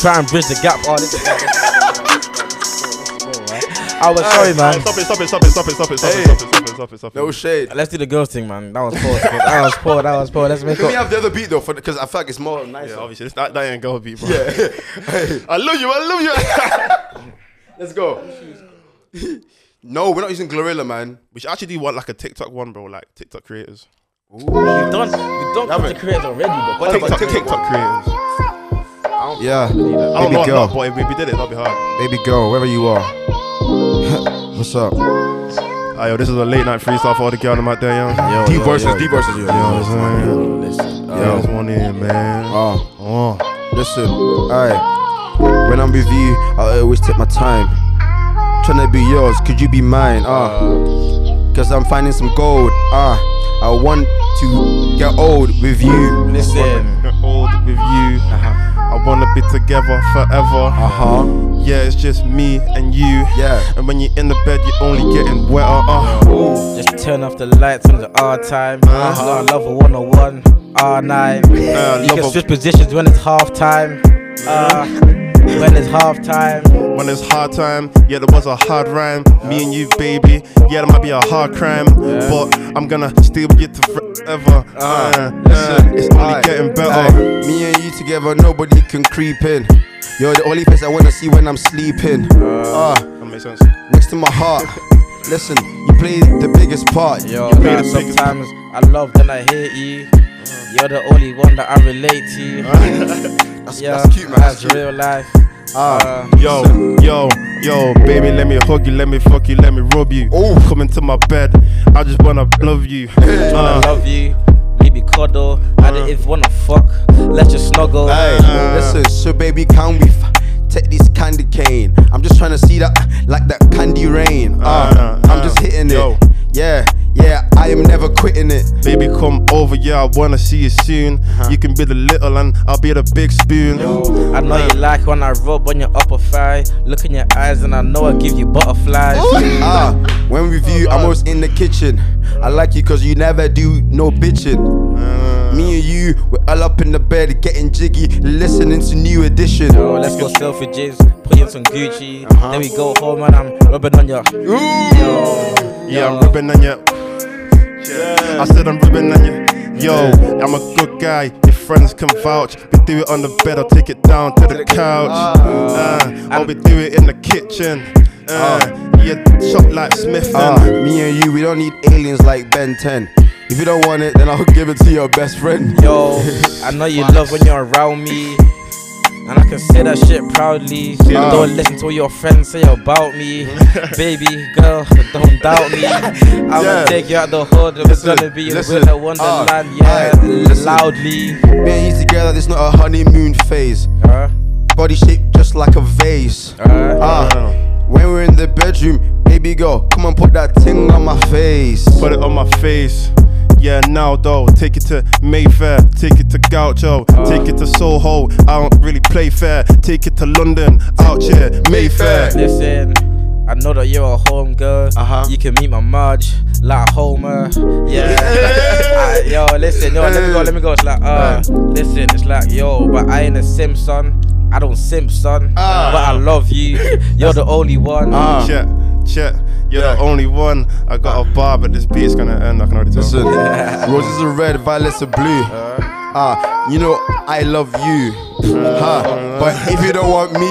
S3: Try and bridge the gap. Oh, this is
S5: [laughs]
S3: I was sorry, man.
S5: Stop it, stop it, stop it, stop it, stop it, stop it, stop it, stop it, stop it, stop it.
S4: No shade.
S3: Let's do the girls thing, man. That was poor. that was poor. That was poor. Let's make
S4: Can we
S3: up.
S4: have the other beat though? Because I feel like it's more nicer.
S5: Yeah, obviously, this- that, that ain't girl beat, bro. [laughs] I love you, I love you.
S4: [laughs] Let's go. no, we're not using Glorilla, man.
S5: we should actually do one like a TikTok one, bro. Like TikTok creators.
S3: We've done. We've done
S4: Haven't.
S3: content creators already, but
S5: TikTok,
S4: TikTok?
S5: TikTok creators.
S4: Yeah.
S5: I don't
S4: Baby
S5: know,
S4: girl.
S5: what, but if we did it, that'd be hard.
S4: Baby girl, wherever you are. [laughs] What's up?
S5: Ayo, this is a late night freestyle for all the girl in my day, yo.
S3: Yo,
S4: Deep
S3: yo,
S4: verses,
S3: yo,
S4: deep verses.
S5: Yo, man.
S3: Listen,
S5: Yo,
S3: uh,
S5: this one in, man.
S4: Oh.
S5: Oh.
S4: Listen, alright. When I'm with you, I always take my time. Tryna be yours, could you be mine? Uh, Cause I'm finding some gold. Uh, I want to get old with you.
S3: listen.
S5: Get old with you.
S4: Uh-huh.
S5: I wanna be together forever.
S4: Uh huh.
S5: Yeah, it's just me and you.
S4: Yeah.
S5: And when you're in the bed, you're only getting wetter. Uh.
S3: Just turn off the lights on the R time. Love, love a 101, R9.
S5: Uh-huh. Uh,
S3: you
S5: love
S3: can
S5: of-
S3: switch positions when it's half time.
S5: [laughs]
S3: Uh, when it's half time.
S5: When it's hard time, yeah, there was a hard rhyme. Me and you, baby, yeah, there might be a hard crime, but I'm gonna stay with you to forever. Uh, uh, it's only
S4: Aye.
S5: getting better.
S4: Aye. me and you together, nobody can creep in. You're the only face I wanna see when I'm sleeping. Uh,
S5: That makes sense.
S4: next to my heart. Listen, you played the biggest part.
S3: Yo,
S5: made
S3: nah,
S5: the biggest-
S3: sometimes I love, then I hate you. You're the only one that I relate to.
S4: [laughs] That's,
S3: yeah,
S4: that's cute, man. That's cute.
S3: real life.
S4: Ah.
S3: Uh,
S5: Yo, yo, yo, baby, let me hug you, let me fuck you, let me rub you.
S4: Ooh.
S5: Come into my bed, I just wanna love
S4: [laughs]
S5: you.
S3: I
S4: Ah.
S5: Uh,
S3: love you. Maybe cuddle. I don't even wanna fuck. Let's just snuggle.
S4: Hey, listen, so baby, can we f- take this candy cane? I'm just trying to see that, like that candy rain. Uh,
S5: Uh,
S4: I'm
S5: uh,
S4: just hitting
S5: yo.
S4: it. Yeah, yeah, I am never quitting it.
S5: Baby, come over, yeah, I wanna see you soon.
S4: Uh-huh.
S5: You can be the little and I'll be the big spoon.
S3: I know
S4: Ah.
S3: you like when I rub on your upper thigh. Look in your eyes, and I know I give you butterflies.
S4: Ah, when with you, I'm always in the kitchen. I like you cause you never do no bitching. Me and you, we're all up in the bed, getting jiggy, listening to new edition.
S3: Yo, let's go selfridges, put in some Gucci.
S4: Uh-huh.
S3: Then we go home, and I'm rubbing on your.
S5: Yeah, I'm ribbing on you. I said I'm ribbing on you. Yo, I'm a good guy. Your friends can vouch. We do it on the bed. I'll take it down to the couch.
S4: Ah.
S5: Uh, or we do it in the kitchen. Uh, yeah, shop like Smith and
S4: Ah, me and you, we don't need aliens like Ben 10. If you don't want it, then I'll give it to your best [laughs] friend.
S3: Yo, I know you love when you're around me. And I can say that shit proudly. Don't listen to what your friends say about
S4: [laughs]
S3: me. Baby girl, don't doubt me. I
S4: Yeah.
S3: will take you out the hood. It's
S4: Listen,
S3: gonna be a
S4: listen.
S3: winter wonderland.
S4: Ah,
S3: yeah,
S4: aye, listen.
S3: loudly.
S4: Me and you together, it's not a honeymoon phase.
S3: Uh,
S4: Body shaped just like a vase.
S3: uh,
S4: Ah, when we're in the bedroom, baby girl, come and put that thing on my face.
S5: Put it on my face. Yeah, now though, take it to Mayfair, take it to Gaucho, take it to Soho. I don't really play fair. Take it to London, out here, Mayfair.
S3: listen. I know that you're a home girl.
S4: Uh-huh.
S3: You can meet my Marge, like Homer. Yeah. [laughs] Ah, yo, listen, yo, let me go, let me go. It's like, uh, listen, it's like, yo, but I ain't a Simpson. I don't Simpson,
S4: Ah.
S3: but I love
S4: [laughs]
S3: you. You're the only one.
S4: Ah,
S5: Check, check. You're
S4: Yeah.
S5: the only one. I got a bar, but this beat's gonna end. I can already tell.
S4: listen, roses are red, violets are blue. Ah, you know I love you. Uh. Ha, but if you don't want me,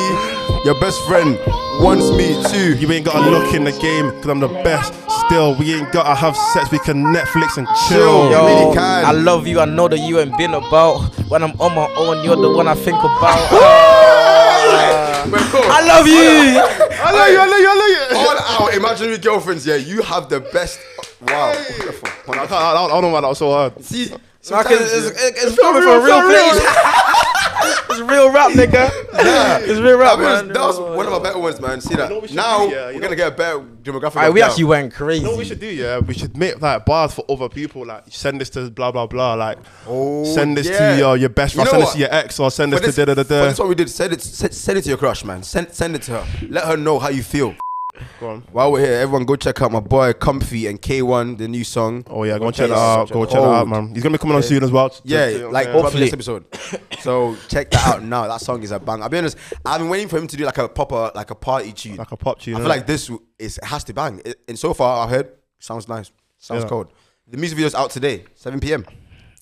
S4: your best friend wants me too.
S5: You ain't gotta look in the game, cause I'm the best. Still, we ain't gotta have sex, we can Netflix and chill.
S4: Chill.
S3: Yo,
S4: really can.
S3: I love you. I know that you ain't been about. When I'm on my own, you're the one I think about. Ah. I love you.
S4: I love you, I love you, I love you. All our imaginary girlfriends, yeah, you have the best. Wow, wonderful,
S5: I,
S4: wonderful.
S5: can't, I, don't, I don't know why that was so hard.
S4: See,
S3: Like, it's,
S4: sometimes-
S3: it's, it's coming from a real place. [laughs] it's real rap, nigga. It's real rap,
S4: That was,
S3: man.
S4: that was one of our better ones, man. See that?
S5: know what oh, we should
S4: now
S5: do, yeah, you
S4: we're
S5: know-
S4: gonna get a better demographic.
S3: Alright,
S4: of
S3: we
S4: that.
S3: actually went crazy.
S5: You know what we should do, yeah? We should make like bars for other people, like send this to blah blah blah, like
S4: Oh,
S5: send this
S4: yeah.
S5: to your your best
S4: You
S5: friend,
S4: know
S5: send this
S4: what?
S5: to your ex, or send
S4: But this,
S5: this, to da da
S4: but
S5: da
S4: this is
S5: da.
S4: what we did. Send it, send, send it to your crush, man. Send send it to her. Let her know how you feel.
S5: Go on.
S4: While we're here, everyone go check out my boy Comfy and K1, the new song.
S5: Oh yeah, go and
S4: Okay,
S5: check that out. Go check that
S4: Oh,
S5: out, man. He's gonna be coming on soon as well.
S4: Yeah,
S5: Just-
S4: like oh.
S5: yeah.
S4: probably this episode.
S5: [coughs]
S4: so check that out now. That song is a bang. I'll be honest. I've been waiting for him to do like a proper like a party tune.
S5: Like a pop tune,
S4: I
S5: innit?
S4: feel like this is it has to bang. It- and so far, I heard sounds nice. Sounds
S5: Yeah.
S4: cold. The music video's out today, 7 p.m.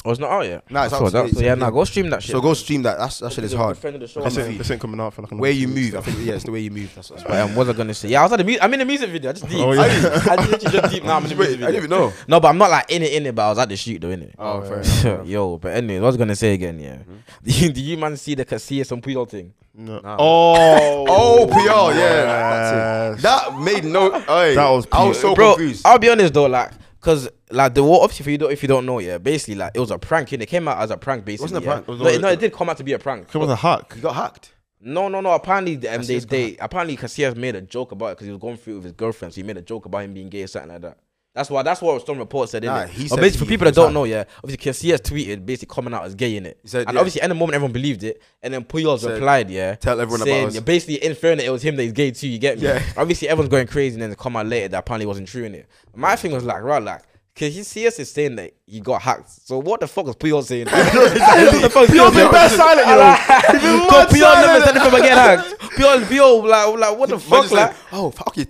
S3: Oh, it's not out yet.
S4: Nah, it's
S3: I
S4: out
S3: saw that.
S4: today.
S3: So yeah, nah, go stream that shit.
S4: So go stream that. That's, that shit is hard.
S3: Friend of the show,
S5: this,
S3: man.
S5: ain't, this ain't coming out for like another
S4: Where you
S5: two
S4: move,
S5: weeks.
S4: I think yeah, it's the way you move. That's, that's
S3: But, um, what was I gonna say? Yeah, I was at the mu- I'm in the music video. I just deep.
S5: Oh, yeah.
S3: I, just, I just literally
S4: [laughs]
S3: just deep now. I'm in the
S4: Wait,
S3: music
S4: I
S3: video.
S4: didn't even know.
S3: No, but I'm not like in it, in it. But I was at the shoot though, innit? [laughs]
S4: Oh, fair Mm-hmm.
S3: Yo, but anyway, what was I gonna say again? Yeah. [laughs] Do you, do you man see the Casillas and Puyol thing?
S5: No. Oh,
S4: Oh, PR, yeah.
S5: Yes.
S4: That made no. Hey,
S5: That was
S4: I was
S5: peak.
S4: so
S3: Bro,
S4: confused.
S3: I'll be honest though, like, cause like the war obviously if you don't if you don't know, yeah, basically like it was a prank. innit? It came out as a prank, basically.
S4: wasn't a
S3: yeah.
S4: prank. It was
S3: no, it, no, it did come out to be a prank.
S5: it was a hack.
S4: you got hacked.
S3: No, no, no. Apparently, um, they, they apparently Casillas made a joke about it because he was going through it with his girlfriend. So he made a joke about him being gay or something like that. That's why. That's what some reports said.
S4: Nah,
S3: innit?
S4: he
S3: But
S4: said
S3: basically, for
S4: he
S3: people that
S4: was
S3: don't
S4: out.
S3: know, yeah, obviously Casillas tweeted basically coming out as gay in it.
S4: He said,
S3: and
S4: yeah.
S3: obviously, at the moment, everyone believed it. And then Puyol's replied, yeah,
S4: "Tell everyone about
S3: saying,
S4: us."
S3: yeah, Basically, inferring that it was him that he's gay too. You get me?
S4: Yeah.
S3: Obviously, everyone's going crazy, and then it come out later that apparently wasn't true in it. My thing was like, right, like. Cause he CS is saying that he got hacked. So what the fuck is Puyol
S4: [laughs]
S3: saying? [laughs] what the fuck is
S4: Puyol's
S3: Puyol saying?
S4: been mad silent, you know.
S3: [laughs] Like,
S4: been
S3: Puyol never
S4: mad silent.
S3: said anything about getting hacked.
S4: [laughs]
S3: Pure, pure, like, like what the
S4: Man
S3: fuck,
S4: just
S3: like?
S4: like, oh, fuck it.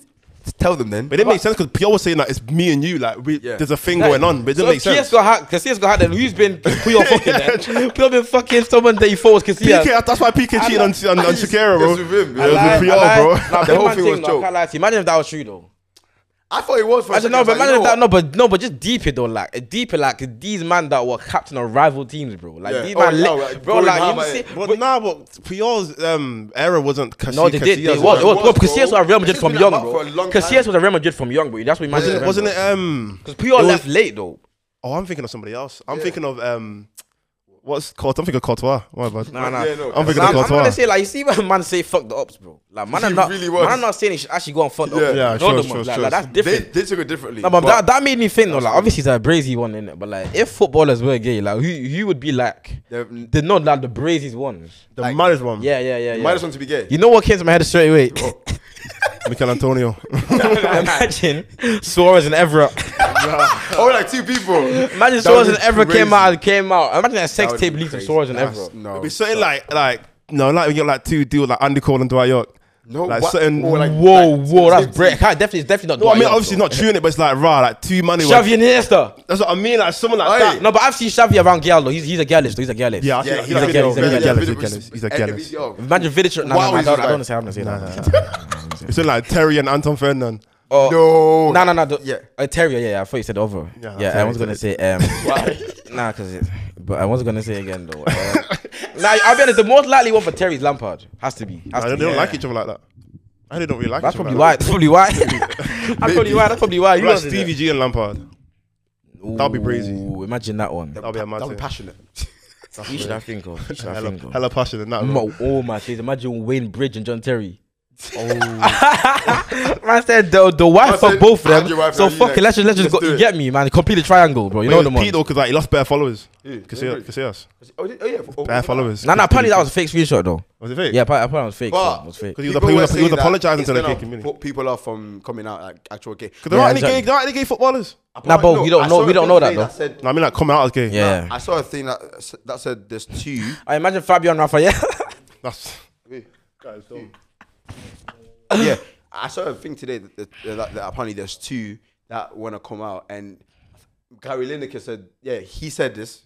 S4: Tell them then.
S5: But it didn't make sense because Pio was saying that it's me and you, like we,
S4: Yeah.
S5: there's a thing going on, but it didn't
S3: so
S5: make sense.
S3: Casillas got hacked. Casillas got hacked. Then who's
S4: [laughs]
S3: been Puyol fucking? then? Puyol been fucking someone that you thought was Casillas.
S5: PK, that's why PK cheated on,
S4: [laughs]
S5: on, on Shakira, bro.
S4: Yes, with him, yeah.
S5: It was
S4: I
S5: with
S4: lied,
S5: Pio,
S4: I
S5: bro. [laughs]
S4: lied. [laughs] The whole thing was
S3: no, I
S4: joke.
S3: can't lie to you. Imagine if that was true though.
S4: I thought it was for a
S3: I don't
S4: second.
S3: know,
S4: was
S3: but
S4: like,
S3: imagine
S4: you
S3: if that.
S4: know
S3: No, but no, but just deep it though. Like deep it, like these man that were captain of rival teams, bro. Like
S4: Yeah.
S3: these
S4: Oh,
S3: man,
S4: no,
S3: li-
S4: like,
S3: bro.
S4: going
S3: Like
S4: hard
S3: you
S4: at
S3: see,
S4: it.
S5: But nah, but Pio's um, era wasn't Casillas.
S3: No, they did. They was. It
S5: Casillas' era.
S4: was,
S3: was. Bro, because
S4: bro.
S3: CS was a Real Madrid
S4: It's
S3: from
S4: been
S3: young,
S4: about
S3: bro.
S4: for a long
S3: Because
S4: time.
S3: CS was a Real Madrid from young, bro. That's what imagine.
S5: Wasn't it- Wasn't it? Um,
S3: Because Puyol
S5: it was-
S3: left late though.
S5: oh, I'm thinking of somebody else. I'm thinking of um, what's called? I'm thinking of Courtois. What about?
S3: Nah, nah.
S4: Yeah, no,
S5: I'm thinking
S3: Nah,
S5: of
S3: I'm, I'm
S5: Courtois.
S3: gonna say like you see when man say fuck the ops, bro. Like man,
S4: He
S3: I'm not
S4: really was.
S3: man, I'm not saying he should actually go and fuck the
S4: Yeah.
S3: ops.
S5: Yeah,
S3: Ignore
S5: sure,
S3: them,
S5: sure,
S3: man. like,
S5: sure.
S3: like, that's
S4: They,
S3: different.
S4: they took it differently.
S3: no, but,
S4: But
S3: that, that made me think though. Like obviously it's a brazy one in it, but like if footballers were gay, like who who would be like
S4: They're-
S3: the not like the braziest ones?
S5: The marriage one.
S3: Yeah, yeah, yeah. yeah.
S4: minus one to be gay.
S3: You know what came to my head straight
S4: [laughs]
S3: away? [laughs]
S5: Michael Antonio.
S3: Imagine Suarez and Evra.
S4: Oh, like two people.
S3: Imagine
S4: That
S3: Suarez
S4: would
S3: and
S4: be
S3: Evra came
S4: crazy.
S3: out and came out. Imagine that
S4: That
S3: sex
S4: would
S3: tape
S4: be
S3: leaked of
S4: crazy.
S3: Suarez and
S4: That's-
S3: Evra.
S4: No.
S5: It's something like like no, like when you got like two dudes like Andy Cole and Dwight York.
S4: No,
S5: like
S4: what-
S5: certain.
S4: or, like-
S3: Whoa,
S4: Like,
S3: whoa,
S4: same
S3: Oh, that's break. Definitely, it's definitely not.
S5: no, I mean
S3: Dwight York,
S5: obviously
S3: though.
S5: not chewing it, but it's like raw, like two money.
S3: Shove your Iniesta.
S5: That's what I mean, like someone like
S4: Oi.
S5: that.
S3: No, but I've seen Xavi around Giallo. He's he's a Giallo. He's a Giallo.
S5: Yeah, I see
S4: Yeah,
S5: that
S4: he's a
S5: video.
S4: jealous.
S3: He's a
S5: He's a
S3: jealous,
S5: jealous, He's a jealous.
S3: Imagine Vidic. No,
S4: Wow,
S3: no, no, I
S4: he's
S3: don't, I
S4: right.
S3: don't wanna say. I don't wanna say that.
S5: It's like Terry and Anton Ferdinand.
S3: [laughs] Oh,
S4: No.
S3: No, no, no. The,
S4: Yeah.
S3: uh, Terrier. Yeah, yeah. I thought you said over.
S5: Yeah,
S3: Yeah,
S5: Terrier,
S3: I was gonna say
S5: [laughs]
S3: um. nah, cause it, but I was gonna say again though. Uh, [laughs] nah, I'll be honest. The most likely one for Terry is Lampard. Has to be. Has to
S5: I don't,
S3: be.
S5: they don't like each other like that. I don't really like
S3: That's
S5: each other.
S3: probably why.
S5: like
S3: That's probably
S5: [laughs]
S3: why. that's probably why. That's probably why.
S5: that.
S3: You
S5: Like
S3: guys did
S5: Stevie G and Lampard.
S3: that.
S5: that'll be brazy.
S3: Ooh, Imagine that one.
S5: That'll be a mad
S4: That'll be
S5: thing.
S4: passionate.
S3: Who should I think of? Who should I
S5: Hella,
S3: think of?
S5: hella passion in that. bro.
S3: Mo- oh my days! Imagine Wayne Bridge and John Terry. [laughs] Oh, man said the, the
S4: Man
S3: wife
S4: said,
S3: of both of
S4: and your
S3: them.
S4: wife,
S3: So
S4: and you
S3: fuck
S4: next.
S3: it, let's just let's just
S4: Let's
S3: go.
S4: do
S3: You
S4: it.
S3: get me, man. Complete the triangle, bro. You know
S5: It
S3: the
S5: was
S3: one.
S5: Pete though, because like, he lost bare followers.
S4: Who?
S5: Casillas. Casillas.
S4: Oh, yeah. oh,
S5: Bare
S4: yeah.
S5: followers.
S3: Nah, nah. Apparently that was a fake screenshot though.
S5: Was it fake?
S3: Yeah, apparently, apparently it was fake.
S4: But-
S3: it was fake.
S5: Because he was,
S4: People
S5: he
S4: were
S5: was, he was
S4: saying that
S5: apologizing to the
S4: instead
S5: gay
S4: of
S5: community.
S4: put People are from coming out like actual gay.
S5: Because there aren't any
S3: Yeah,
S5: gay, there aren't any gay footballers.
S3: Nah, but we don't
S4: I
S3: know-
S4: saw
S3: we
S4: a
S3: don't
S4: thing
S3: know that,
S4: today
S3: though.
S4: said-
S5: No, I mean, like, come out as gay.
S3: Yeah.
S4: I saw a thing that s- that said there's two.
S3: I imagine Fabio and Raphael. [laughs]
S5: That's.
S4: yeah, I saw a thing today that, that, that, that apparently there's two that want to come out, and Gary Lineker said, yeah, he said this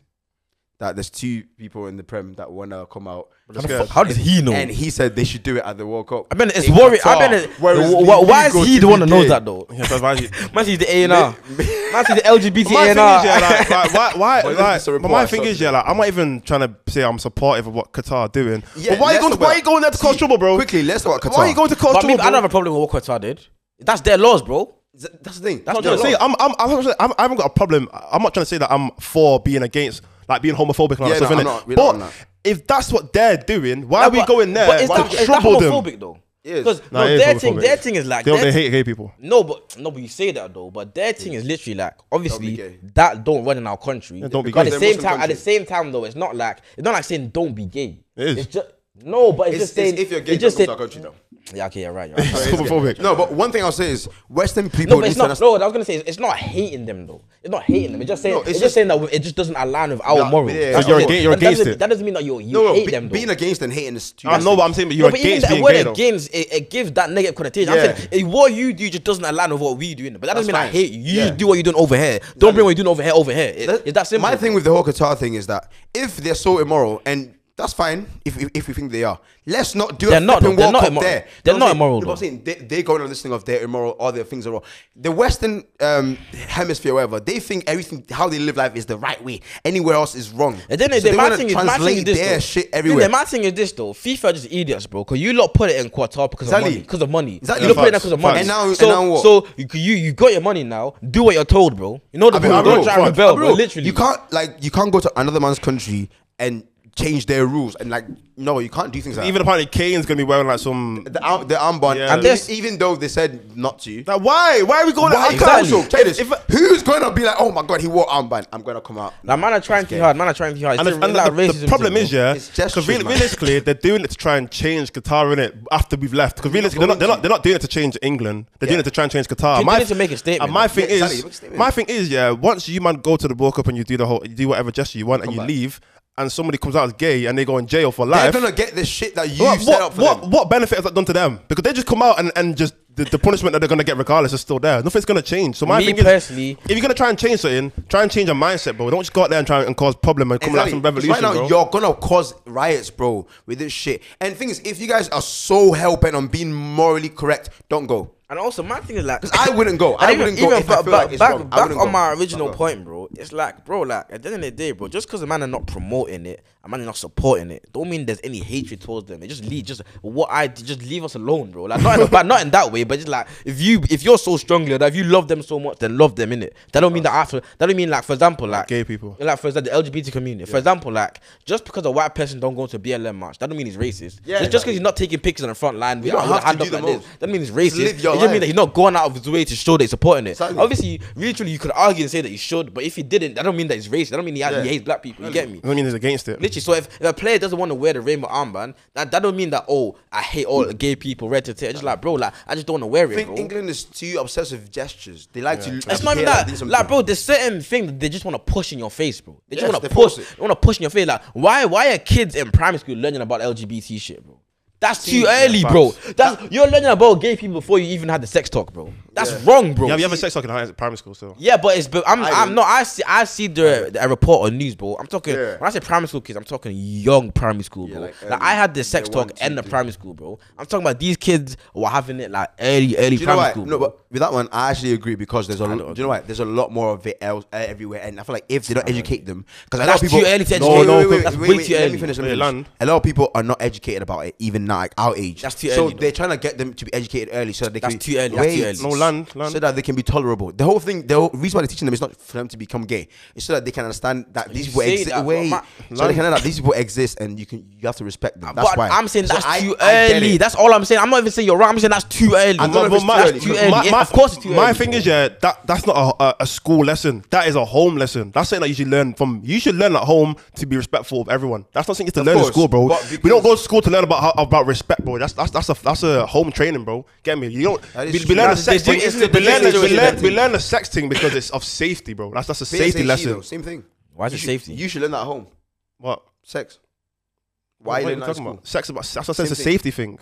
S4: that there's two people in the Prem that want to come out,
S5: That's good.
S3: How does he know?
S4: and he said they should do it at the World Cup.
S3: I mean, it's
S4: in
S3: worry.
S4: Qatar,
S3: I mean, it-
S4: where it's
S3: wh- wh- why
S4: illegal
S3: is he
S4: to
S3: the one
S4: be
S3: that knows
S4: gay.
S3: that though?
S5: Yeah, so
S3: [laughs]
S5: why is he-
S3: Man, he's the A and
S5: [laughs]
S3: R. Man, he's the LGBT
S5: my
S3: A and
S5: thing is, yeah,
S3: R.
S5: like,
S4: [laughs]
S5: like, why, why,
S4: Well,
S5: like,
S4: it's a
S5: but
S4: report,
S5: my
S4: I
S5: thing
S4: saw
S5: is, yeah, like, I'm not even trying to say I'm supportive of what Qatar are doing.
S4: Yeah,
S5: but why
S4: let's
S5: are you going?
S4: talk
S5: Why
S4: about-
S5: are you going there to
S4: See,
S5: cause trouble, bro?
S4: Quickly, let's talk about Qatar.
S5: Why are you going to cause
S3: But I
S5: trouble?
S3: mean, I don't
S5: bro?
S3: have a problem with what Qatar did. That's their laws, bro.
S4: Th- That's the thing.
S3: That's
S4: That's
S3: not the
S4: the
S5: I'm
S4: thing.
S5: saying, I'm, I'm, I'm, not saying- I'm, I haven't got a problem. I'm not trying to say that I'm for being against. like being homophobic and all
S4: Yeah,
S5: that
S4: no,
S5: stuff,
S4: I'm
S5: innit?
S4: not- we're not
S5: but
S4: on that.
S5: if that's what they're doing, why
S3: Nah,
S5: are we
S3: but-
S5: going there?
S3: But is
S5: Why
S3: that,
S5: to
S3: is that
S5: trouble them?
S3: homophobic though?
S4: It is.
S3: Because
S5: Nah,
S3: no,
S5: it is
S3: their thing,
S5: homophobic.
S3: their thing is like
S5: They,
S3: their
S5: they
S3: thing-
S5: hate gay people.
S3: No, but no, but you say that though. But their thing is literally like obviously
S4: gay.
S3: that don't run in our country.
S5: don't
S3: But
S5: be gay.
S3: at the
S4: They're
S3: same
S4: Muslim
S3: time, at
S4: country.
S3: the same time though, it's not like it's not like saying don't be gay.
S5: It is.
S3: It's just no, but it's,
S4: It's,
S3: just saying
S4: it's if you're gay,
S3: it's just
S4: welcome to
S3: saying-
S4: our country though.
S3: yeah, okay, yeah, right.
S4: [laughs]
S3: You're right.
S5: It's homophobic.
S4: No, but one thing I'll say is Western people
S3: No, but
S4: need
S3: it's
S4: to
S3: not.
S4: understand.
S3: No, I was gonna say it's, it's not hating them though. It's not hating them. It's just saying.
S4: No, it's
S3: it's, just,
S4: just-
S3: saying that it just doesn't align with our
S4: Nah,
S3: morals.
S4: yeah,
S3: That's
S5: So you're
S3: it.
S5: aga- you're
S3: That doesn't-
S5: against it.
S3: That doesn't mean that you're you
S4: No, no,
S3: hate
S4: be-
S3: them though.
S4: being against and hating is stupid.
S5: I know, but I'm saying, but you're
S3: no, but even
S5: against
S3: the
S5: being
S3: word
S5: gay though.
S3: against it, it gives that negative connotation.
S4: Yeah.
S3: I'm saying eh, what you do just doesn't align with what we do, innit? but that doesn't
S4: That's
S3: mean I
S4: fine.
S3: hate you. You
S4: Yeah.
S3: just do what you're doing over here. Don't bring what you're doing over here over here. It,
S4: That-
S3: it's that simple.
S4: My thing with the whole Qatar thing is that if they're so immoral, and that's fine if if, if we think they are, let's not do
S3: They're
S4: a
S3: not,
S4: flipping
S3: though. They're
S4: World
S3: not
S4: Cup
S3: immoral.
S4: there.
S3: They're
S4: You
S3: not
S4: know what I'm saying?
S3: immoral,
S4: You know what I'm
S3: though.
S4: saying they, they're going on this thing of they're immoral, all their things are wrong. The Western um, hemisphere, however, they think everything how they live life is the right way. Anywhere else is wrong.
S3: And then
S4: So
S3: the
S4: they
S3: mad
S4: wanna
S3: thing is, mad thing is
S4: translate
S3: this,
S4: their
S3: though.
S4: shit
S3: Dude,
S4: everywhere.
S3: The mad thing is this though. FIFA are just idiots, bro. Cause you lot put it in Qatar because
S4: Exactly.
S3: of money. Because of money.
S4: Exactly.
S3: You lot
S5: Yeah,
S3: put it in
S5: facts,
S3: because of
S5: facts.
S3: money.
S5: And
S4: now- and
S3: so,
S4: now what?
S3: so you, you you got your money now. Do what you're told, bro. You know the
S4: I mean,
S3: rule.
S4: bro,
S3: Don't try and
S4: fuck.
S3: rebel,
S4: Bro,
S3: bro. Literally.
S4: you can't like you can't go to another man's country and change their rules and like no, you can't do things like
S5: Even apparently, Kane's gonna be wearing like some.
S4: that. The, arm, the armband,
S5: Yeah.
S4: and
S5: And
S3: this-
S4: even, even though they said not to,
S5: Like, why? Why are we going?
S4: Why?
S5: I can't-
S4: Exactly. Check this.
S5: If- if-
S4: Who's going to be like, oh my god, he wore armband. I'm going to come out.
S3: Like man are trying too hard. Man are trying too hard. It's
S5: And, the,
S3: still
S5: and
S3: like
S5: the- the
S3: racism
S5: problem
S3: thing,
S5: is,
S3: bro.
S5: yeah,
S4: It's just
S5: because real,
S4: shit, man.
S5: realistically, they're doing it to try and change Qatar in it after we've left. Because realistically, they're not, they're not they're not doing it to change England. They're doing
S4: Yeah.
S5: it to try and change Qatar.
S3: They need to make a statement,
S5: And my
S3: man.
S5: thing
S4: Yeah, exactly,
S5: is,
S4: make a statement.
S5: my thing is, yeah, once you man go to the World Cup and you do the whole, you do whatever gesture you want, and you leave, and somebody comes out as gay and they go in jail for
S4: They're
S5: life.
S4: going to get the shit that you
S5: What,
S4: set up
S5: what,
S4: for
S5: what,
S4: them.
S5: what benefit has that done to them? Because they just come out and, and just the, the punishment that they're gonna get regardless is still there. Nothing's gonna change. So my
S3: Me
S5: thing
S3: personally-
S5: is, if you're gonna try and change something, try and change your mindset, bro. Don't just go out there and try and cause problem and come out
S4: Exactly.
S5: some
S4: Because
S5: revolution,
S4: right now,
S5: bro.
S4: you're gonna cause riots, bro, with this shit. And the thing is, if you guys are so hell bent on being morally correct, don't go.
S3: And also, my thing is like,
S4: 'Cause I wouldn't go. I
S3: And
S4: wouldn't go if I
S3: ba-
S4: feel
S3: ba-
S4: like it's
S3: back,
S4: wrong. I
S3: back
S4: wouldn't
S3: on
S4: go.
S3: my original
S4: Fuck off.
S3: point, bro. It's like, bro, like at the end of the day, bro, just because a man are not promoting it, a man are not supporting it, don't mean there's any hatred towards them. It just leave, just what I just leave us alone, bro. Like not, in a bad, not in that way, but just like if you if you're so strongly that if you love them so much, then love them in it. That don't mean that after that don't mean like for example like
S5: gay people.
S3: like for example the LGBT community. For example, like just because a white person don't go to a BLM march, that don't mean he's racist.
S4: Yeah,
S3: just because
S4: exactly.
S3: he's not taking pictures on the front line,
S4: You
S3: with
S4: don't
S3: a
S4: have to
S3: hand
S4: do
S3: up
S4: the
S3: like this,
S4: most.
S3: that means he's
S4: Just
S3: racist.
S4: live
S3: It
S4: your
S3: just means
S4: life.
S3: that he's not going out of his way to show that he's supporting it.
S4: Exactly.
S3: Obviously, literally, you could argue and say that he should, but if he didn't, that don't mean that he's racist. That don't mean he,
S4: Yeah.
S3: he hates black people. You get me?
S5: I mean, it's against it.
S3: Literally, so if, if a player doesn't want to wear the rainbow armband, that, that don't mean that oh I hate all gay people, red to tear. Just like bro, like I just don't want to wear
S4: I
S3: it,
S4: think
S3: bro.
S4: England is too obsessed with gestures. They like to.
S3: It's not even
S4: appear they're
S3: that, like,
S4: doing something.
S3: bro. There's certain thing that they just want to push in your face, bro. They just
S4: Yes,
S3: want
S4: they
S3: to
S4: force
S3: push.
S4: it.
S3: They want to push in your face, like, why? Why are kids in primary school learning about LGBT shit, bro? That's too early, bro. That's you're learning about gay people before you even had the sex talk, bro. That's wrong, bro.
S5: Yeah, you have a sex talk in high- primary school, so.
S3: Yeah, but it's but I'm I
S4: I
S3: am
S4: didn't.
S3: no I see I see the, the report on news, bro. I'm talking
S4: Yeah.
S3: when I say primary school kids, I'm talking young primary school, bro.
S4: like
S3: like,
S4: early-
S3: I had the sex
S4: yeah, one,
S3: talk
S4: two,
S3: in the
S4: three.
S3: primary school, bro. I'm talking about these kids were having it like early early
S4: Do you know
S3: primary
S4: why?
S3: school.
S4: No,
S3: bro.
S4: but with that one, I actually agree because there's a.
S3: don't
S4: Do you know why? There's a lot more of it else, uh, everywhere, and I feel like if they don't educate them, because a lot
S3: That's
S4: of people.
S3: too early to
S4: No,
S3: educate.
S4: no, wait,
S3: That's
S4: wait,
S3: way
S4: wait, wait,
S3: too
S4: Let me
S3: early.
S4: finish. Let me finish.
S5: Wait, land.
S4: A lot of people are not educated about it, even now, like our age.
S3: That's too
S4: So
S3: early, though.
S4: they're trying to get them to be educated early, so that they
S3: That's
S4: can.
S3: too early, that's too
S4: Wait.
S3: early.
S5: No, land, land.
S4: So that they can be tolerable. The whole thing, the whole reason why they're teaching them is not for them to become gay. It's so that they can understand that these people
S3: say
S4: exist.
S3: that, but
S4: Wait,
S3: my-
S4: so they can know that these people exist, and you can you have to respect them. That's
S3: but
S4: why
S3: I'm saying
S4: So
S3: that's
S4: I-
S3: too
S4: I get
S3: early.
S4: it.
S3: That's all I'm saying. I'm not even saying you're right. I'm saying that's too early.
S4: I don't know
S5: But-
S4: if
S5: but my-
S4: it's
S3: too early.
S5: my-
S3: Yeah,
S5: my-
S3: of course it's too
S5: My
S3: early,
S5: thing
S3: bro.
S5: is, yeah, that that's not a, a, a school lesson. That is a home lesson. That's something that you should learn from. You should learn at home to be respectful of everyone. That's not something you have to learn
S4: course,
S5: in school, bro.
S4: but
S5: we
S4: because-
S5: don't go to school to learn about how, about respect, bro. That's that's that's a that's a home training, bro. Get me? You don't.
S4: That is
S5: We,
S4: true.
S5: we learn
S4: They
S5: the sex
S3: do
S5: thing.
S3: instant-
S5: We
S3: they
S5: learn
S3: do
S5: the- we
S3: instant
S5: learn- we
S4: dating.
S5: learn the sex thing because it's of safety, bro. That's that's a safety
S4: PSHE
S5: lesson.
S4: though, Same thing.
S3: Why is
S4: You
S3: it
S4: should-
S3: safety?
S4: You should learn that at home.
S5: What?
S4: Sex. Why
S5: what
S4: are
S5: are
S4: you
S5: we
S4: learning
S5: talking about? Sex about that's what I said.
S4: Same
S5: It's a
S4: thing.
S5: safety thing.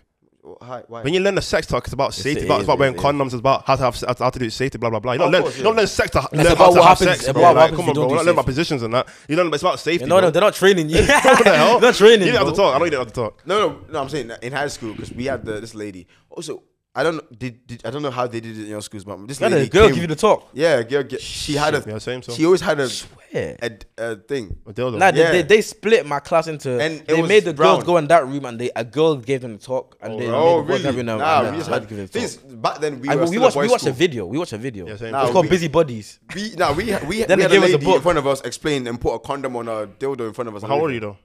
S4: Hi, why?
S5: When you learn the sex talk, it's about safety. About,
S3: it
S5: it's about
S3: is,
S5: wearing
S3: it is.
S5: condoms. It's about how to have se- how to do it safely. Blah blah blah. You
S4: Of
S5: don't learn.
S4: course,
S5: You don't
S4: yeah.
S5: learn sex to learn
S3: about
S5: how to
S3: what
S5: have
S3: happens-
S5: sex,
S3: about
S5: bro.
S3: what
S5: Like,
S3: happens
S5: come
S3: if
S5: on,
S3: you
S5: bro.
S3: don't
S5: We're
S3: do
S5: not learning about
S3: safety.
S5: positions and that. You learn, but it's about safety.
S3: No,
S5: bro.
S3: no, they're not
S4: [laughs]
S3: training you.
S5: What the
S3: [laughs]
S5: hell?
S3: they're not training.
S5: You didn't have to
S3: bro.
S5: talk. I know you didn't have to talk.
S4: no, no, no. I'm saying that in high school because we had the, this lady. Also, I don't know- did, did I don't know how they did it in your schools, but this
S3: Let
S4: lady
S3: a girl
S4: came-
S3: give you the talk.
S4: Yeah, girl. gi- She had a.
S5: Yeah, same, so.
S4: She always had a
S3: Yeah.
S4: a, a thing.
S5: A dildo.
S3: Nah, they-
S4: Yeah.
S3: they, they split my class into.
S4: And it
S3: And they
S4: was
S3: made the
S4: brown.
S3: girls go in that room, and they a girl gave them talk, and they
S4: Oh,
S3: made the boys
S4: really?
S3: every now
S4: Nah,
S3: and then.
S4: we just
S3: I had
S4: had
S3: to give it
S4: things.
S3: talk.
S4: Back then, we
S3: And
S4: were
S3: we
S4: still
S3: watched
S4: a
S3: we
S4: boys
S3: watched a
S4: school.
S3: video. We watched a video.
S5: Yeah,
S3: it's
S5: same.
S4: Nah,
S3: called
S4: we-
S3: Busy Bodies.
S4: We now we
S3: [laughs]
S4: we,
S3: Then
S4: we
S3: they
S4: had a
S3: gave us a
S4: lady in
S3: book.
S4: front of us explain and put a condom on a dildo in front of us.
S5: How old are you though?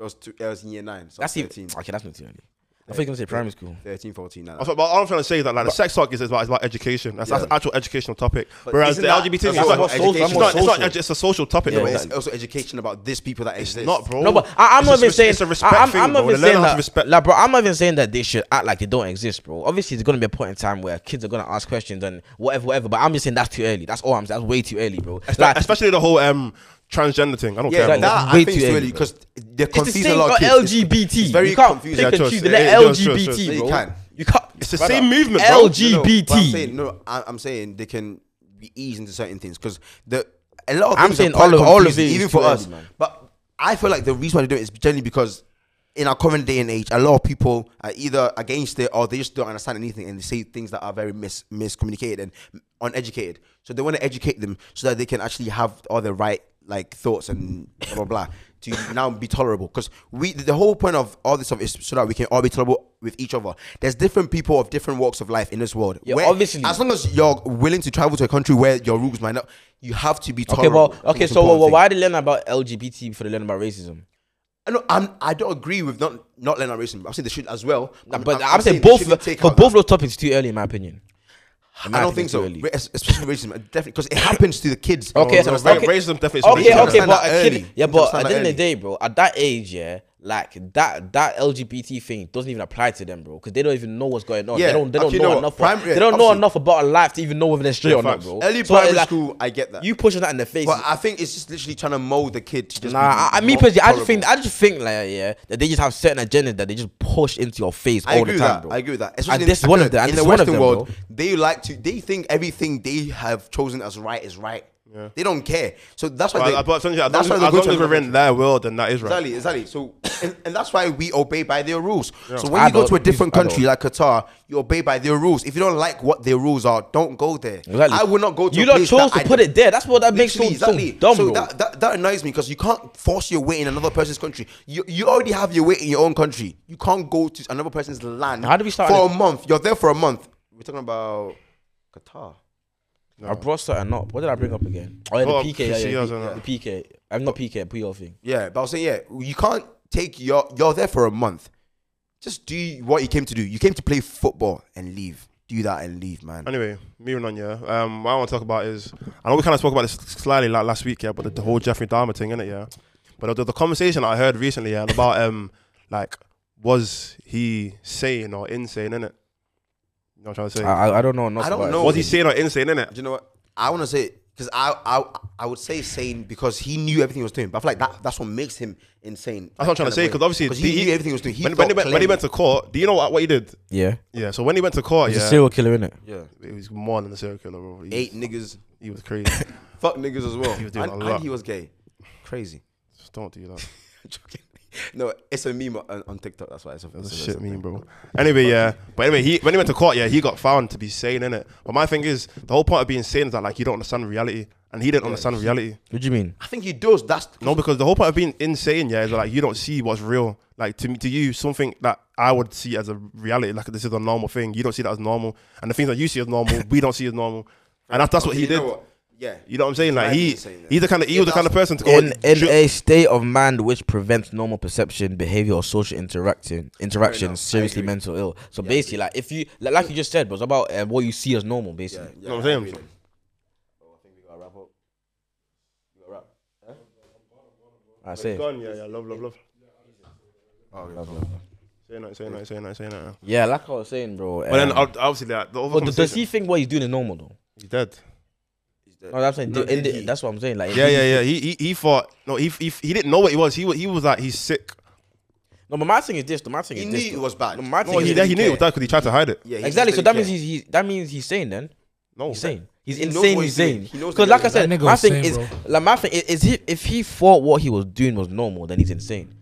S4: It was, two, it was in year nine. So I was
S3: That's even
S4: 13,
S3: okay. That's not too early. I think I'm gonna say primary school.
S4: 13, 14. Like
S5: I
S4: that.
S5: was, but all I'm trying to say is that like the sex talk is about, is about education. That's, that's an actual educational topic. Whereas
S4: isn't
S5: the
S4: that-
S5: LGBT is
S4: that's
S5: like,
S4: more
S5: it's,
S4: social-
S5: not,
S4: that's
S5: it's,
S4: more
S5: not,
S3: social.
S5: edu- it's a social topic.
S3: Yeah,
S5: though.
S4: But
S5: It's
S4: it's also education about these people that exist.
S5: not, bro.
S3: No, but I, I'm
S5: It's
S3: not
S5: a
S3: even
S5: res-
S3: saying.
S5: it's a respect
S3: I, I'm,
S5: thing.
S3: I'm
S5: bro.
S3: not even
S5: They learn
S3: saying
S5: how
S3: that.
S5: to respect.
S3: Like, bro, I'm not even saying that they should act like they don't exist, bro. Obviously, there's gonna be a point in time where kids are gonna ask questions and whatever, whatever. But I'm just saying that's too early. That's all I'm saying. That's way too early, bro.
S5: Espe- especially the whole um, transgender thing. I don't
S4: Yeah,
S5: care.
S3: like,
S5: bro.
S3: that's
S4: that I
S3: way
S4: think
S3: too
S4: is
S3: early,
S4: really
S3: bro.
S4: because they're
S3: It's the
S4: confusing a
S3: same
S4: lot
S3: for
S4: of kids. It's-
S3: LGBT.
S4: it's very
S3: you can't
S4: confusing.
S5: Yeah,
S3: pick
S5: true,
S3: and choose. They
S5: it's-
S3: let
S5: it does, true,
S3: LGBT,
S5: true.
S4: They
S3: bro.
S4: can.
S3: You can't.
S5: It's the
S4: Brother,
S5: same movement, bro.
S4: No, no,
S3: LGBT.
S4: but I'm saying no. I- I'm saying they can be eased into certain things because the a lot of
S3: I'm
S4: things
S3: saying
S4: are quite
S3: all of- all of
S4: confusing,
S3: it is
S4: even
S3: too
S4: for
S3: early,
S4: us.
S3: man.
S4: But I feel like the reason why they do it is generally because in our current day and age, a lot of people are either against it or they just don't understand anything and they say things that are very mis- miscommunicated and uneducated. So they want to educate them so that they can actually have all the right like thoughts and blah blah blah to now be tolerable. Because we the whole point of all this stuff is so that we can all be tolerable with each other. There's different people of different walks of life in this world.
S3: Yeah,
S4: Where-
S3: obviously.
S4: As long as you're willing to travel to a country where your rules might not, you have to be
S3: Okay,
S4: tolerable.
S3: well, okay. So, well, why did they learn about LGBT before they learn about racism?
S4: I know, Uh, I'm, I don't agree with not not learning racism. I'm saying they should as well.
S3: Nah, but I'm, saying, both for both those topics too early, in my opinion. In my
S4: I don't
S3: opinion,
S4: think so,
S3: too early.
S4: Ra- es- especially racism. uh, Definitely, because
S3: [laughs]
S4: it happens to the kids. Oh,
S3: Okay,
S5: no,
S3: so-
S5: ra-
S3: okay.
S5: racism definitely is
S3: Okay,
S5: racism.
S3: okay,
S4: understand
S3: but
S4: that
S3: a
S4: early.
S3: kid, yeah,
S4: You
S3: but
S4: understand
S3: at
S4: that
S3: the end of
S4: early.
S3: the day, bro, at that age, yeah, like that that LGBT thing doesn't even apply to them, bro, because they don't even know what's going on.
S4: Yeah,
S3: They don't they don't
S4: actually, you
S3: know,
S4: know what?
S3: enough.
S4: Prime- yeah,
S3: they don't know
S4: absolutely.
S3: enough about life to even know whether they're straight
S5: Yeah,
S3: or not,
S5: facts.
S3: bro.
S4: Early
S3: So,
S4: primary
S3: like,
S4: school, I get that.
S3: You pushing that in the face.
S4: but I Oh, think it's just literally trying to mold the kid to just.
S3: Nah,
S4: be
S3: I, I mean,
S4: more
S3: personally, I just
S4: tolerable.
S3: think, I just think, like, yeah, that they just have certain agendas that they just push into your face
S4: I
S3: all
S4: agree
S3: the
S4: with
S3: time,
S4: that.
S3: bro.
S4: I agree with that.
S3: And
S4: in-
S3: this one of them. And
S4: in
S3: this
S4: the
S3: one of
S4: Western
S3: them,
S4: world,
S3: bro.
S4: they like to. They think everything they have chosen as right is right. They don't care. So that's why.
S5: But,
S4: they,
S5: but essentially, as long
S4: that's
S5: as,
S4: why
S5: as
S4: they go
S5: long
S4: to
S5: as we're in
S4: another-
S5: their world, then that is right.
S4: Exactly, exactly. So, and, and that's why we obey by their rules. So when you go
S3: Adult,
S4: to a different
S3: please,
S4: country like Qatar, you obey by their rules. If you don't like what their rules are, don't go there.
S3: Exactly.
S4: I would not go to.
S3: You
S4: a
S3: don't
S4: place
S3: chose
S4: that
S3: to
S4: I
S3: put
S4: don't-
S3: it there. That's what that makes so,
S4: Literally, exactly.
S3: so dumb, bro.
S4: that, that that annoys me because you can't force your way in another person's country. You you already have your way in your own country. You can't go to another person's land.
S3: How do we start
S4: for
S3: it?
S4: a month? You're there for a month. We're talking about Qatar.
S3: I brought something up. What did I bring up again? Oh, yeah, the
S5: Well,
S3: PK. Yeah,
S5: PCs,
S3: yeah,
S5: isn't
S3: the, the PK. I'm not PK, PL thing.
S4: Yeah, but I was saying, yeah, you can't take your. You're there for a month. Just do what you came to do. You came to play football and leave. Do that and leave, man.
S5: Anyway, moving on, yeah. Um, what I want to talk about is I know we kind of spoke about this slightly like last week, yeah, but the, the whole Jeffrey Dahmer thing, innit, yeah. But the, the conversation I heard recently, yeah, about [laughs] um, like, was he sane or insane, innit? You know what I'm trying to say?
S4: Ah.
S3: I, I- I don't know. enough
S4: I don't
S3: about it.
S4: know.
S5: was he sane or insane,
S4: Do
S5: innit?
S4: you know what? I want to say because I, I I would say sane because he knew everything he was doing. But I feel like that that's what makes him insane.
S5: That's what I'm trying to say because obviously
S4: because he,
S5: the-
S4: knew everything he was doing. He
S5: when, when, he
S4: felt
S5: went, when
S4: clearly.
S5: he went to court, do you know what, what he did?
S3: Yeah.
S5: Yeah, so when he went to court,
S3: He's a
S5: yeah,
S3: serial killer, innit?
S4: yeah,
S5: it was more than a serial killer. Bro. He,
S4: eight niggas,
S5: he
S4: [laughs]
S5: was crazy.
S4: fuck niggas as well, [laughs]
S5: was doing
S4: and,
S5: a
S4: and
S5: lot.
S4: he was gay. [laughs] Crazy.
S5: Just don't do that.
S4: Joking. no, it's a meme on, on TikTok. That's why it's a,
S5: That's
S4: it's
S5: a
S4: a-
S5: shit
S4: it's a
S5: meme,
S4: thing.
S5: bro. Anyway, yeah. But anyway, he when he went to court, yeah, he got found to be sane, innit? But my thing is, the whole point of being sane is that like you don't understand reality, and he didn't understand reality.
S3: What do you mean?
S4: I think he does. That's
S5: No, because the whole point of being insane, yeah, is like you don't see what's real. Like to me, to you, something that I would see as a reality, like this is a normal thing. You don't see that as normal, and the things that you see as normal, we don't see as normal. And that's, that's what
S4: Okay,
S5: he
S4: you
S5: did.
S4: know what? Yeah.
S5: You know what I'm saying? Like
S4: Right,
S5: he,
S4: you're saying that.
S5: he's the kind of he
S4: Yeah,
S5: was the kind of
S4: that's-
S5: person to go
S3: In, in
S5: ju-
S3: a state of mind which prevents normal perception, behavior, or social interacting
S4: Fair enough.
S3: interactions,
S4: I
S3: seriously
S4: agree.
S3: mental ill. So basically, like if you, like, like you just said, was about uh, what you see as normal, basically.
S5: You know what I'm
S4: I
S5: saying?
S4: agree. I think we gotta wrap up. We gotta wrap.
S3: I say,
S5: Gone, yeah, yeah, love, love, love.
S4: Oh, okay.
S5: Say no, say no, say no, say no.
S3: yeah, like I was saying, bro.
S5: But then
S3: um,
S5: ob- obviously, like, the other
S3: but does
S5: conversation-
S3: he think what he's doing is normal though?
S5: he's dead.
S4: He's dead.
S3: No, that's what I'm saying.
S4: No,
S3: in the-
S4: he-
S3: that's what I'm saying. Like,
S5: Yeah, yeah, yeah. He he, he thought no. He, he he didn't know what he was. He was he was like he's sick.
S3: No, but my thing is this. though. My thing
S4: He
S3: is
S4: knew
S3: this.
S4: it
S3: though.
S4: was bad.
S3: No, my
S5: No,
S3: thing
S5: he,
S3: is
S5: he knew it was that because he tried to hide it.
S4: Yeah, he just
S3: exactly. So
S4: didn't
S3: that means
S4: care.
S3: he's, he's that means he's sane then.
S5: No,
S3: He's sane. He's
S4: He knows
S3: insane.
S4: what
S3: He's
S4: he's doing.
S3: sane.
S4: He knows
S3: Because
S4: what
S3: like I
S4: he's
S2: doing.
S3: said,
S2: That nigga
S3: my
S2: was
S3: thing
S2: sane,
S3: is
S2: bro.
S3: like my thing is, is he if he thought what he was doing was normal, then he's insane.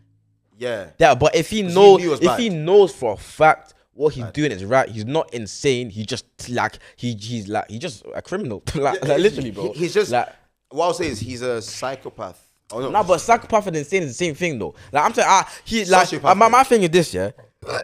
S4: Yeah.
S3: Yeah, but if he
S4: he
S3: knows
S4: knew it was
S3: if he
S4: bad.
S3: knows for a fact what he's doing is right, he's not [laughs] insane. He just like he he's like he's just a criminal. like, like, literally, bro.
S4: He- He's just
S3: like
S4: what I'll say is he's a psychopath. Oh, no.
S3: Nah, but psychopath and insane is the same thing though. Like I'm saying, ah, he like
S4: Sociopath,
S3: uh, my,
S4: yeah.
S3: my thing is this, yeah.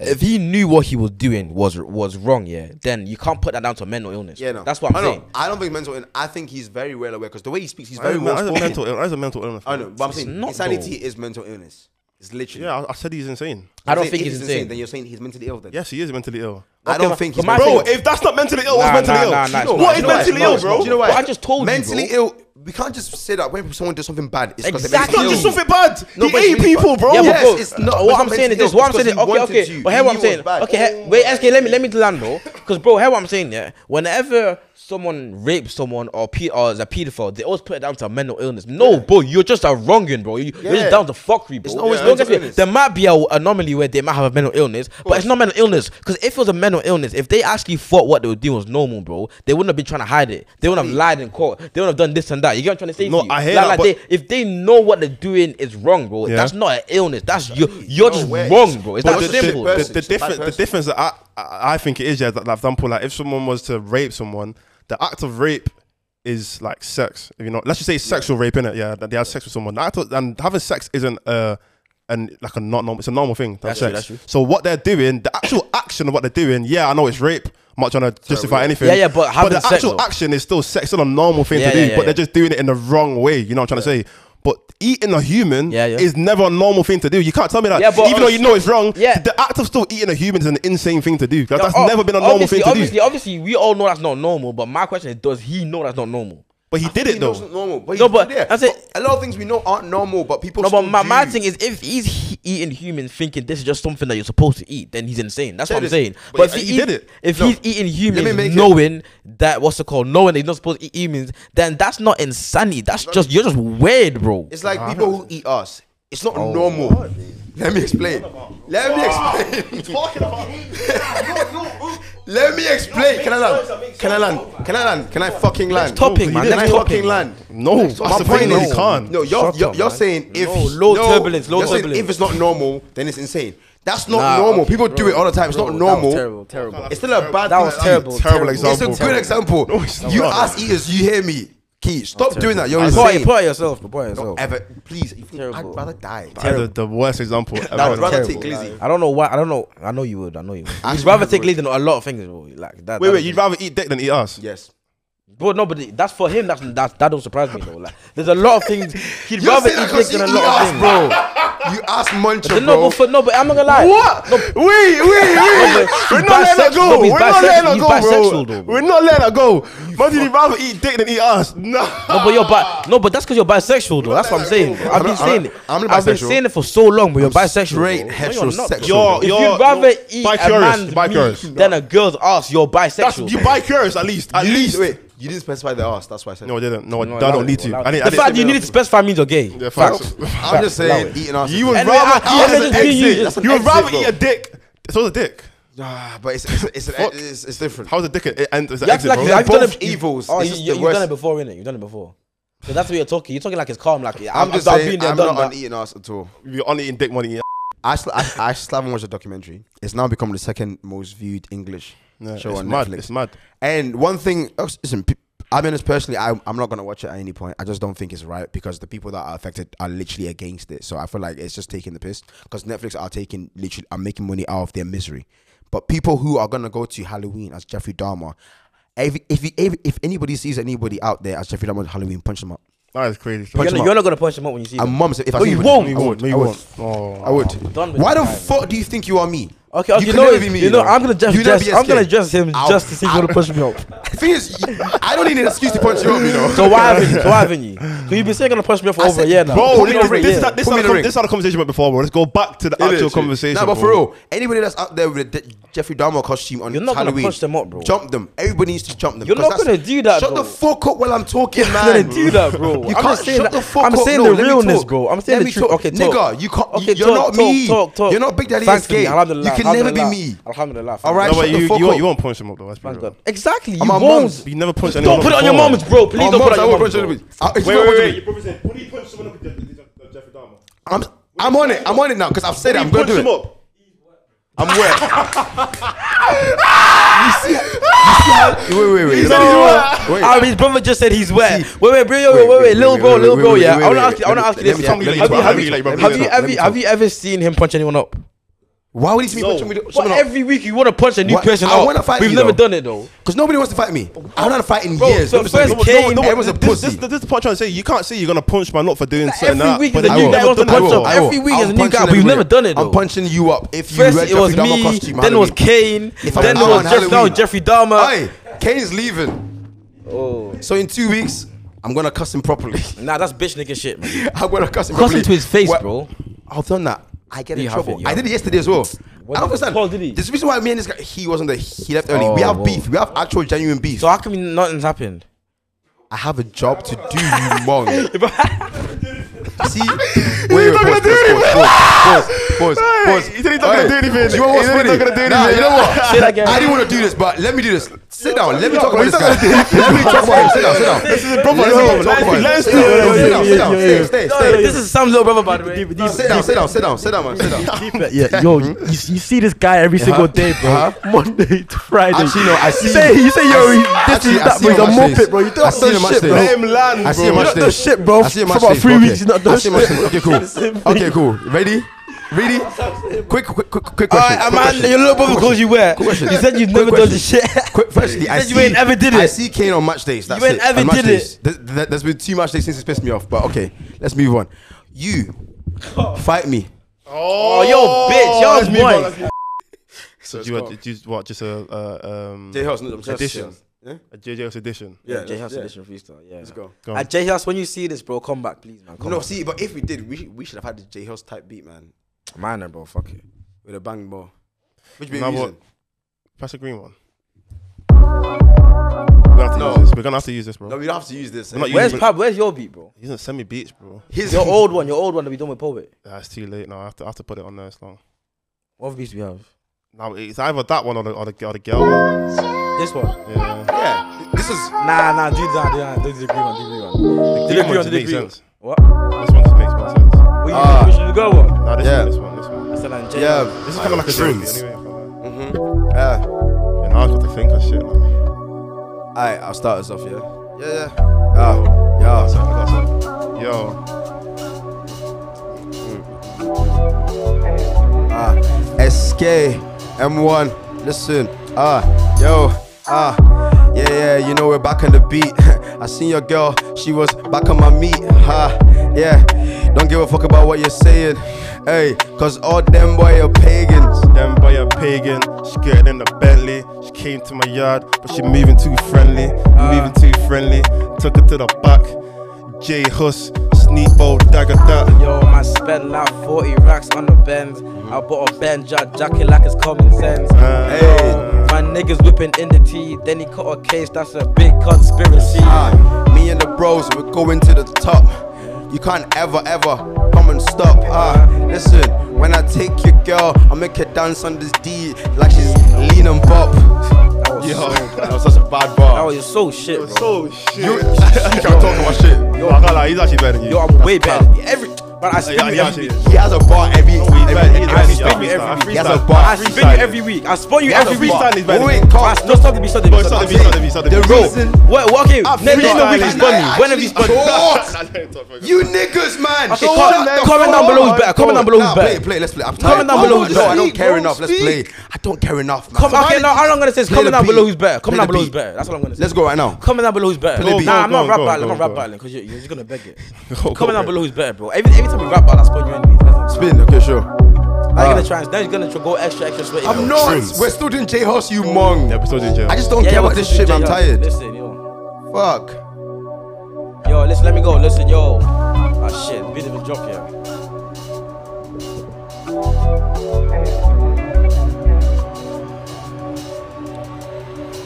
S3: If he knew what he was doing was was wrong, yeah, then you can't put that down to mental illness.
S4: yeah, no.
S3: that's what I'm
S4: I know.
S3: saying.
S4: I don't think mental. ill- I think he's very well aware because the way he speaks, he's
S5: That
S4: very
S5: is
S4: well
S5: a
S4: spoken.
S5: mental. ill- That is a mental illness.
S4: I know, but I'm saying
S3: not,
S4: insanity is mental illness. It's literally.
S5: Yeah, I, I said he's insane.
S3: I don't
S4: If
S3: think
S4: he's
S3: he's insane.
S4: Then you're saying he's mentally ill. Then
S5: Yes, he is mentally ill.
S4: I
S3: Okay,
S4: don't
S3: but-
S4: think
S3: but
S4: he's
S3: my
S4: mentally
S3: thing-
S5: Bro, if that's not mentally ill, what's
S3: Nah,
S5: mentally
S3: nah,
S5: ill?
S3: nah, nah, it's
S5: what
S3: not.
S5: is
S3: You know what,
S5: mentally
S3: it's not,
S5: ill,
S3: it's not.
S5: bro?
S3: Do you know
S5: what?
S3: what? I just told you,
S4: mentally
S3: bro.
S4: ill. We can't just say that when someone does something bad. It's because
S5: That's not
S3: Exactly.
S5: just something bad.
S4: No,
S5: he
S4: but
S5: ate
S4: it's-
S5: people, bro.
S4: Yeah,
S3: Yeah,
S4: Yes,
S3: but
S4: it's
S3: bro,
S4: not-
S3: what
S4: it's
S3: I'm
S4: not
S3: saying is
S4: mentally
S3: this. What I'm
S4: ill,
S3: saying is,
S4: because he
S3: okay,
S4: wanted
S3: okay.
S4: you.
S3: But hear what
S4: He
S3: I'm saying.
S4: was bad.
S3: Okay, he- wait, SK, let me let me land
S4: [laughs]
S3: though. Because bro, hear what I'm saying, yeah. Whenever someone rapes someone or, pe- or is a pedophile, they always put it down to mental illness. No, bro, you're just a wronging, bro. You, are
S4: Yeah.
S3: just down to fuckery, bro.
S4: It's not always
S3: Don't
S4: mental
S3: get me-
S4: illness.
S3: There might be an anomaly where they might have a mental illness, but it's not mental illness. Because if it was a mental illness, if they actually thought what they were doing was normal, bro, they wouldn't have been trying to hide it. They wouldn't have lied in court. They wouldn't have done this and that. You get what I'm trying to say?
S5: No,
S3: to you?
S5: I hear
S3: Like-
S5: that,
S3: like
S5: but-
S3: they- if they know what they're doing is wrong, bro,
S5: Yeah.
S3: that's not an illness. That's you. You're
S4: no
S3: just
S4: way.
S3: wrong, bro. It's that
S4: But
S5: the,
S4: it's a shit
S3: simple.
S5: the-
S3: bro.
S5: the,
S4: person. It's a bad
S5: difference, the
S4: person.
S5: difference that I, I, I think it is, yeah, that, like, for example, like if someone was to rape someone, the act of rape is like sex. If you know, let's just say sexual rape, innit? Yeah, that they had sex with someone. The act of- and having sex isn't uh, and like a not normal. It's a normal thing. to
S3: That's
S5: have
S3: true,
S5: sex.
S3: that's true.
S5: So what they're doing, the actual action of what they're doing, yeah, I know it's rape. I'm not trying to justify anything.
S3: Yeah, yeah, but having
S5: the
S3: sex,
S5: actual
S3: though.
S5: action is still sex, still a normal thing
S3: Yeah,
S5: to do.
S3: yeah, yeah,
S5: but
S3: yeah.
S5: they're just doing it in the wrong way. You know what I'm trying to say. But eating a human
S3: Yeah, yeah.
S5: is never a normal thing to do. You can't tell me that.
S3: Yeah, but
S5: even though you know it's wrong,
S3: Yeah.
S5: the act of still eating a human is an insane thing to do. Like, that's
S3: Oh,
S5: never been a normal
S3: obviously,
S5: thing to
S3: obviously,
S5: do.
S3: Obviously, we all know that's not normal. But my question is, does he know that's not normal?
S5: But he did
S4: He
S5: it
S4: knows
S5: though.
S4: it's normal, but
S3: No,
S4: he's
S3: but
S4: there.
S3: that's it.
S4: But A lot of things we know aren't normal, but people.
S3: No, but
S4: still
S3: my, my
S4: do.
S3: thing is, if he's he- eating humans thinking this is just something that you're supposed to eat, then he's insane. That's
S4: Said
S3: what I'm
S4: it.
S3: saying.
S4: But
S3: But,
S5: he-
S3: if
S5: he did it.
S3: If
S4: No.
S3: he's eating
S4: Let me make
S3: humans
S4: it-
S3: knowing that what's it called, knowing they're not supposed to eat humans, then that's not insanity. That's just you're just weird, bro.
S4: It's like people who eat us. It's not
S5: Oh,
S4: normal. Let me explain. Let me explain. [laughs] Let me explain. Can I land? Can I land? Can I land? Can I fucking land?
S3: topic,
S4: Can
S3: man.
S4: I
S3: Next
S4: fucking
S3: topic.
S4: land?
S5: No, that's
S4: My
S5: the
S4: point
S5: thing. No,
S4: is,
S5: you can't.
S4: No, you're you're, you're saying if
S3: No, low turbulence, low
S4: you're saying
S3: turbulence.
S4: If it's not normal, then it's insane. That's not
S3: Nah,
S4: normal.
S3: okay,
S4: People do
S3: bro,
S4: it all the time. It's
S3: bro,
S4: not
S3: that was
S4: normal.
S3: Terrible, terrible.
S4: It's still a bad.
S3: That
S4: thing
S3: was
S4: to do.
S3: terrible.
S5: terrible example.
S4: It's a good example.
S5: No, it's
S4: you
S5: not.
S4: ask eaters. You hear me? Key, stop doing that. You're
S3: Point
S4: insane.
S3: point at yourself, bro. Point at yourself.
S4: Don't ever, please. if you-
S3: Terrible.
S4: I'd rather die.
S5: I had the, the worst example
S4: I'd
S5: ever.
S4: rather
S3: terrible.
S4: take glizzy.
S3: I don't know why. I don't know. I know you would. I know you. Would. You'd
S4: Actually,
S3: rather
S4: I
S3: take
S4: would.
S3: lead in a lot of things, bro. Like that.
S5: Wait,
S3: that
S5: wait, you'd rather eat dick than eat us?
S4: Yes.
S3: Bro, no, but th- that's for him. That's that. That don't surprise me though. Like, there's a lot of
S5: [laughs]
S3: things he'd
S4: You're
S3: rather
S4: saying
S3: eat
S4: that
S3: dick
S4: 'cause you
S3: than a
S4: eat
S3: lot of
S4: ass,
S3: things.
S4: bro. You ass muncher,
S3: But No,
S4: bro.
S3: but for, no, but I'm not gonna lie.
S5: What?
S3: [laughs]
S5: wait, wait, wait.
S3: he's
S5: We're not letting her
S3: bisexual-
S5: go.
S3: no, he's
S5: We're not
S3: bisexual-
S5: letting her
S3: he's
S5: go,
S3: bisexual
S5: bro.
S3: though, bro.
S5: We're not letting her go. Man, you'd rather eat dick than eat us. [laughs] No.
S3: No, but you're
S5: [laughs]
S3: bi- No, but that's because you're bisexual though. That's what I'm saying. bro. I've
S4: I'm
S3: been
S4: not-
S3: saying it.
S4: I'm not
S3: I've been
S4: bisexual.
S3: saying it for so long, but you're bisexual. bro.
S4: straight
S3: No, you're not, bro.
S4: heterosexual.
S5: You're-
S3: If
S5: you're-
S3: you'd rather eat
S5: bi-
S3: a
S5: curious,
S3: man's
S5: bi-
S3: meat
S5: curious.
S3: than a girl's ass, you're
S5: That's,
S3: bisexual.
S5: you buy curious at least. At
S4: You
S5: least.
S4: didn't- Wait, you didn't specify the ass. That's why I said.
S5: No, I didn't. No, I
S3: allow
S5: don't
S3: it,
S5: need to.
S3: allow
S5: I didn't.
S3: the
S5: I didn't
S3: fact you
S5: say-
S3: need to specify means you're gay.
S5: Yeah, facts.
S3: [laughs]
S4: I'm just
S3: Facts, allow
S4: saying
S3: it.
S4: eating ass.
S5: You would
S4: is-
S3: Anyway,
S5: rather
S3: I- I-
S5: eat
S3: I'm
S5: an
S3: just being
S5: exit.
S3: used.
S5: You would
S4: Exit,
S5: rather
S4: bro.
S5: eat a dick. It's also a dick.
S4: Ah, but it's it's it's,
S5: Fuck.
S4: it's, it's, it's different.
S5: How's a dick? It ends. It's an
S3: You act
S5: exit,
S3: like
S5: bro.
S3: you- I've done
S4: both
S3: it.
S4: evils.
S3: Oh, you,
S4: It's just
S3: you,
S4: the
S3: you've done
S4: worst.
S3: it before, innit? You've done it before. So that's what you're talking. You're talking like it's calm. Like
S4: I'm,
S3: I'm,
S4: just
S3: I've
S4: saying,
S3: been there,
S4: I'm
S3: done
S4: not
S3: that.
S4: on eating ass at all.
S5: You're only eating dick, one eating.
S4: I, sl- I, I still haven't watched a documentary. It's now become the second most viewed English
S5: Yeah,
S4: show
S5: it's
S4: on
S5: mad,
S4: Netflix.
S5: it's mad.
S4: And one thing, oh, listen, pe- I mean, it's personally, I, I'm not gonna watch it at any point. I just don't think it's right because the people that are affected are literally against it. So I feel like it's just taking the piss because Netflix are taking literally are making money out of their misery. But people who are gonna go to Halloween as Jeffrey Dahmer, if if, if, if anybody sees anybody out there as Jeffrey Dahmer on Halloween, punch them up.
S5: That is crazy.
S3: You're
S4: Punch
S3: not,
S4: him
S3: you're
S4: up.
S3: not gonna punch him up when you see
S4: And
S3: him.
S4: mum said, if I
S3: No,
S4: see
S3: you won't.
S4: anybody-
S5: You
S4: I would,
S5: won't. No,
S4: I
S5: you
S4: would.
S5: won't. Oh.
S4: I would.
S3: Done with
S4: Why the
S3: that guy,
S4: fuck do you think you are me?
S3: Okay, okay. You,
S4: can
S3: know,
S4: never be me,
S3: you know,
S4: though.
S3: I'm gonna just,
S4: You'll never
S3: dress-
S4: be
S3: I'm gonna
S4: escaped.
S3: dress him
S4: I'll-
S3: just to see if
S4: [laughs]
S3: he's gonna punch me up.
S4: The thing is, I don't need an excuse to punch you up,
S3: [laughs]
S4: you know.
S3: So why haven't you? So why haven't you? So you've been saying gonna punch me up for
S4: I
S3: over
S4: said-
S3: a year now.
S4: Put
S5: Bro, this
S4: me in the
S5: is-
S4: ring.
S5: this is not- this
S4: Put
S5: is
S4: me in
S5: not
S4: the
S5: com-
S4: ring.
S5: this is not a conversation we had before, bro. Let's go back to the
S4: It
S5: actual
S4: is.
S5: conversation.
S4: Nah, but for
S5: bro.
S4: real, anybody that's out there with the Jeffrey Dahmer costume on
S3: You're not gonna
S4: Halloween,
S3: punch them up, bro.
S4: Jump them. Everybody needs to jump them.
S3: You're not
S4: 'cause that's-
S3: gonna do that,
S4: Shut
S3: bro.
S4: the fuck up while I'm talking, man.
S3: gonna do that, bro.
S4: You
S3: I'm
S4: can't
S3: just saying
S4: shut
S3: that-
S4: the fuck
S3: I'm
S4: up.
S3: saying
S4: No,
S3: the
S4: let me
S3: realness,
S4: talk.
S3: bro. I'm saying
S4: Let
S3: the
S4: me
S3: truth.
S4: talk.
S3: Okay, talk.
S4: nigga, you can't.
S3: Okay,
S4: you're
S3: talk,
S4: not me.
S3: talk, talk, talk.
S4: You're not Big Daddy
S3: Thankfully,
S4: Escape.
S3: alhamdulillah,
S4: You can never be
S3: alhamdulillah,
S4: me.
S3: Alhamdulillah.
S4: All right,
S5: No,
S4: shut
S5: but
S4: the
S5: you, you,
S4: fuck
S5: won't,
S4: up.
S5: you won't punch him up, though. That's pretty
S3: Thank
S5: real.
S3: God. Exactly. You
S4: I'm on mums.
S3: won't.
S5: You never punch anyone
S3: Don't put it on your
S5: before.
S3: mums, bro. Please
S4: Oh,
S3: don't put
S4: mums,
S3: it
S4: I
S3: on your
S4: won't punch
S3: mums. bro.
S4: anybody. I- it's not
S5: Wait, wait,
S4: punching
S5: wait.
S4: me.
S5: You probably said, would he punch someone up with Jeffrey Dahmer?
S4: I'm I'm on it. I'm on it now because I've said it. I'm
S5: punch
S4: gonna do
S5: him
S4: it.
S5: up.
S4: I'm wet. you see, you see how, wait, wait, wait. Wait.
S3: Um, his brother just said he's wet. Wait, wait, bro, yo,
S4: Wait,
S3: wait, wait,
S4: wait,
S3: wait, little
S4: wait,
S3: bro,
S4: wait,
S3: little
S4: wait,
S3: bro,
S4: wait,
S3: yeah.
S4: wait,
S3: I wanna
S4: wait,
S3: ask you, I
S4: wait.
S3: wanna ask you
S4: Let me
S3: this.
S4: tell
S3: yeah.
S4: you,
S5: let me
S3: Have you,
S5: tell you,
S3: have
S5: let
S3: you,
S5: me tell you,
S3: have you,
S4: let
S3: have
S4: me
S3: you,
S4: tell
S3: have you ever seen him punch anyone up?
S4: Why would he keep
S5: No.
S4: punching me?
S3: But every week you wanna punch a new
S4: What?
S3: person
S4: I
S3: up.
S4: wanna fight
S3: We've
S4: you,
S3: never
S4: though.
S3: done it though.
S4: Because nobody wants to fight me. I haven't had a fight in
S3: Bro,
S4: years.
S3: so
S4: Nobody's
S3: first
S4: fighting me.
S3: Kane,
S5: no, no,
S4: everyone's a
S5: this,
S4: pussy.
S5: This, this, this is the part I'm trying to say. You can't say you're gonna punch man up for doing certain
S3: Every
S5: that.
S3: week
S5: but
S3: is a
S5: then
S4: I
S3: new
S5: you've
S4: will.
S3: guy
S5: never
S3: wants to
S5: done it
S3: punch up.
S5: before.
S4: I will.
S3: Every week
S4: I'll
S3: is a new
S4: punch
S3: guy.
S4: you in
S3: We've
S4: every
S3: never
S4: week.
S3: done it though.
S4: I'm punching you up. If you
S3: First
S4: read
S3: it was
S4: Jeffrey Dahmer
S3: me,
S4: costume,
S3: then it was
S4: Halloween.
S3: Kane,
S4: If I'm
S3: then it
S4: out
S3: was
S4: on
S3: Jeff, now
S4: Halloween.
S3: Jeffrey Dahmer.
S4: [laughs] Hey, Kane's leaving. Oh. So in two weeks, I'm gonna cuss him properly. [laughs]
S3: Nah, that's bitch nigga shit, man.
S4: I'm gonna cuss him
S3: Cuss
S4: properly.
S3: him to his face,
S4: Well,
S3: bro.
S4: I've done that. I get in
S3: You have
S4: trouble.
S3: it, yeah.
S4: I did it yesterday as well. I don't
S3: did-
S4: understand.
S3: Paul did he?
S4: There's a reason why me and this guy, he wasn't there. He left early. we
S3: Oh,
S4: have
S3: whoa.
S4: beef. We have actual genuine beef.
S3: So how come nothing's happened?
S4: I have a job to do, you mong.
S5: [laughs]
S4: See, wait, wait,
S5: not
S4: pause,
S5: gonna do anything. [laughs]
S4: pause, pause, pause, pause,
S5: Hey,
S4: pause.
S5: he said he's not gonna
S4: Hey,
S5: do anything.
S4: Do you know what's
S5: He said he's
S4: funny?
S5: not gonna do
S4: Nah,
S5: anything.
S4: you know what?
S3: Say that again.
S4: I didn't want to do this, but let me do this. Sit down. Let me
S5: No,
S4: talk about
S5: he's
S4: this
S5: not
S4: guy. Let me talk about him. Sit down. Sit down.
S5: This is a proper
S4: Let me
S5: show.
S4: talk about him.
S5: Let's
S4: Sit
S5: do
S4: down, Sit
S5: it.
S4: down. Sit
S5: Let's
S4: down.
S5: do it.
S4: Stay. Stay. Stay.
S3: This is Sam's little brother, by the way.
S4: Sit down. Sit down. Sit down. Sit down, man. Sit down.
S6: yeah, yo, you, you see this guy every single day, bro. Monday to Friday.
S4: Actually, no, I see.
S6: You say, you say, yo,
S4: I
S6: he,
S4: see-
S6: this
S4: actually,
S6: is
S4: I
S6: that,
S4: see
S6: bro. He's a
S4: him on
S6: muppet,
S4: stage.
S6: bro. You
S4: I
S6: don't
S4: see him
S6: do
S4: on
S6: shit,
S4: stage.
S6: bro.
S5: Same land,
S4: I see him
S5: bro.
S4: on
S6: You're not
S4: stage.
S6: the shit, bro.
S4: I see him
S6: For
S4: on
S6: about
S4: stage,
S6: three
S4: bro.
S6: weeks, he's not the
S4: I see him on
S6: shit.
S4: stage.
S6: [laughs]
S4: Okay, cool. Okay, cool. Ready? Ready? Quick, quick, quick, quick question.
S3: Alright,
S4: quick
S3: man,
S4: question.
S3: your little brother calls you where? You
S4: question.
S3: said you've
S4: Quick
S3: never done
S4: question.
S3: this shit.
S4: Quick, firstly, I
S3: said you
S4: see,
S3: ain't ever did
S4: I
S3: it.
S4: see Kane on match days. That's
S3: You ain't
S4: it.
S3: ever
S4: on match
S3: did
S4: days. There, there, there's been two match days since it's pissed me off, but okay, let's move on. You fight me.
S3: [laughs] Oh, yo, bitch,
S5: let's move on,
S3: yo,
S5: let's
S3: boy.
S5: So you were- did you what? Just a uh, um, edition, a JJ House edition.
S4: Yeah,
S3: J House
S4: yeah.
S3: edition freestyle. Yeah. Let's
S4: go.
S5: Go on.
S3: At J House, when you see this, bro, come back, please, man. Come
S4: No, see, but if we did, we, we should have had the J Hills type beat, man,
S3: back. man, bro, fuck it.
S4: with a bang more. Which be
S5: Now
S4: amazing.
S5: Pass the green one. We're gonna have to
S4: No.
S5: use this. We're gonna have to use this, bro.
S4: No, we don't have to use this.
S5: I'm not
S3: Where's
S5: using-
S3: Pab? Where's your beat, bro?
S5: He's not send me beats, bro.
S4: His
S3: [laughs] Your old one, your old one that we done with Poet.
S5: That's too late now. I have to, I have to put it on there. It's long.
S3: What other beats we have?
S5: Now it's either that one or the or the, or the girl one.
S3: This one.
S5: Yeah.
S4: Yeah, this is
S3: Nah, nah, do that, do that. Do the green one, do the green one.
S5: The
S3: Did it
S5: green
S3: agree
S5: one
S3: on-
S5: just
S3: did it
S5: makes
S3: agree on-
S5: sense.
S3: What? What
S5: This one just makes more sense.
S3: do you
S4: Ah.
S3: which do you go one?
S5: Nah, this
S4: Yeah.
S5: one, this one, this one.
S3: I said, like, J House.
S4: yeah.
S5: This is kind of like a joke
S4: Shrooms.
S5: anyway. I feel like.
S4: Yeah.
S5: Yeah, now I've got to think of shit. Now.
S4: Alright, I'll start us off, yeah? Yeah, yeah. Oh, yeah.
S5: So, I got some- Yo,
S4: Ah, SK, M1, listen, ah, yo, ah, yeah, yeah, you know we're back on the beat. [laughs] I seen your girl, she was back on my meat, ha, yeah. Don't give a fuck about what you're saying, hey, cause all them boy are pagans.
S5: them by a pagan. She getting in the Bentley. She came to my yard, but she moving too friendly. Moving too friendly. Took her to the back. J Hus, Sneebo, Dagger Dot.
S3: Yo, man, spent like 40 racks on the Benz. I bought a Benz, I jack it like it's common sense.
S5: Uh,
S4: Hey.
S3: My niggas whipping in the tea, then he caught a case, that's a big conspiracy.
S4: Ah, me and the bros, we're going to the top. You can't ever, ever come and stop. Ah, listen, when I take your girl, I make her dance on this D like she's lean and bop.
S3: That was, so,
S4: that was such a bad
S3: that
S4: bar.
S3: was so shit, bro.
S5: oh shit.
S4: You, you can't talk about shit.
S5: Yo, I can't lie, he's actually better than you.
S3: Yo, I'm way better. Every man, I spin
S5: yeah,
S3: you
S5: yeah,
S3: every
S5: yeah.
S3: week.
S4: He has a bar every, every,
S5: bad. He's
S4: every,
S5: bad.
S4: spin
S5: He's
S4: every
S5: bad.
S4: week. He has
S5: He's
S4: a
S3: I
S5: bad.
S4: bar.
S3: spin you every week. I spawn you
S4: He has
S3: every
S4: a
S3: week.
S4: bar.
S5: Freestyle is better
S4: Wait,
S5: than you.
S4: calm.
S3: That's no stop to be stop to be
S5: Boy, stop
S3: stop
S5: the
S3: to
S5: beat, stop the beat, stop the
S4: The
S5: beat.
S4: reason.
S3: be. Wait, well, okay. Next
S4: I'm
S3: next
S4: freestyling.
S3: week he's funny.
S4: I
S3: When have you
S4: actually-
S3: spun?
S4: Oh, You niggas, man.
S3: Okay, comment- comment down below who's better, comment down below who's
S4: Nah,
S3: better.
S4: Play, play. Let's play. I'm
S3: Comment
S4: tired.
S3: down below
S4: No,
S3: who's
S4: No, I
S3: better.
S4: don't care
S3: Bro,
S4: enough. Let's play. I don't care enough. man.
S3: Come,
S4: Somebody-
S3: okay, now all I'm gonna say is
S4: Play
S3: comment
S4: the
S3: down below
S4: beat.
S3: who's better. Comment down
S4: Play the
S3: below who's
S4: beat.
S3: better. That's what I'm gonna say.
S4: Let's go right now.
S3: Comment down below who's better.
S5: Go, go,
S3: Nah, I'm
S5: go,
S3: not rap
S5: go,
S3: battling.
S5: go,
S3: I'm not
S5: go.
S3: rap battling because you're, you're just gonna beg
S4: [laughs]
S3: it.
S5: Go,
S3: Comment
S5: go,
S3: down
S5: go.
S3: below who's better, bro. Every, every time we rap battle, I spawn you anyway. That's it.
S4: Spin. Okay, sure.
S3: Now you're gonna try. Now you're gonna tr- go extra, extra sweaty.
S4: I'm
S3: bro.
S4: not. We're still doing J House, you mong.
S5: The episode's in jail.
S4: I just don't
S3: Yeah,
S4: care
S3: yeah,
S4: about
S3: but
S4: this
S3: listen,
S4: shit. man. I'm
S3: yo,
S4: tired.
S3: Listen, yo,
S4: Fuck.
S3: yo, listen. Let me go. Listen, yo. Ah shit, bit of a drop here.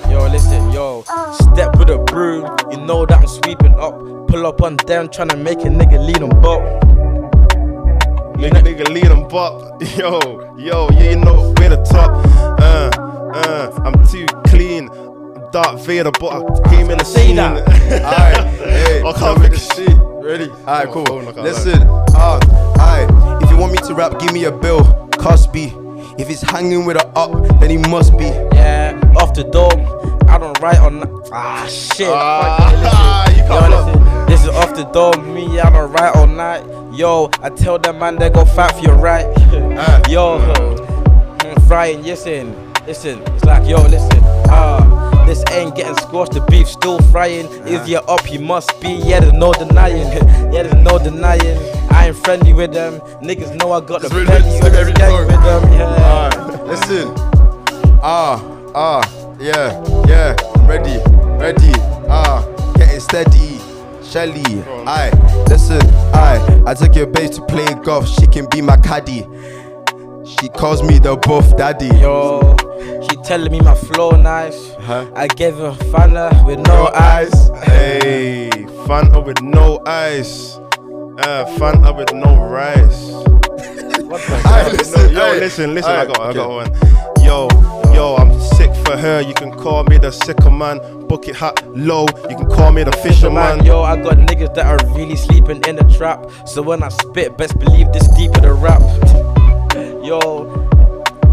S3: Yo, listen, yo. Step with a broom. You know that I'm sweeping up. Pull up on them, tryna make a nigga lean and bop.
S5: Nigga, nigga, lead them up. [laughs] Yo, yo, yeah, you know we're the top. Uh, uh, I'm too clean. I'm Darth Vader, but I came in the
S3: Say
S5: scene. [laughs]
S3: that.
S4: Alright, hey,
S5: I can't
S4: tell me
S5: think
S4: the
S5: of
S4: shit. Ready? Alright,
S5: Oh,
S4: cool.
S5: phone, I can't
S4: Listen, uh, alright. If you want me to rap, give me a bill. Cosby. If he's hanging with a up, then he must be. [laughs]
S3: Yeah, off the dome. I don't write on. Ah, shit.
S4: [laughs] Ah,
S3: Fuck it, listen.
S4: you can't
S3: Yo, listen, This is off the dome. Me, I don't write all night. Yo, I tell them man they go fight for your
S4: [laughs]
S3: right.
S4: Ah,
S3: [laughs] yo, mm, Ryan, listen, listen. It's like yo, listen. Ah. This ain't getting squashed, the beef still frying. If you're up, you must be. Yeah, there's no denying. [laughs] yeah, there's no denying. I ain't friendly with them. Niggas know I got the
S4: It's really good,
S3: penny.
S4: it's
S3: I
S4: like every
S3: gang
S4: song.
S3: with them. Yeah.
S4: Listen. Ah, ah, yeah, yeah. Ready, ready. Ah, getting steady. Shelly, aye. Listen, aye. I took your babe to play golf. She can be my caddy. She calls me the buff daddy.
S3: Yo, she telling me my flow nice.
S4: Huh?
S3: I gave her Fanta with no eyes.
S5: Hey, Fanta with no ice. Uh, Fanta with no rice. [laughs]
S4: Aye, listen,
S5: Yo,
S4: aye.
S5: listen, listen. I
S4: Aye,
S5: got, I got
S4: okay.
S5: one. Yo, yo, I'm sick for her. You can call me the sicker man. Book it hot, low. You can call me the fisherman.
S3: Man, yo, I got niggas that are really sleeping in the trap. So when I spit, best believe this deeper the rap. Yo,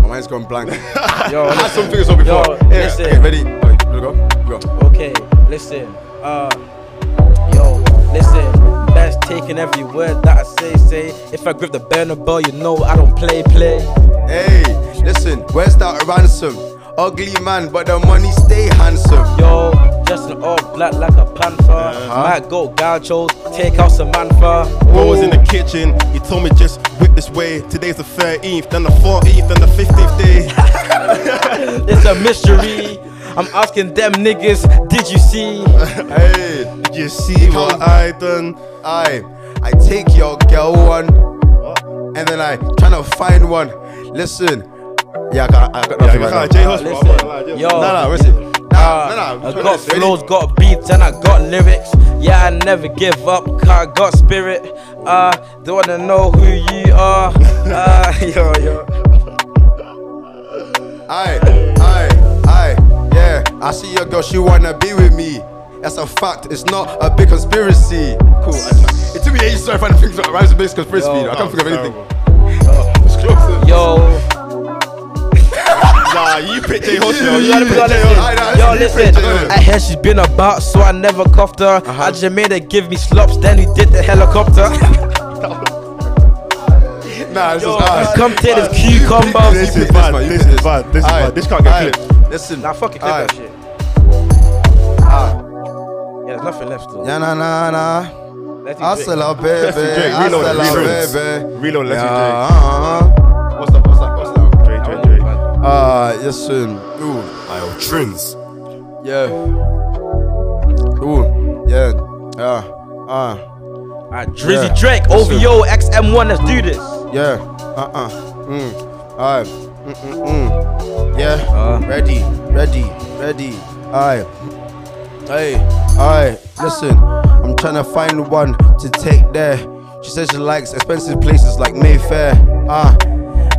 S4: My mind's gone blank.
S3: yo,
S4: [laughs] I had
S3: listen.
S4: some figures on before.
S3: Yo,
S4: yeah,
S3: listen.
S4: okay, ready? Okay, you go, you go.
S3: Okay, listen. Uh, yo, listen. That's taking every word that I say, say. If I grip the burner ball, you know I don't play, play.
S4: Hey, listen, where's that ransom? Ugly man, but the money stay handsome.
S3: Yo, just an all black like a panther. Might go gauchos, take out Samantha.
S5: I Uh-huh. was in the kitchen, you told me just whip this way. Today's the 13th, then the 14th, then the 15th day.
S3: It's a mystery. I'm asking them niggas, did you see?
S4: Hey,
S5: You see what I done?
S4: I I take your girl one, and then I tryna find one. Listen, yeah, I got, I got
S5: Yeah,
S4: nothing
S5: you
S4: right
S5: can't
S4: now.
S5: [laughs] J Hustle. I'm not
S3: Listen,
S5: lying, J
S3: yo,
S5: Hustle.
S4: Nah, nah, where's it? Nah, nah, nah.
S3: I
S4: I'm
S3: got
S4: tryna-
S3: flows, got beats, and I got lyrics. Yeah, I never give up, 'cause I got spirit. Uh, don't wanna know who you
S5: [laughs]
S3: are. Uh, [laughs] yo, yo.
S4: Aye, aye, aye, yeah. I see your girl, she wanna be with me. That's a fact. It's not a big conspiracy. Cool. I- It took me ages to find the things that rhymes with big conspiracy.
S3: Yo,
S4: I can't think of anything. It's close.
S3: Yo,
S5: Nah, you pick J Hustle. yo.
S4: Yeah,
S5: You had
S4: yeah,
S5: to pick J
S4: yeah.
S5: Hustle.
S4: Aye, nah,
S3: Yo,
S4: you pick
S3: listen, Uh-huh.
S4: J Hustle.
S3: I heard she's been about, so I never cuffed her. I just made her give me slops, then he did the helicopter.
S4: Nah,
S3: [laughs]
S4: this
S3: Yo,
S4: is hard.
S3: come take this
S4: You pick
S3: cucumber.
S4: you
S5: This is
S4: pick
S5: bad,
S4: man, you
S5: this
S4: pick
S5: is bad, this is
S4: Aye,
S5: bad. This can't get
S4: aye.
S5: clipped.
S4: Listen.
S3: nah, fuck it, clip
S4: aye.
S3: that shit. Yeah, there's nothing left though.
S4: Yeah, nah, nah, nah.
S3: Let it drip.
S4: Hustle up, baby.
S5: Jay,
S4: Hustle
S5: reload,
S4: up,
S5: reload.
S4: baby.
S5: Reload, let's
S4: Yeah,
S5: do Jay.
S4: uh-huh. What's up, what's up, what's up?
S5: Dre, Dre, Dre.
S4: Ah, yes, soon. Ooh,
S1: I'll trins.
S4: yeah. Ooh, yeah. Yeah. Uh, Ah,
S3: Alright, Drizzy
S4: Yeah.
S3: Drake,
S4: Listen.
S3: OVO, XM1, let's do this.
S4: yeah. Uh-uh. Mm. Alright. Mm-mm-mm. Yeah. ready, ready, ready. Aye. Hey, aye, listen, I'm trying to find one to take there. She says she likes expensive places like Mayfair. Ah,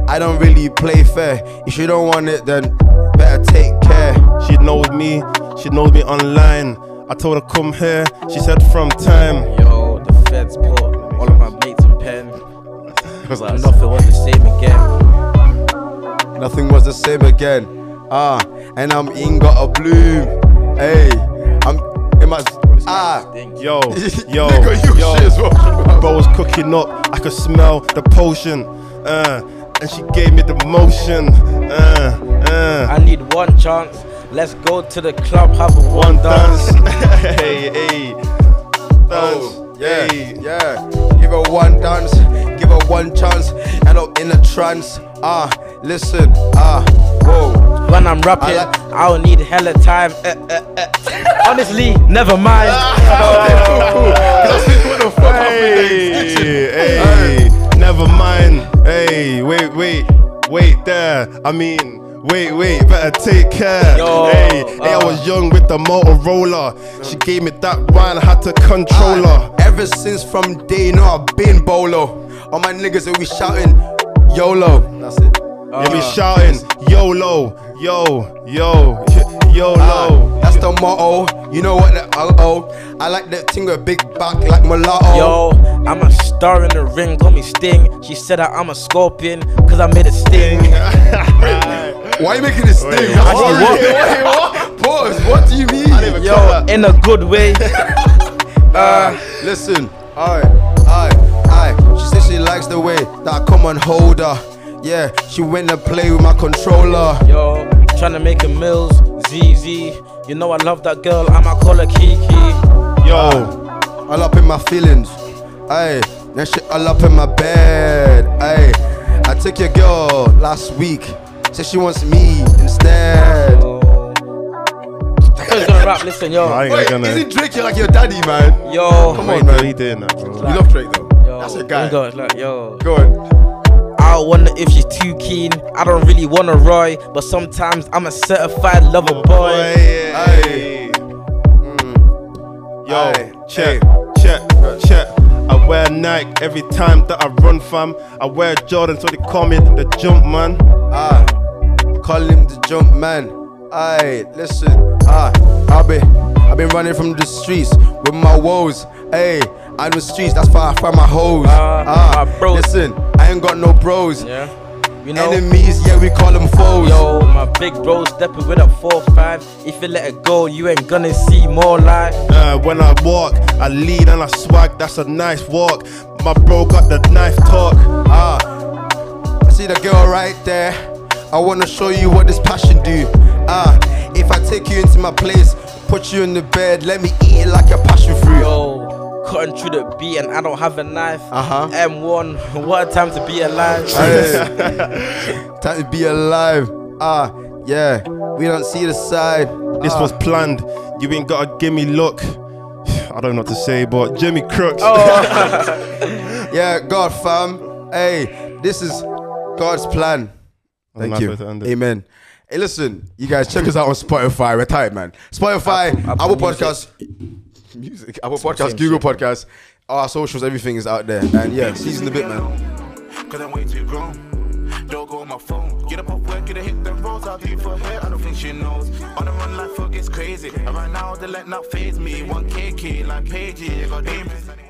S4: I don't really play fair. If you don't want it, then better take care.
S5: She knows me, she knows me online. I told her come here, she said from time.
S3: Yo, the feds put all of my mates in pen. Nothing was the same again.
S4: Nothing was the same again. Ah, and I'm in got a bloom. Hey, I'm in my ah.
S5: Yo, yo,
S4: [laughs] Nigga, you
S5: yo.
S4: shit as well.
S5: Bro was cooking up, I could smell the potion. Uh, and she gave me the motion. Uh, uh.
S3: I need one chance. Let's go to the club, have a one
S5: One dance.
S3: dance.
S5: [laughs] hey, hey. Dance.
S4: Oh, yeah,
S5: Hey.
S4: yeah. Give her one dance, give her one chance, and I'm in a trance. Ah, listen, ah, whoa.
S3: When I'm rapping,
S4: I like-
S3: I don't need hella time. Eh, eh, eh. Honestly, never mind.
S4: [laughs]
S5: Hey, hey, never mind. Hey, wait, wait, wait there. I mean, wait, wait, better take care.
S3: Yo,
S5: hey, hey, I
S3: uh.
S5: was young with the Motorola. She gave me that wine, I had to control her.
S4: Ah, ever since from day, no, I've been bolo. All my niggas that we shouting, YOLO. That's it.
S5: Yeah, me shouting, YOLO, yo, yo, YOLO.
S4: Ah, that's the motto. You know what? The, uh oh. I like that thing with big back like mulatto.
S3: Yo, I'm a Star in the ring, call me Sting. She said that I'm a scorpion, cause I made it sting.
S4: Why are you making this thing? That's
S3: what?
S4: what? [laughs] Wait, what? Pause. What do you mean?
S3: Yo, in a good way. [laughs]
S4: Uh, listen. Alright, alright, alright. She said she likes the way that I come and hold her. Yeah, she went to play with my controller.
S3: Yo, trying to make a mills, ZZ. You know I love that girl, I'ma call her
S4: Oh.
S3: Kiki.
S5: Yo,
S4: all up in my feelings. Ayy, that shit all up in my bed. Ayy, I took your girl last week. Said she wants me instead.
S3: Oh. I thought he was gonna rap, listen, yo.
S5: I ain't gonna. You
S4: Drake you're like your daddy, man?
S3: Yo,
S4: Come on, man.
S5: he doing that, bro.
S4: You love Drake, though.
S3: yo.
S4: That's a
S3: here
S4: guy.
S3: we go, it's like, yo.
S4: Go on.
S3: I wonder if she's too keen. I don't really wanna Roy, but sometimes I'm a certified lover boy.
S4: Ayy.
S5: Mm. Yo,
S4: Aye.
S5: check, check, check. I wear Nike every time that I run, fam. I wear Jordan, so they call me the jump man.
S4: Ah, call him the jump man. Aye, listen, ah, I've been, I've been running from the streets with my woes. Ayy, I'm the streets, that's why I find my hoes.
S3: Ah,
S4: Ah,
S3: my bros.
S4: listen, I ain't got no bros.
S3: Yeah. You know,
S4: Enemies, yeah, we call them foes.
S3: yo, my big bro stepping with a 4-5. If you let it go, you ain't gonna see more life.
S5: Uh, when I walk, I lead and I swag. That's a nice walk. My bro got the knife talk.
S4: Ah, I see the girl right there. I wanna show you what this passion do. Ah, if I take you into my place, put you in the bed, let me eat it like a passion fruit.
S3: Yo, cutting through the beat and I don't have a knife.
S4: Uh-huh.
S3: M1, [laughs] what a time to be alive.
S4: Hey, time to be alive. Ah, yeah, we don't see the side. Ah,
S5: This was planned. You ain't gotta give me look. [sighs] I don't know what to say, but Jimmy Crooks.
S4: Oh.
S5: [laughs]
S4: Yeah, God, fam. Hey, this is God's plan. Thank
S5: nice
S4: you.
S5: way to end it.
S4: Amen. Hey, listen, you guys, check us out on Spotify. Retired, man. Spotify,
S3: Apple- Apple
S4: Apple,
S3: Music.
S4: Podcast, music, Apple Podcast, Google Podcast, our socials, everything is out there. And yeah, season the bit, man.
S1: Cause I'm way too grown. Don't go on my phone. Get up off work, get a hit them rolls. I'll do for her. I don't think she knows. On the run, life fuck is crazy. And right now, they let not phase me. One KK like Paige, yeah, got demons.